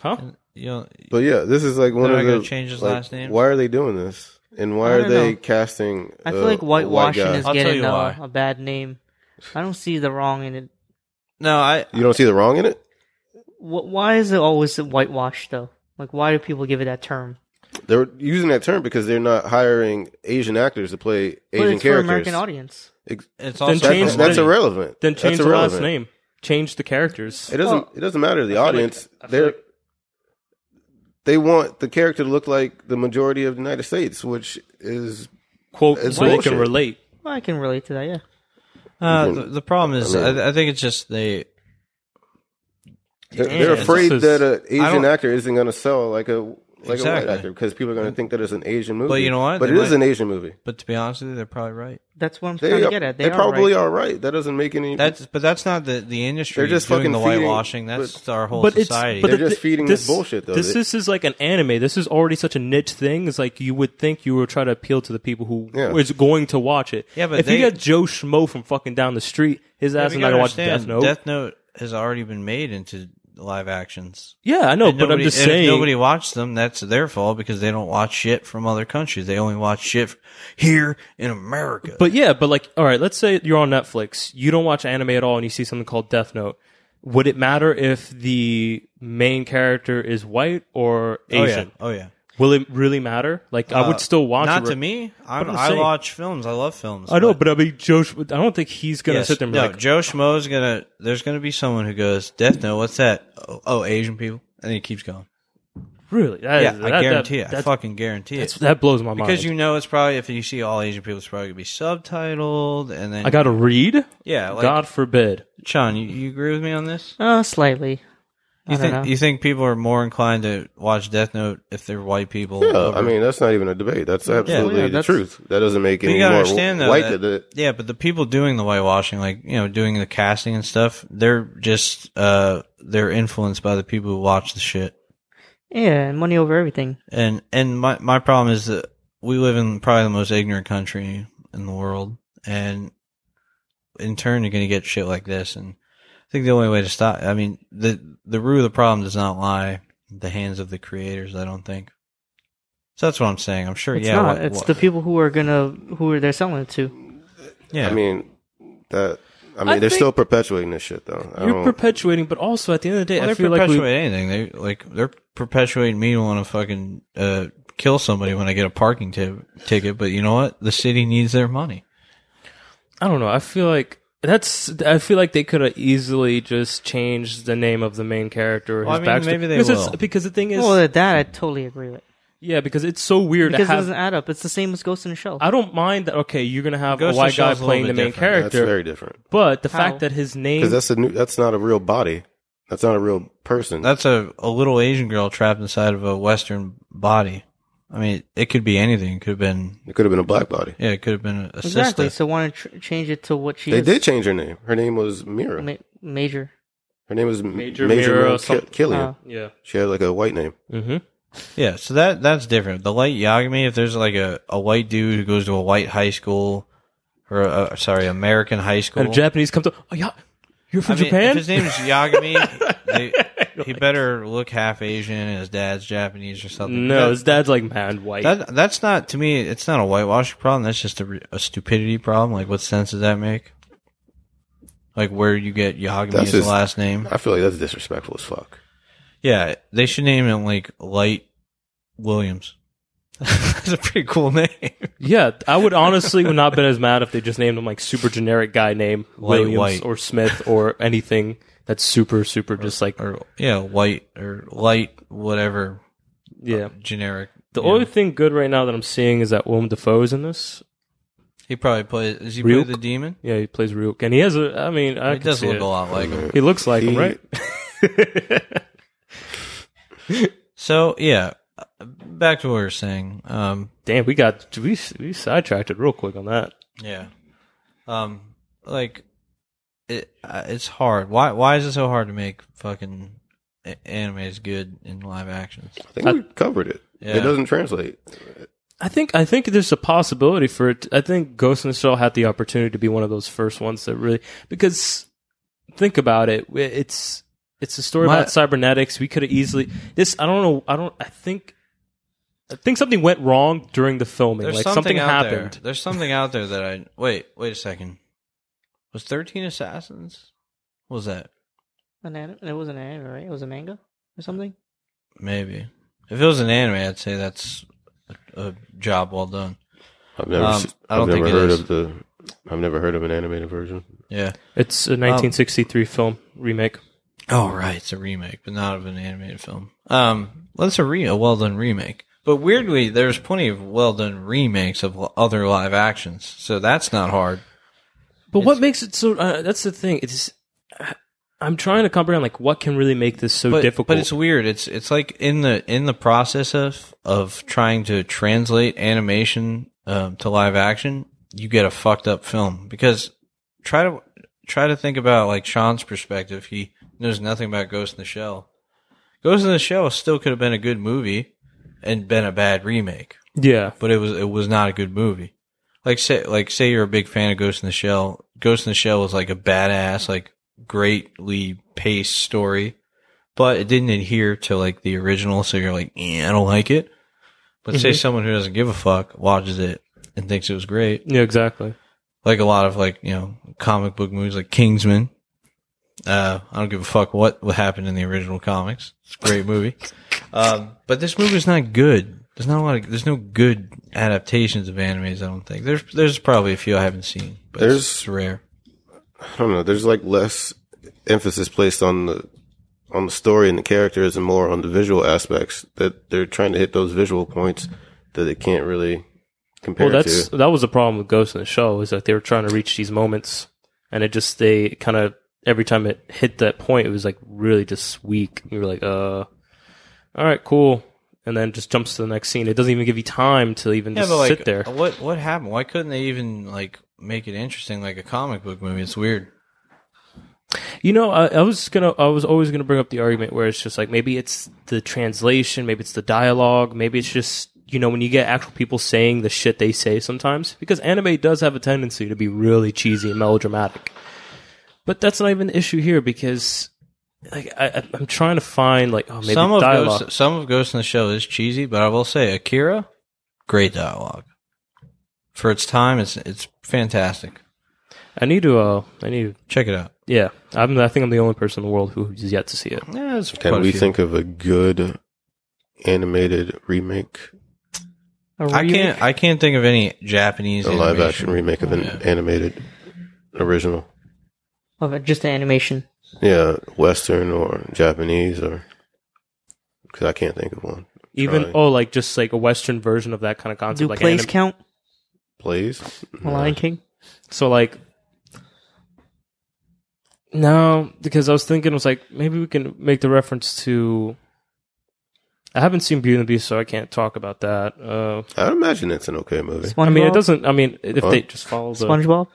Speaker 3: Huh?
Speaker 4: you know,
Speaker 5: But yeah, this is like one
Speaker 4: They're
Speaker 5: of
Speaker 4: not
Speaker 5: the.
Speaker 4: gonna change his
Speaker 5: like,
Speaker 4: last name?
Speaker 5: Why are they doing this? And why
Speaker 2: I
Speaker 5: are
Speaker 2: don't
Speaker 5: they
Speaker 2: know.
Speaker 5: casting?
Speaker 2: I
Speaker 5: uh,
Speaker 2: feel like
Speaker 5: a white
Speaker 2: whitewashing
Speaker 5: guy?
Speaker 2: is
Speaker 4: I'll tell
Speaker 2: getting
Speaker 4: you
Speaker 2: uh,
Speaker 4: why.
Speaker 2: a bad name. I don't see the wrong in it.
Speaker 4: no, I
Speaker 5: You don't see the wrong in it
Speaker 2: Wh- Why is it always whitewashed though? Like, why do people give it that term?
Speaker 5: they're using that term because they're not hiring Asian actors to play
Speaker 2: But
Speaker 5: Asian
Speaker 2: it's for
Speaker 5: characters.
Speaker 2: American audience.
Speaker 5: Ex-
Speaker 4: it's
Speaker 3: Then
Speaker 4: also
Speaker 5: That's,
Speaker 3: Change
Speaker 5: that's
Speaker 3: the-
Speaker 5: irrelevant.
Speaker 3: Then change
Speaker 5: that's
Speaker 3: the last
Speaker 5: irrelevant.
Speaker 3: name. Change the characters.
Speaker 5: It doesn't. it doesn't matter to the audience.
Speaker 3: I feel
Speaker 5: they're
Speaker 3: like-
Speaker 5: they want the character to look like the majority of the United States, which is
Speaker 3: Quote
Speaker 5: it's
Speaker 3: so they
Speaker 5: bullshit.
Speaker 3: can relate.
Speaker 2: Well, I can relate to that. Yeah.
Speaker 4: Uh, the, the problem is,
Speaker 5: I
Speaker 4: I,
Speaker 5: mean-
Speaker 4: I think it's just they.
Speaker 5: they're,
Speaker 4: Yeah,
Speaker 5: they're
Speaker 4: this
Speaker 5: afraid
Speaker 3: is-
Speaker 5: that an
Speaker 4: I
Speaker 5: Asian
Speaker 4: don't-
Speaker 5: actor isn't going to sell like a like a
Speaker 4: Exactly.
Speaker 5: white actor because people are going to think that it's an Asian movie.
Speaker 4: you know what?
Speaker 5: But
Speaker 4: They
Speaker 5: it is
Speaker 4: might-
Speaker 5: an Asian movie.
Speaker 4: But to be honest with you, they're probably right.
Speaker 2: That's what I'm
Speaker 5: They,
Speaker 2: trying
Speaker 5: are-
Speaker 2: to get at. They,
Speaker 5: they
Speaker 2: are
Speaker 5: probably
Speaker 2: right.
Speaker 5: are right. That doesn't make any.
Speaker 4: That's but that's not the the industry.
Speaker 5: They're just
Speaker 4: doing
Speaker 5: fucking
Speaker 4: the
Speaker 5: feeding-
Speaker 4: whitewashing. That's our whole
Speaker 3: but
Speaker 4: society.
Speaker 3: It's, but
Speaker 5: They're
Speaker 3: the-
Speaker 5: just feeding this bullshit, though.
Speaker 3: This
Speaker 5: They-
Speaker 3: is, is like an anime. This is already such a niche thing. It's like you would think you were trying to appeal to the people who
Speaker 5: Yeah.
Speaker 3: is going to watch it.
Speaker 4: Yeah, but
Speaker 3: if
Speaker 4: they-
Speaker 3: you got Joe Schmo from fucking down the street, his
Speaker 4: Yeah,
Speaker 3: ass
Speaker 4: but
Speaker 3: is
Speaker 4: you
Speaker 3: not
Speaker 4: gotta
Speaker 3: gonna watch
Speaker 4: understand,
Speaker 3: Death Note.
Speaker 4: Death Note has already been made into live actions.
Speaker 3: yeah, I know,
Speaker 4: And
Speaker 3: Oh, but I'm
Speaker 4: nobody-
Speaker 3: just
Speaker 4: and if
Speaker 3: saying.
Speaker 4: nobody watched them. That's their fault because they don't watch shit from other countries. They only watch shit here in America.
Speaker 3: But yeah, but like, all right, let's say you're on Netflix, you don't watch anime at all, and you see something called Death Note. Would it matter if the main character is white or
Speaker 4: oh
Speaker 3: Asian?
Speaker 4: yeah, oh yeah.
Speaker 3: Will it really matter? Like, I would still watch.
Speaker 4: Not
Speaker 3: it.
Speaker 4: to me. I,
Speaker 3: I'm
Speaker 4: I
Speaker 3: saying-
Speaker 4: watch films. I love films.
Speaker 3: I know, but I mean, Joe, Sch- I don't think he's gonna
Speaker 4: Yes.
Speaker 3: sit there and be
Speaker 4: no,
Speaker 3: like,
Speaker 4: Joe Schmo's gonna. There's gonna be someone who goes, "Death Note, what's that? Oh, oh Asian people," and he keeps going.
Speaker 3: really? That
Speaker 4: yeah,
Speaker 3: is-
Speaker 4: I
Speaker 3: that-
Speaker 4: guarantee
Speaker 3: that,
Speaker 4: it. I
Speaker 3: that's-
Speaker 4: fucking guarantee
Speaker 3: that's-
Speaker 4: it.
Speaker 3: that blows my mind.
Speaker 4: Because you know, it's probably if you see all Asian people, it's probably gonna be subtitled, and then
Speaker 3: I gotta read.
Speaker 4: yeah. Like,
Speaker 3: God forbid.
Speaker 4: Sean, you, you agree with me on this?
Speaker 2: Uh, slightly.
Speaker 4: You
Speaker 2: don't
Speaker 4: think
Speaker 2: know.
Speaker 4: you think people are more inclined to watch Death Note if they're white people?
Speaker 5: yeah,
Speaker 4: over-
Speaker 5: I mean, that's not even a debate. That's absolutely
Speaker 2: yeah,
Speaker 5: the
Speaker 2: that's-
Speaker 5: truth. That doesn't make
Speaker 4: But
Speaker 5: any
Speaker 4: you gotta
Speaker 5: more
Speaker 4: understand though,
Speaker 5: white
Speaker 4: that-
Speaker 5: than the
Speaker 4: yeah, but the people doing the whitewashing, like you know, doing the casting and stuff, they're just uh they're influenced by the people who watch the shit.
Speaker 2: Yeah, and money over everything.
Speaker 4: And and my my problem is that we live in probably the most ignorant country in the world, and in turn you're going to get shit like this. And I think the only way to stop, I mean, the the root of the problem does not lie in the hands of the creators. I don't think. So that's what I'm saying. I'm sure.
Speaker 2: It's
Speaker 4: yeah,
Speaker 2: not.
Speaker 4: what-
Speaker 2: it's
Speaker 4: what-
Speaker 2: the people who are gonna who are they're selling it to.
Speaker 4: Yeah,
Speaker 5: I mean, that I mean,
Speaker 3: I
Speaker 5: they're
Speaker 3: think-
Speaker 5: still perpetuating this shit, though. I
Speaker 3: You're
Speaker 5: don't,
Speaker 3: perpetuating, but also at the end of the day,
Speaker 4: Well,
Speaker 3: I
Speaker 4: they're
Speaker 3: feel like
Speaker 4: perpetuating
Speaker 3: we.
Speaker 4: anything. They like they're perpetuating me to want to fucking uh, kill somebody when I get a parking t- ticket. But you know what? The city needs their money.
Speaker 3: I don't know. I feel like that's. I feel like they could have easily just changed the name of the main character. Or
Speaker 4: Well,
Speaker 3: his
Speaker 4: I mean,
Speaker 3: backstory.
Speaker 4: maybe they
Speaker 3: because, it's-
Speaker 4: will.
Speaker 3: because the thing is,
Speaker 2: Well, that I totally agree with.
Speaker 3: yeah, because it's so weird
Speaker 2: Because
Speaker 3: to
Speaker 2: it
Speaker 3: have.
Speaker 2: doesn't add up. It's the same as Ghost in the Shell.
Speaker 3: I don't mind that. Okay, you're gonna have
Speaker 4: Ghost
Speaker 3: a
Speaker 4: in
Speaker 3: white
Speaker 4: the Shell's
Speaker 3: guy
Speaker 4: a little
Speaker 3: playing the
Speaker 4: bit
Speaker 3: main
Speaker 4: different.
Speaker 5: that's
Speaker 3: character,
Speaker 5: very different
Speaker 3: but the
Speaker 2: How?
Speaker 3: fact that his name
Speaker 5: because that's a new. That's not a real body. That's not a real person.
Speaker 4: That's a, a little Asian girl trapped inside of a Western body. I mean, it could be anything. It could have been
Speaker 5: it could have been a black body.
Speaker 4: yeah. It could have been a, a
Speaker 2: exactly.
Speaker 4: sister.
Speaker 2: So want to tr- change it to what she
Speaker 5: They
Speaker 2: is.
Speaker 5: did change her name. Her name was Mira.
Speaker 2: Ma- major.
Speaker 5: Her name was
Speaker 3: Major
Speaker 5: Major, Major
Speaker 3: Mira
Speaker 5: Mira
Speaker 3: or some-
Speaker 5: Ki- Killian.
Speaker 2: Uh,
Speaker 3: yeah.
Speaker 5: she had like a white name.
Speaker 3: Mm-hmm.
Speaker 4: Yeah. So that that's different. The light Yagami. If there's like a, a white dude who goes to a white high school or a, sorry American high school.
Speaker 3: And a Japanese comes up. Oh yeah, you're from
Speaker 4: I mean,
Speaker 3: Japan.
Speaker 4: If his name's Yagami, they, he better look half Asian and his dad's Japanese or something.
Speaker 3: no, his
Speaker 4: that,
Speaker 3: dad's like man white.
Speaker 4: that- that's not to me. It's not a whitewash problem. That's just a, re- a stupidity problem. Like, what sense does that make? Like, where you get Yagami
Speaker 5: That's
Speaker 4: as the
Speaker 5: his-
Speaker 4: last name?
Speaker 5: I feel like that's disrespectful as fuck.
Speaker 4: Yeah, they should name him like Light Williams. that's a pretty cool name.
Speaker 3: yeah, I would honestly would not been as mad if they just named him like super generic guy name
Speaker 4: White,
Speaker 3: Williams
Speaker 4: white.
Speaker 3: or Smith or anything that's super super just like
Speaker 4: Or yeah, White or Light whatever
Speaker 3: yeah.
Speaker 4: generic.
Speaker 3: The
Speaker 4: you know.
Speaker 3: only thing good right now that I'm seeing is that Willem Dafoe's in this.
Speaker 4: he probably plays. Is he
Speaker 3: Ryuk?
Speaker 4: play the demon?
Speaker 3: Yeah, he plays Ryuk, and he has a. I mean, I
Speaker 4: He
Speaker 3: can
Speaker 4: does
Speaker 3: see
Speaker 4: look
Speaker 3: it.
Speaker 4: a lot like him.
Speaker 3: He looks like him,
Speaker 5: He-
Speaker 3: right?
Speaker 4: So yeah, back to what we were saying. Um,
Speaker 3: Damn, we got we we sidetracked it real quick on that.
Speaker 4: yeah, um, like it, uh, it's hard. Why why is it so hard to make fucking a- animes good in live actions?
Speaker 5: I think
Speaker 3: I-
Speaker 5: we covered it.
Speaker 4: Yeah.
Speaker 5: It doesn't translate.
Speaker 3: I think I think there's a possibility for it. I think Ghost in the Shell had the opportunity to be one of those first ones that really because think about it. It's it's a story
Speaker 4: My-
Speaker 3: about cybernetics. We could have easily this. I don't know. I don't. I think I think something went wrong during the filming. like something,
Speaker 4: out
Speaker 3: happened.
Speaker 4: There. There's something out there that I wait. Wait a second. Was Thirteen Assassins? What was that
Speaker 2: An anime? It was an anime, right? It was a manga or something.
Speaker 4: maybe? If it was an anime, I'd say that's a, a job well done.
Speaker 5: I've never.
Speaker 4: Um,
Speaker 5: se-
Speaker 4: I don't
Speaker 5: I've never
Speaker 4: think it
Speaker 5: heard
Speaker 4: is.
Speaker 5: of the. I've never heard of an animated version.
Speaker 4: Yeah.
Speaker 3: It's a 1963 film remake.
Speaker 4: Oh right, it's a remake, but not of an animated film. Um, well, it's a re- a well done remake. But weirdly, there's plenty of well done remakes of l- other live actions, so that's not hard.
Speaker 3: But what makes it so? Uh, that's the thing. It's I'm trying to comprehend like what can really make this so
Speaker 4: But,
Speaker 3: difficult.
Speaker 4: but it's weird. It's it's like in the in the process of of trying to translate animation um, to live action, you get a fucked up film because try to try to think about like Sean's perspective. He knows nothing about Ghost in the Shell. Ghost in the Shell still could have been a good movie and been a bad remake.
Speaker 3: yeah.
Speaker 4: but it was it was not a good movie. Like say like say you're a big fan of Ghost in the Shell. Ghost in the Shell was like a badass, like greatly paced story, but it didn't adhere to like the original. So you're like, eh, I don't like it. But say someone who doesn't give a fuck watches it and thinks it was great,
Speaker 3: Yeah. Exactly.
Speaker 4: like a lot of like you know comic book movies like Kingsman. Uh, I don't give a fuck what what happened in the original comics. It's a great movie, um, but this movie's not good. There's not a lot of there's no good adaptations of animes. I don't think there's there's probably a few I haven't seen, but there's,
Speaker 5: There's-
Speaker 4: it's rare.
Speaker 5: I don't know. There's like less emphasis placed on the on the story and the characters, and more on the visual aspects. That they're trying to hit those visual points that they can't really compare
Speaker 3: Well, that's
Speaker 5: to.
Speaker 3: that was the problem with Ghost in the Shell is that they were trying to reach these moments, and it just they kind of every time it hit that point, it was like really just weak. You were like, uh, all right, cool, and then just jumps to the next scene. It doesn't even give you time to even
Speaker 4: Yeah,
Speaker 3: just
Speaker 4: but like
Speaker 3: sit there.
Speaker 4: what what happened? Why couldn't they even like make it interesting like a comic book movie? It's weird.
Speaker 3: You know, I, I was gonna, I was always gonna bring up the argument where it's just like maybe it's the translation, maybe it's the dialogue, maybe it's just you know when you get actual people saying the shit they say sometimes because anime does have a tendency to be really cheesy and melodramatic. But that's not even the issue here because like I, I- I'm trying to find like oh maybe
Speaker 4: some of
Speaker 3: dialogue.
Speaker 4: Ghost, some of Ghost in the Shell is cheesy, but I will say Akira, great dialogue for its time. It's it's fantastic.
Speaker 3: I need to. Uh, I need. To,
Speaker 4: Check it out.
Speaker 3: yeah, I'm. I think I'm the only person in the world who's yet to see it.
Speaker 4: Yeah, it's quite
Speaker 5: Can
Speaker 4: a
Speaker 5: we
Speaker 4: few.
Speaker 5: think of a good animated remake,
Speaker 2: A
Speaker 4: I
Speaker 2: remake?
Speaker 4: can't. I can't think of any Japanese
Speaker 5: a live
Speaker 4: animation.
Speaker 5: action remake of an
Speaker 4: Yeah.
Speaker 5: animated original?
Speaker 2: of it, just the animation.
Speaker 5: Yeah, Western or Japanese or because I can't think of one.
Speaker 3: Even
Speaker 5: Try.
Speaker 3: oh, like just like a Western version of that kind of concept.
Speaker 2: Do
Speaker 3: like
Speaker 2: plays
Speaker 3: anim-
Speaker 2: count?
Speaker 5: Plays.
Speaker 2: The Lion King.
Speaker 3: So like, no, because I was thinking, I was like, maybe we can make the reference to. I haven't seen Beauty and the Beast, so I can't talk about that. Uh,
Speaker 5: I imagine it's an okay movie.
Speaker 2: SpongeBob.
Speaker 3: I mean, it doesn't. I mean, if
Speaker 5: Huh?
Speaker 3: they just follow the
Speaker 2: SpongeBob.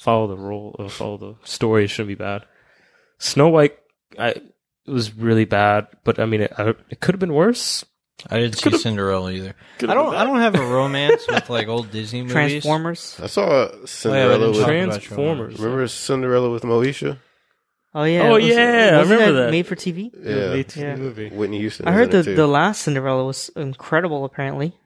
Speaker 3: follow the rule, uh, follow the story, it shouldn't be bad. Snow White, I it was really bad, but I mean, it, I, it could have been worse.
Speaker 4: I didn't see Cinderella either.
Speaker 3: Could've
Speaker 4: I don't.
Speaker 3: been
Speaker 4: I don't have a romance with like old Disney movies.
Speaker 2: Transformers.
Speaker 5: I saw Cinderella.
Speaker 4: didn't
Speaker 5: with,
Speaker 4: try-
Speaker 3: Transformers.
Speaker 5: remember Cinderella with Moesha?
Speaker 2: Oh yeah.
Speaker 3: Oh,
Speaker 2: it was-
Speaker 3: yeah, I
Speaker 2: wasn't
Speaker 3: remember that.
Speaker 2: Made for TV.
Speaker 5: Yeah,
Speaker 3: They E t-
Speaker 2: Yeah.
Speaker 3: movie.
Speaker 5: Whitney Houston.
Speaker 2: I
Speaker 5: was
Speaker 2: heard
Speaker 5: in
Speaker 2: the
Speaker 5: it too.
Speaker 2: the last Cinderella was incredible. Apparently,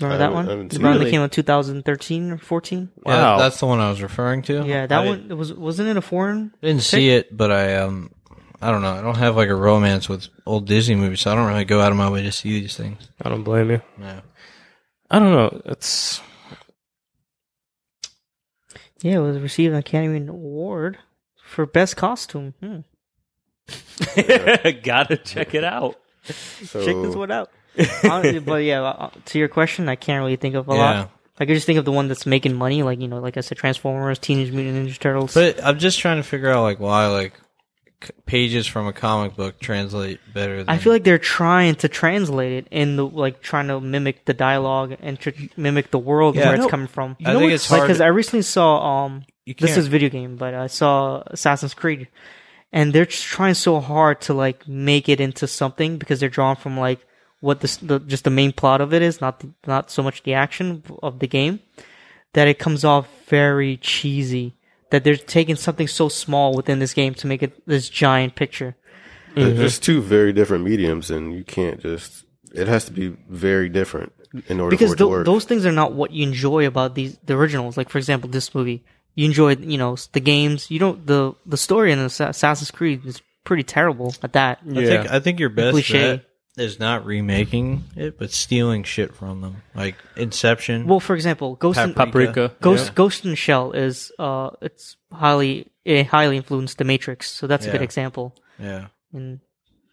Speaker 2: remember
Speaker 5: I
Speaker 2: that
Speaker 5: haven't-
Speaker 2: one?
Speaker 5: I haven't
Speaker 2: The
Speaker 5: seen
Speaker 2: one
Speaker 3: it.
Speaker 2: that came out in 2013 or 14.
Speaker 4: Yeah,
Speaker 3: Wow.
Speaker 4: that's the one I was referring
Speaker 3: Uh-huh.
Speaker 4: to.
Speaker 2: Yeah, that
Speaker 4: I
Speaker 2: one it was wasn't it a foreign?
Speaker 4: Didn't see it, but I um, I don't know. I don't have like a romance with old Disney movies, so I don't really go out of my way to see these things.
Speaker 3: I don't blame you.
Speaker 4: Yeah.
Speaker 3: I don't know. It's
Speaker 2: Yeah, it was received an Academy Award for best costume. Hmm.
Speaker 3: gotta check it out.
Speaker 5: So,
Speaker 2: Check this one out. Honestly, but yeah, uh, to your question, I can't really think of a
Speaker 4: Yeah.
Speaker 2: lot. I could just think of the one that's making money, like you know, like I said, Transformers, Teenage Mutant Ninja Turtles.
Speaker 4: But I'm just trying to figure out like why like c- pages from a comic book translate better. Than,
Speaker 2: I feel like they're trying to translate it and the like trying to mimic the dialogue and tr- mimic the world
Speaker 4: Yeah.
Speaker 2: where it's
Speaker 4: No,
Speaker 2: coming from.
Speaker 4: I think it's
Speaker 2: Like,
Speaker 4: hard.
Speaker 2: because I recently saw um,
Speaker 4: You
Speaker 2: this
Speaker 4: can't-
Speaker 2: is video game, but I saw Assassin's Creed, and they're just trying so hard to like make it into something because they're drawn from like what this, the just the main plot of it is, not the, not so much the action of the game, that it comes off very cheesy. That they're taking something so small within this game to make it this giant picture.
Speaker 4: Mm-hmm.
Speaker 5: There's just two very different mediums, and you can't just. It has to be very different in order
Speaker 2: because
Speaker 5: for it to
Speaker 2: tho-
Speaker 5: work.
Speaker 2: those things are not what you enjoy about these the originals. Like for example, this movie, you enjoy you know the games. You don't the the story in Assa- Assassin's Creed is pretty terrible at that.
Speaker 4: I
Speaker 3: Yeah.
Speaker 4: think I think your best
Speaker 2: Cliche.
Speaker 4: bet is not remaking it, but stealing shit from them, like Inception.
Speaker 2: Well, for example, Ghost in,
Speaker 3: Paprika.
Speaker 2: Ghost Ghost in the Shell is uh it's highly it highly influenced The Matrix, so that's a good
Speaker 4: Yeah.
Speaker 2: example.
Speaker 4: yeah,
Speaker 2: And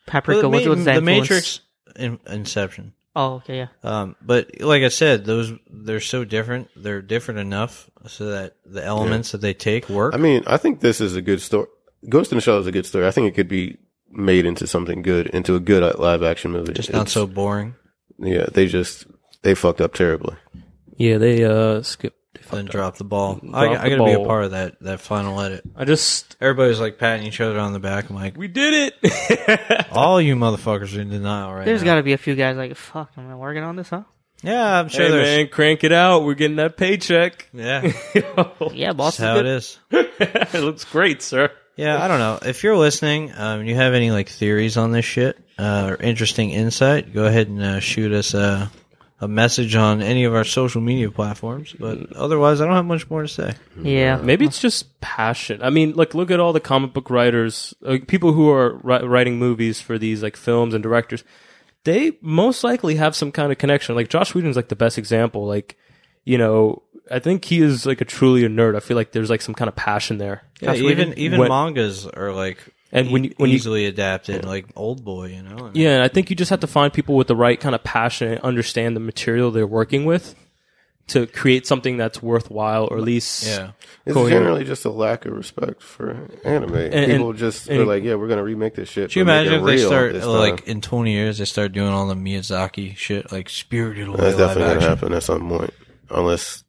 Speaker 4: But
Speaker 2: Paprika,
Speaker 4: the
Speaker 2: what's,
Speaker 4: Ma-
Speaker 2: what's that?
Speaker 4: the
Speaker 2: influence?
Speaker 4: Matrix, in- Inception.
Speaker 2: Oh, okay, yeah.
Speaker 4: Um, but like I said, those they're so different. They're different enough so that the elements that they take work.
Speaker 5: I mean, I think this is a good story. Ghost in the Shell is a good story. I think it could be made into something good, into a good uh, live action movie.
Speaker 4: just not
Speaker 5: It's-
Speaker 4: so boring.
Speaker 5: Yeah, they just they fucked up terribly.
Speaker 3: Yeah, they uh skip.
Speaker 4: Then drop the ball. I,
Speaker 3: Drop
Speaker 4: I
Speaker 3: the
Speaker 4: gotta be a
Speaker 3: ball.
Speaker 4: part of that that final edit.
Speaker 3: I just
Speaker 4: Everybody's like patting each other on the back. I'm like,
Speaker 3: we did it.
Speaker 4: all you motherfuckers are in denial right
Speaker 2: There's
Speaker 4: now.
Speaker 2: got to be a few guys like, fuck, am I working on this, huh?
Speaker 4: yeah, I'm sure
Speaker 3: hey
Speaker 4: there's.
Speaker 3: man, crank it out. We're getting that paycheck.
Speaker 4: Yeah,
Speaker 2: Yeah,
Speaker 4: that's
Speaker 2: boss.
Speaker 4: how it is.
Speaker 3: it looks great, sir.
Speaker 4: Yeah, I don't know. If you're listening, um, you have any like theories on this shit uh, or interesting insight, go ahead and uh, shoot us a, a message on any of our social media platforms. But otherwise, I don't have much more to say.
Speaker 2: Yeah.
Speaker 3: Maybe it's just passion. I mean, like look at all the comic book writers, like, people who are ri- writing movies for these like films and directors. They most likely have some kind of connection. Like Josh Whedon's like the best example. Like, you know, I think he is like a truly a nerd. I feel like there's like some kind of passion there.
Speaker 4: Yeah, even even
Speaker 3: When-
Speaker 4: mangas are like
Speaker 3: And when you- when you-
Speaker 4: easily adapted, like Old Boy, you know. I mean,
Speaker 3: Yeah, I think you just have to find people with the right kind of passion and understand the material they're working with to create something that's worthwhile or at least
Speaker 4: yeah.
Speaker 5: It's
Speaker 3: Cool, yeah.
Speaker 5: generally just a lack of respect for anime.
Speaker 3: and-
Speaker 5: People just
Speaker 3: and-
Speaker 5: are like, yeah, we're gonna remake this shit.
Speaker 4: Could you
Speaker 5: but make
Speaker 4: imagine
Speaker 5: it
Speaker 4: if they
Speaker 5: real uh,
Speaker 4: start
Speaker 5: this
Speaker 4: like
Speaker 5: time.
Speaker 4: in twenty years they start doing all the Miyazaki shit, like Spirited Away live
Speaker 5: That's definitely gonna
Speaker 4: action?
Speaker 5: happen at some point, unless.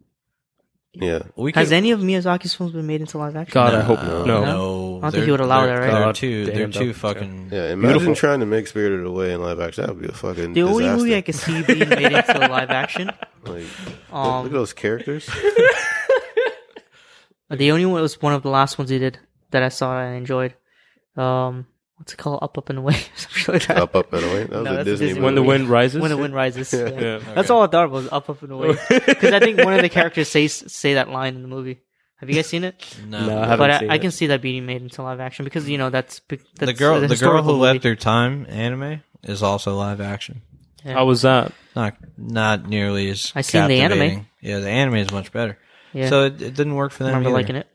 Speaker 5: Yeah,
Speaker 4: We
Speaker 2: Has
Speaker 4: could-
Speaker 2: any of Miyazaki's films been made into live action?
Speaker 3: God, I hope
Speaker 4: no,
Speaker 3: not.
Speaker 4: no,
Speaker 3: No.
Speaker 2: I don't think he would
Speaker 4: They're-
Speaker 2: allow
Speaker 4: they're-
Speaker 2: that, right?
Speaker 4: They're
Speaker 3: God
Speaker 4: too,
Speaker 3: damn,
Speaker 4: they're too
Speaker 3: that's-
Speaker 4: fucking.
Speaker 5: yeah. Imagine
Speaker 3: Beautiful.
Speaker 5: trying to make Spirited Away in live action. That would be a fucking.
Speaker 2: The only
Speaker 5: disaster.
Speaker 2: movie I could see being made into live action.
Speaker 5: Like, look
Speaker 2: Um,
Speaker 5: at those characters.
Speaker 2: The only one was one of the last ones he did that I saw and I enjoyed. Um, what's it called? Up, up and away. Something like that.
Speaker 5: up, up, and away. That was
Speaker 2: No,
Speaker 5: a
Speaker 2: that's a
Speaker 5: Disney,
Speaker 2: Disney
Speaker 5: movie.
Speaker 3: When the wind rises.
Speaker 2: When the wind rises. yeah.
Speaker 3: yeah.
Speaker 2: That's all I thought was up, up and away. Because I think one of the characters say say that line in the movie. Have you guys seen it?
Speaker 3: No, I haven't
Speaker 2: but I,
Speaker 3: seen
Speaker 2: I
Speaker 3: it.
Speaker 2: can see that being made into live action because you know that's be- that's
Speaker 4: the girl,
Speaker 2: a
Speaker 4: the girl who
Speaker 2: historical
Speaker 4: left
Speaker 2: movie.
Speaker 4: her time anime is also live action.
Speaker 2: Yeah.
Speaker 3: How was that?
Speaker 4: Not not nearly as.
Speaker 2: I seen the anime.
Speaker 4: captivating. Yeah, the anime is much better.
Speaker 2: Yeah.
Speaker 4: So it, it didn't work for
Speaker 2: I
Speaker 4: them.
Speaker 2: remember
Speaker 4: either.
Speaker 2: liking it.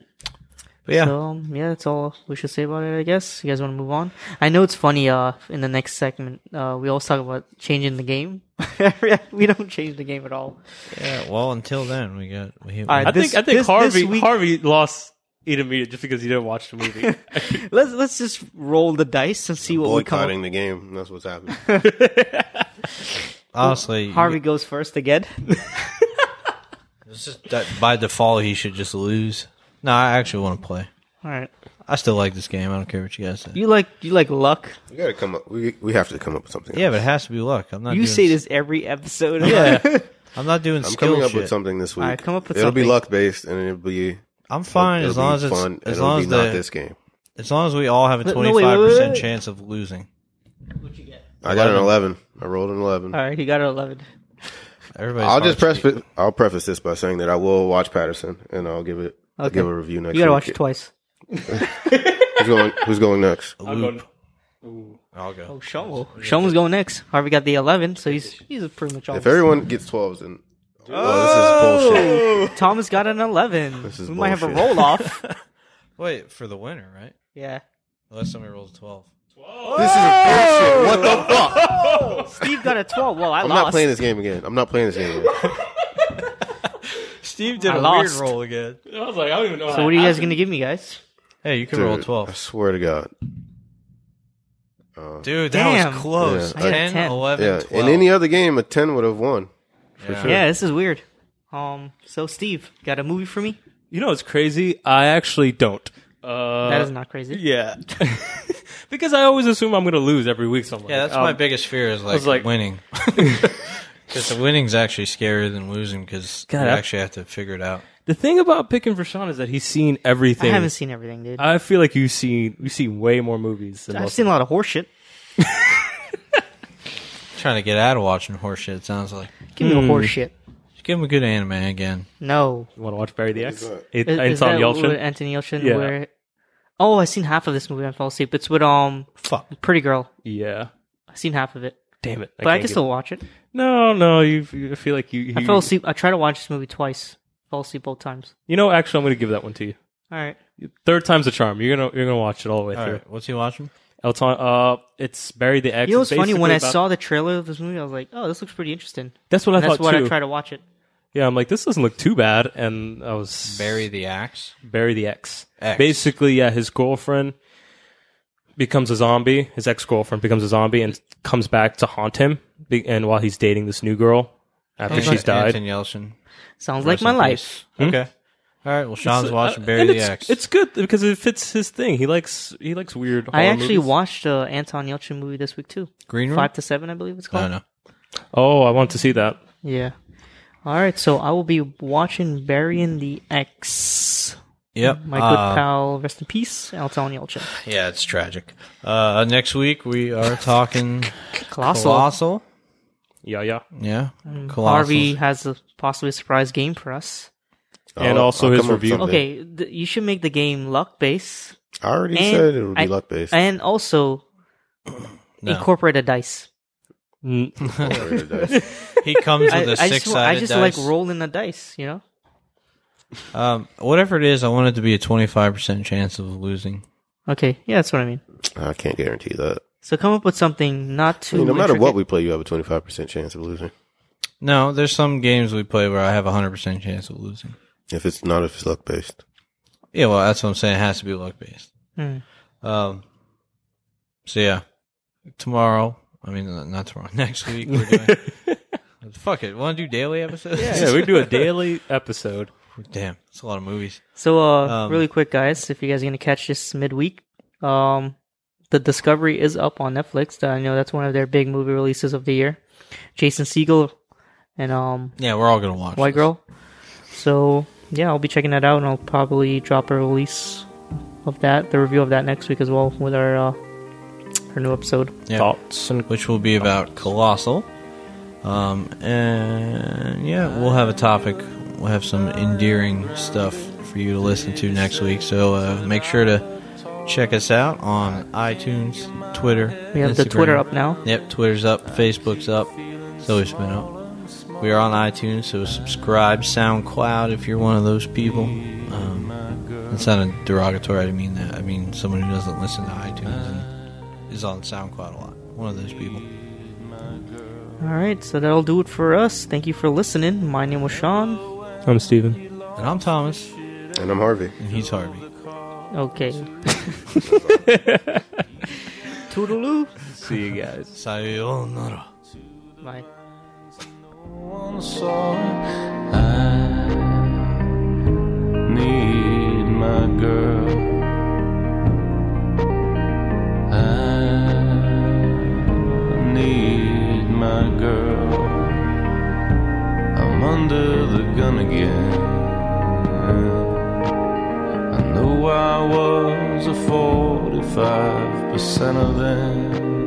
Speaker 4: But yeah,
Speaker 2: So um, yeah, that's all we should say about it. I guess you guys want to move on. I know it's funny. Uh, in the next segment, uh, we always talk about changing the game. we don't change the game at all.
Speaker 4: yeah. Well, until then, we got. We,
Speaker 2: right,
Speaker 3: I
Speaker 2: This-
Speaker 3: think I think
Speaker 2: this- this
Speaker 3: Harvey
Speaker 2: week-
Speaker 3: Harvey lost Eden Media just because he didn't watch the movie.
Speaker 2: Let's let's just roll the dice and see what we come.
Speaker 5: boycotting
Speaker 2: Up.
Speaker 5: the game. That's what's happening.
Speaker 4: honestly,
Speaker 2: Harvey goes first again.
Speaker 4: it's just that by default he should just lose. No, I actually want to play.
Speaker 2: all right,
Speaker 4: I still like this game. I don't care what you guys say.
Speaker 2: you like you like luck.
Speaker 5: we gotta come up. We we have to come up with something.
Speaker 4: yeah,
Speaker 5: else.
Speaker 4: but it has to be luck. I'm not.
Speaker 2: You
Speaker 4: doing
Speaker 2: say this every episode.
Speaker 4: Yeah, I'm not doing
Speaker 5: I'm
Speaker 4: skill
Speaker 5: coming up
Speaker 4: shit.
Speaker 5: with something this week.
Speaker 2: Alright, come up with
Speaker 5: it'll
Speaker 2: something.
Speaker 5: be luck based, and it'll be
Speaker 4: I'm fine
Speaker 5: it'll
Speaker 4: as long
Speaker 5: be
Speaker 4: as it's
Speaker 5: fun,
Speaker 4: as
Speaker 5: and
Speaker 4: long
Speaker 5: it'll
Speaker 4: as
Speaker 5: be not
Speaker 4: the
Speaker 5: this game.
Speaker 4: as long as we all have a
Speaker 2: But no,
Speaker 4: 25
Speaker 2: wait, wait,
Speaker 4: percent
Speaker 2: wait.
Speaker 4: chance of losing.
Speaker 5: I got an eleven. I rolled an eleven.
Speaker 2: All right, he got an eleven.
Speaker 4: Everybody's
Speaker 5: I'll just
Speaker 4: hard
Speaker 5: press.
Speaker 4: to beat.
Speaker 5: I'll preface this by saying that I will watch Patterson, and I'll give it. I'll
Speaker 2: Okay.
Speaker 5: give a review next.
Speaker 2: You gotta
Speaker 5: week.
Speaker 2: watch it twice.
Speaker 5: Who's going? Who's going next?
Speaker 4: I'll go.
Speaker 2: Shomo. Shomo's going next. Harvey got the eleven, so he's he's pretty much all.
Speaker 5: If everyone gets twelves, then oh, this is bullshit.
Speaker 2: Thomas got an eleven.
Speaker 5: This is
Speaker 2: we might have a
Speaker 5: bullshit.
Speaker 2: roll off.
Speaker 4: Wait for the winner, right?
Speaker 2: yeah.
Speaker 4: Unless somebody rolls 12.
Speaker 5: This is bullshit. What the fuck?
Speaker 2: Steve got a 12. Well, I
Speaker 5: I'm
Speaker 2: lost.
Speaker 5: not playing this game again. I'm not playing this game. Again.
Speaker 4: Steve did
Speaker 2: I
Speaker 4: a
Speaker 2: lost.
Speaker 4: weird roll again.
Speaker 3: I was like, I don't even know.
Speaker 2: So what are you guys going to give me, guys?
Speaker 4: Hey, you can
Speaker 5: Dude,
Speaker 4: roll
Speaker 5: I
Speaker 4: 12.
Speaker 5: swear to God.
Speaker 4: Dude, that
Speaker 2: Damn.
Speaker 4: was close.
Speaker 5: Uh, Yeah,
Speaker 2: I got a
Speaker 4: 10,
Speaker 2: 10.
Speaker 4: 11,
Speaker 5: yeah.
Speaker 4: 12.
Speaker 5: In any other game, a ten would have won.
Speaker 4: Yeah.
Speaker 5: sure.
Speaker 2: Yeah, this is weird. Um, so Steve, got a movie for me?
Speaker 3: You know, it's crazy. I actually don't. Uh,
Speaker 2: that is not crazy.
Speaker 3: Yeah. because I always assume I'm going to lose every week. So I'm like,
Speaker 4: Yeah, that's
Speaker 3: um,
Speaker 4: my biggest fear is like,
Speaker 3: was like-
Speaker 4: winning. Because the winning's actually scarier than losing because you
Speaker 3: God, I-
Speaker 4: actually have to figure it out.
Speaker 3: The thing about picking for Sean is that he's seen
Speaker 2: I
Speaker 3: everything.
Speaker 2: haven't seen everything, dude.
Speaker 3: I feel like you've seen you've seen way more movies. Than
Speaker 2: I've
Speaker 3: most
Speaker 2: seen a lot of horseshit.
Speaker 4: Trying to get out of watching horseshit, it sounds like.
Speaker 2: Give me a
Speaker 3: Hmm.
Speaker 2: horseshit.
Speaker 4: Just give him a good anime again.
Speaker 2: No.
Speaker 3: You want to watch Barry the X?
Speaker 5: that?
Speaker 3: It,
Speaker 2: Is-
Speaker 3: it's
Speaker 2: is
Speaker 3: on
Speaker 2: that
Speaker 3: Yelchin.
Speaker 2: with Anthony Yelchin.
Speaker 3: Yeah.
Speaker 2: Where? Oh, I seen half of this movie. I fell asleep. It's with um,
Speaker 4: Fuck.
Speaker 2: Pretty Girl.
Speaker 3: yeah.
Speaker 2: I seen half of it,
Speaker 3: Damn it.
Speaker 2: but I,
Speaker 3: can't
Speaker 2: can
Speaker 3: get-
Speaker 2: still watch it.
Speaker 3: No, no. You, you I feel like you. you
Speaker 2: I fell asleep. I tried to watch this movie twice. Fell asleep both times.
Speaker 3: You know, actually, I'm going to give that one to you.
Speaker 2: All right.
Speaker 3: Third time's a charm. You're gonna you're gonna watch it all the way
Speaker 4: All
Speaker 3: through.
Speaker 4: right, what's he watching?
Speaker 3: Elton, uh, it's Barry the X.
Speaker 2: You know
Speaker 3: It's
Speaker 2: what's funny? When
Speaker 3: basically
Speaker 2: I
Speaker 3: about-
Speaker 2: saw the trailer of this movie, I was like, "Oh, this looks pretty interesting."
Speaker 3: that's what I
Speaker 2: That's
Speaker 3: thought
Speaker 2: why
Speaker 3: too.
Speaker 2: I tried to watch it.
Speaker 3: yeah, I'm like, this doesn't look too bad, and I was
Speaker 4: Bury the axe.
Speaker 3: Barry the X.
Speaker 4: X.
Speaker 3: Basically, yeah, his girlfriend becomes a zombie. His ex girlfriend becomes a zombie and comes back to haunt him. Be- And while he's dating this new girl after she's died,
Speaker 4: Anton Yelchin.
Speaker 2: Sounds like
Speaker 4: Rest
Speaker 2: my
Speaker 4: in
Speaker 2: life.
Speaker 4: peace. Okay. All right. Well, Sean's
Speaker 3: So,
Speaker 4: watching
Speaker 3: uh,
Speaker 4: Barry
Speaker 3: and
Speaker 4: the
Speaker 3: it's,
Speaker 4: X.
Speaker 3: It's good because it fits his thing. He likes he likes weird.
Speaker 2: I
Speaker 3: horror
Speaker 2: actually
Speaker 3: movies. Mm-hmm.
Speaker 2: watched uh, Anton Yelchin movie this week too.
Speaker 4: Green Room.
Speaker 2: Five to seven, I believe it's
Speaker 4: I
Speaker 2: called.
Speaker 4: don't know.
Speaker 3: Oh, I want to see that.
Speaker 2: Yeah. All right, so I will be watching Burying the X.
Speaker 4: Yep.
Speaker 2: My good
Speaker 4: uh,
Speaker 2: pal, rest in peace, Anton Yelchin.
Speaker 4: Yeah, it's tragic. Uh, next week we are talking
Speaker 2: Colossal. Mm.
Speaker 4: colossal.
Speaker 3: Yeah, yeah.
Speaker 4: Yeah. Colossal.
Speaker 2: Harvey has a possibly a surprise game for us.
Speaker 3: And
Speaker 5: I'll-
Speaker 3: also
Speaker 5: I'll
Speaker 3: his
Speaker 5: come up with
Speaker 3: review.
Speaker 5: something.
Speaker 2: Okay, th- you should make the game luck base,
Speaker 5: I already
Speaker 2: And
Speaker 5: said it would be
Speaker 2: I-
Speaker 5: luck based.
Speaker 2: and also
Speaker 4: No.
Speaker 2: incorporate a dice.
Speaker 3: Mm,
Speaker 4: He comes
Speaker 2: I,
Speaker 4: with a
Speaker 2: I
Speaker 4: six
Speaker 2: just, wa- I
Speaker 4: sided
Speaker 2: just
Speaker 4: dice.
Speaker 2: like rolling the dice, you know.
Speaker 4: um, whatever it is, I want it to be a twenty five percent chance of losing.
Speaker 2: Okay, yeah, that's what I mean.
Speaker 5: I can't guarantee that.
Speaker 2: So come up with something not
Speaker 5: I
Speaker 2: too.
Speaker 5: mean, no matter what
Speaker 2: intricate.
Speaker 5: we play, you have a twenty five percent chance of losing.
Speaker 4: No, there's some games we play where I have a hundred percent chance of losing.
Speaker 5: If it's not if it's luck based.
Speaker 4: Yeah, well, that's what I'm saying. It has to be luck based.
Speaker 2: Hmm.
Speaker 4: Um. So yeah, tomorrow. I mean, uh, not tomorrow. Next week we're doing. fuck it. Want to do daily episodes?
Speaker 3: yeah, we do a daily episode.
Speaker 4: Damn, it's a lot of movies.
Speaker 2: So, uh,
Speaker 4: Um,
Speaker 2: really quick, guys, if you guys are gonna catch this midweek, um, the Discovery is up on Netflix. I know that's one of their big movie releases of the year. Jason Segel and um,
Speaker 4: Yeah, we're all gonna watch.
Speaker 2: White
Speaker 4: this.
Speaker 2: Girl. So yeah, I'll be checking that out, and I'll probably drop a release of that, the review of that next week as well with our uh, our new episode.
Speaker 4: Yeah.
Speaker 3: Thoughts and
Speaker 4: which will be about Colossal. Um, and yeah, we'll have a topic. We'll have some endearing stuff for you to listen to next week. So uh, make sure to check us out on iTunes, Twitter.
Speaker 2: We have the
Speaker 4: Instagram.
Speaker 2: Twitter up now.
Speaker 4: Yep, Twitter's up, Facebook's up. It's always been up. We are on iTunes, so subscribe, SoundCloud if you're one of those people. Um, it's not a derogatory, I didn't mean that. I mean someone who doesn't listen to iTunes and is on SoundCloud a lot. One of those people.
Speaker 2: All right, so that'll do it for us. Thank you for listening. My name was Sean.
Speaker 3: I'm Steven.
Speaker 4: And I'm Thomas,
Speaker 5: And I'm Harvey.
Speaker 4: and he's Harvey.
Speaker 2: Okay. Toodaloo.
Speaker 3: See you guys.
Speaker 4: Sayonara.
Speaker 2: Bye.
Speaker 1: one saw I need my girl. I need my girl. I'm under the gun again. I know I was a 45% of them.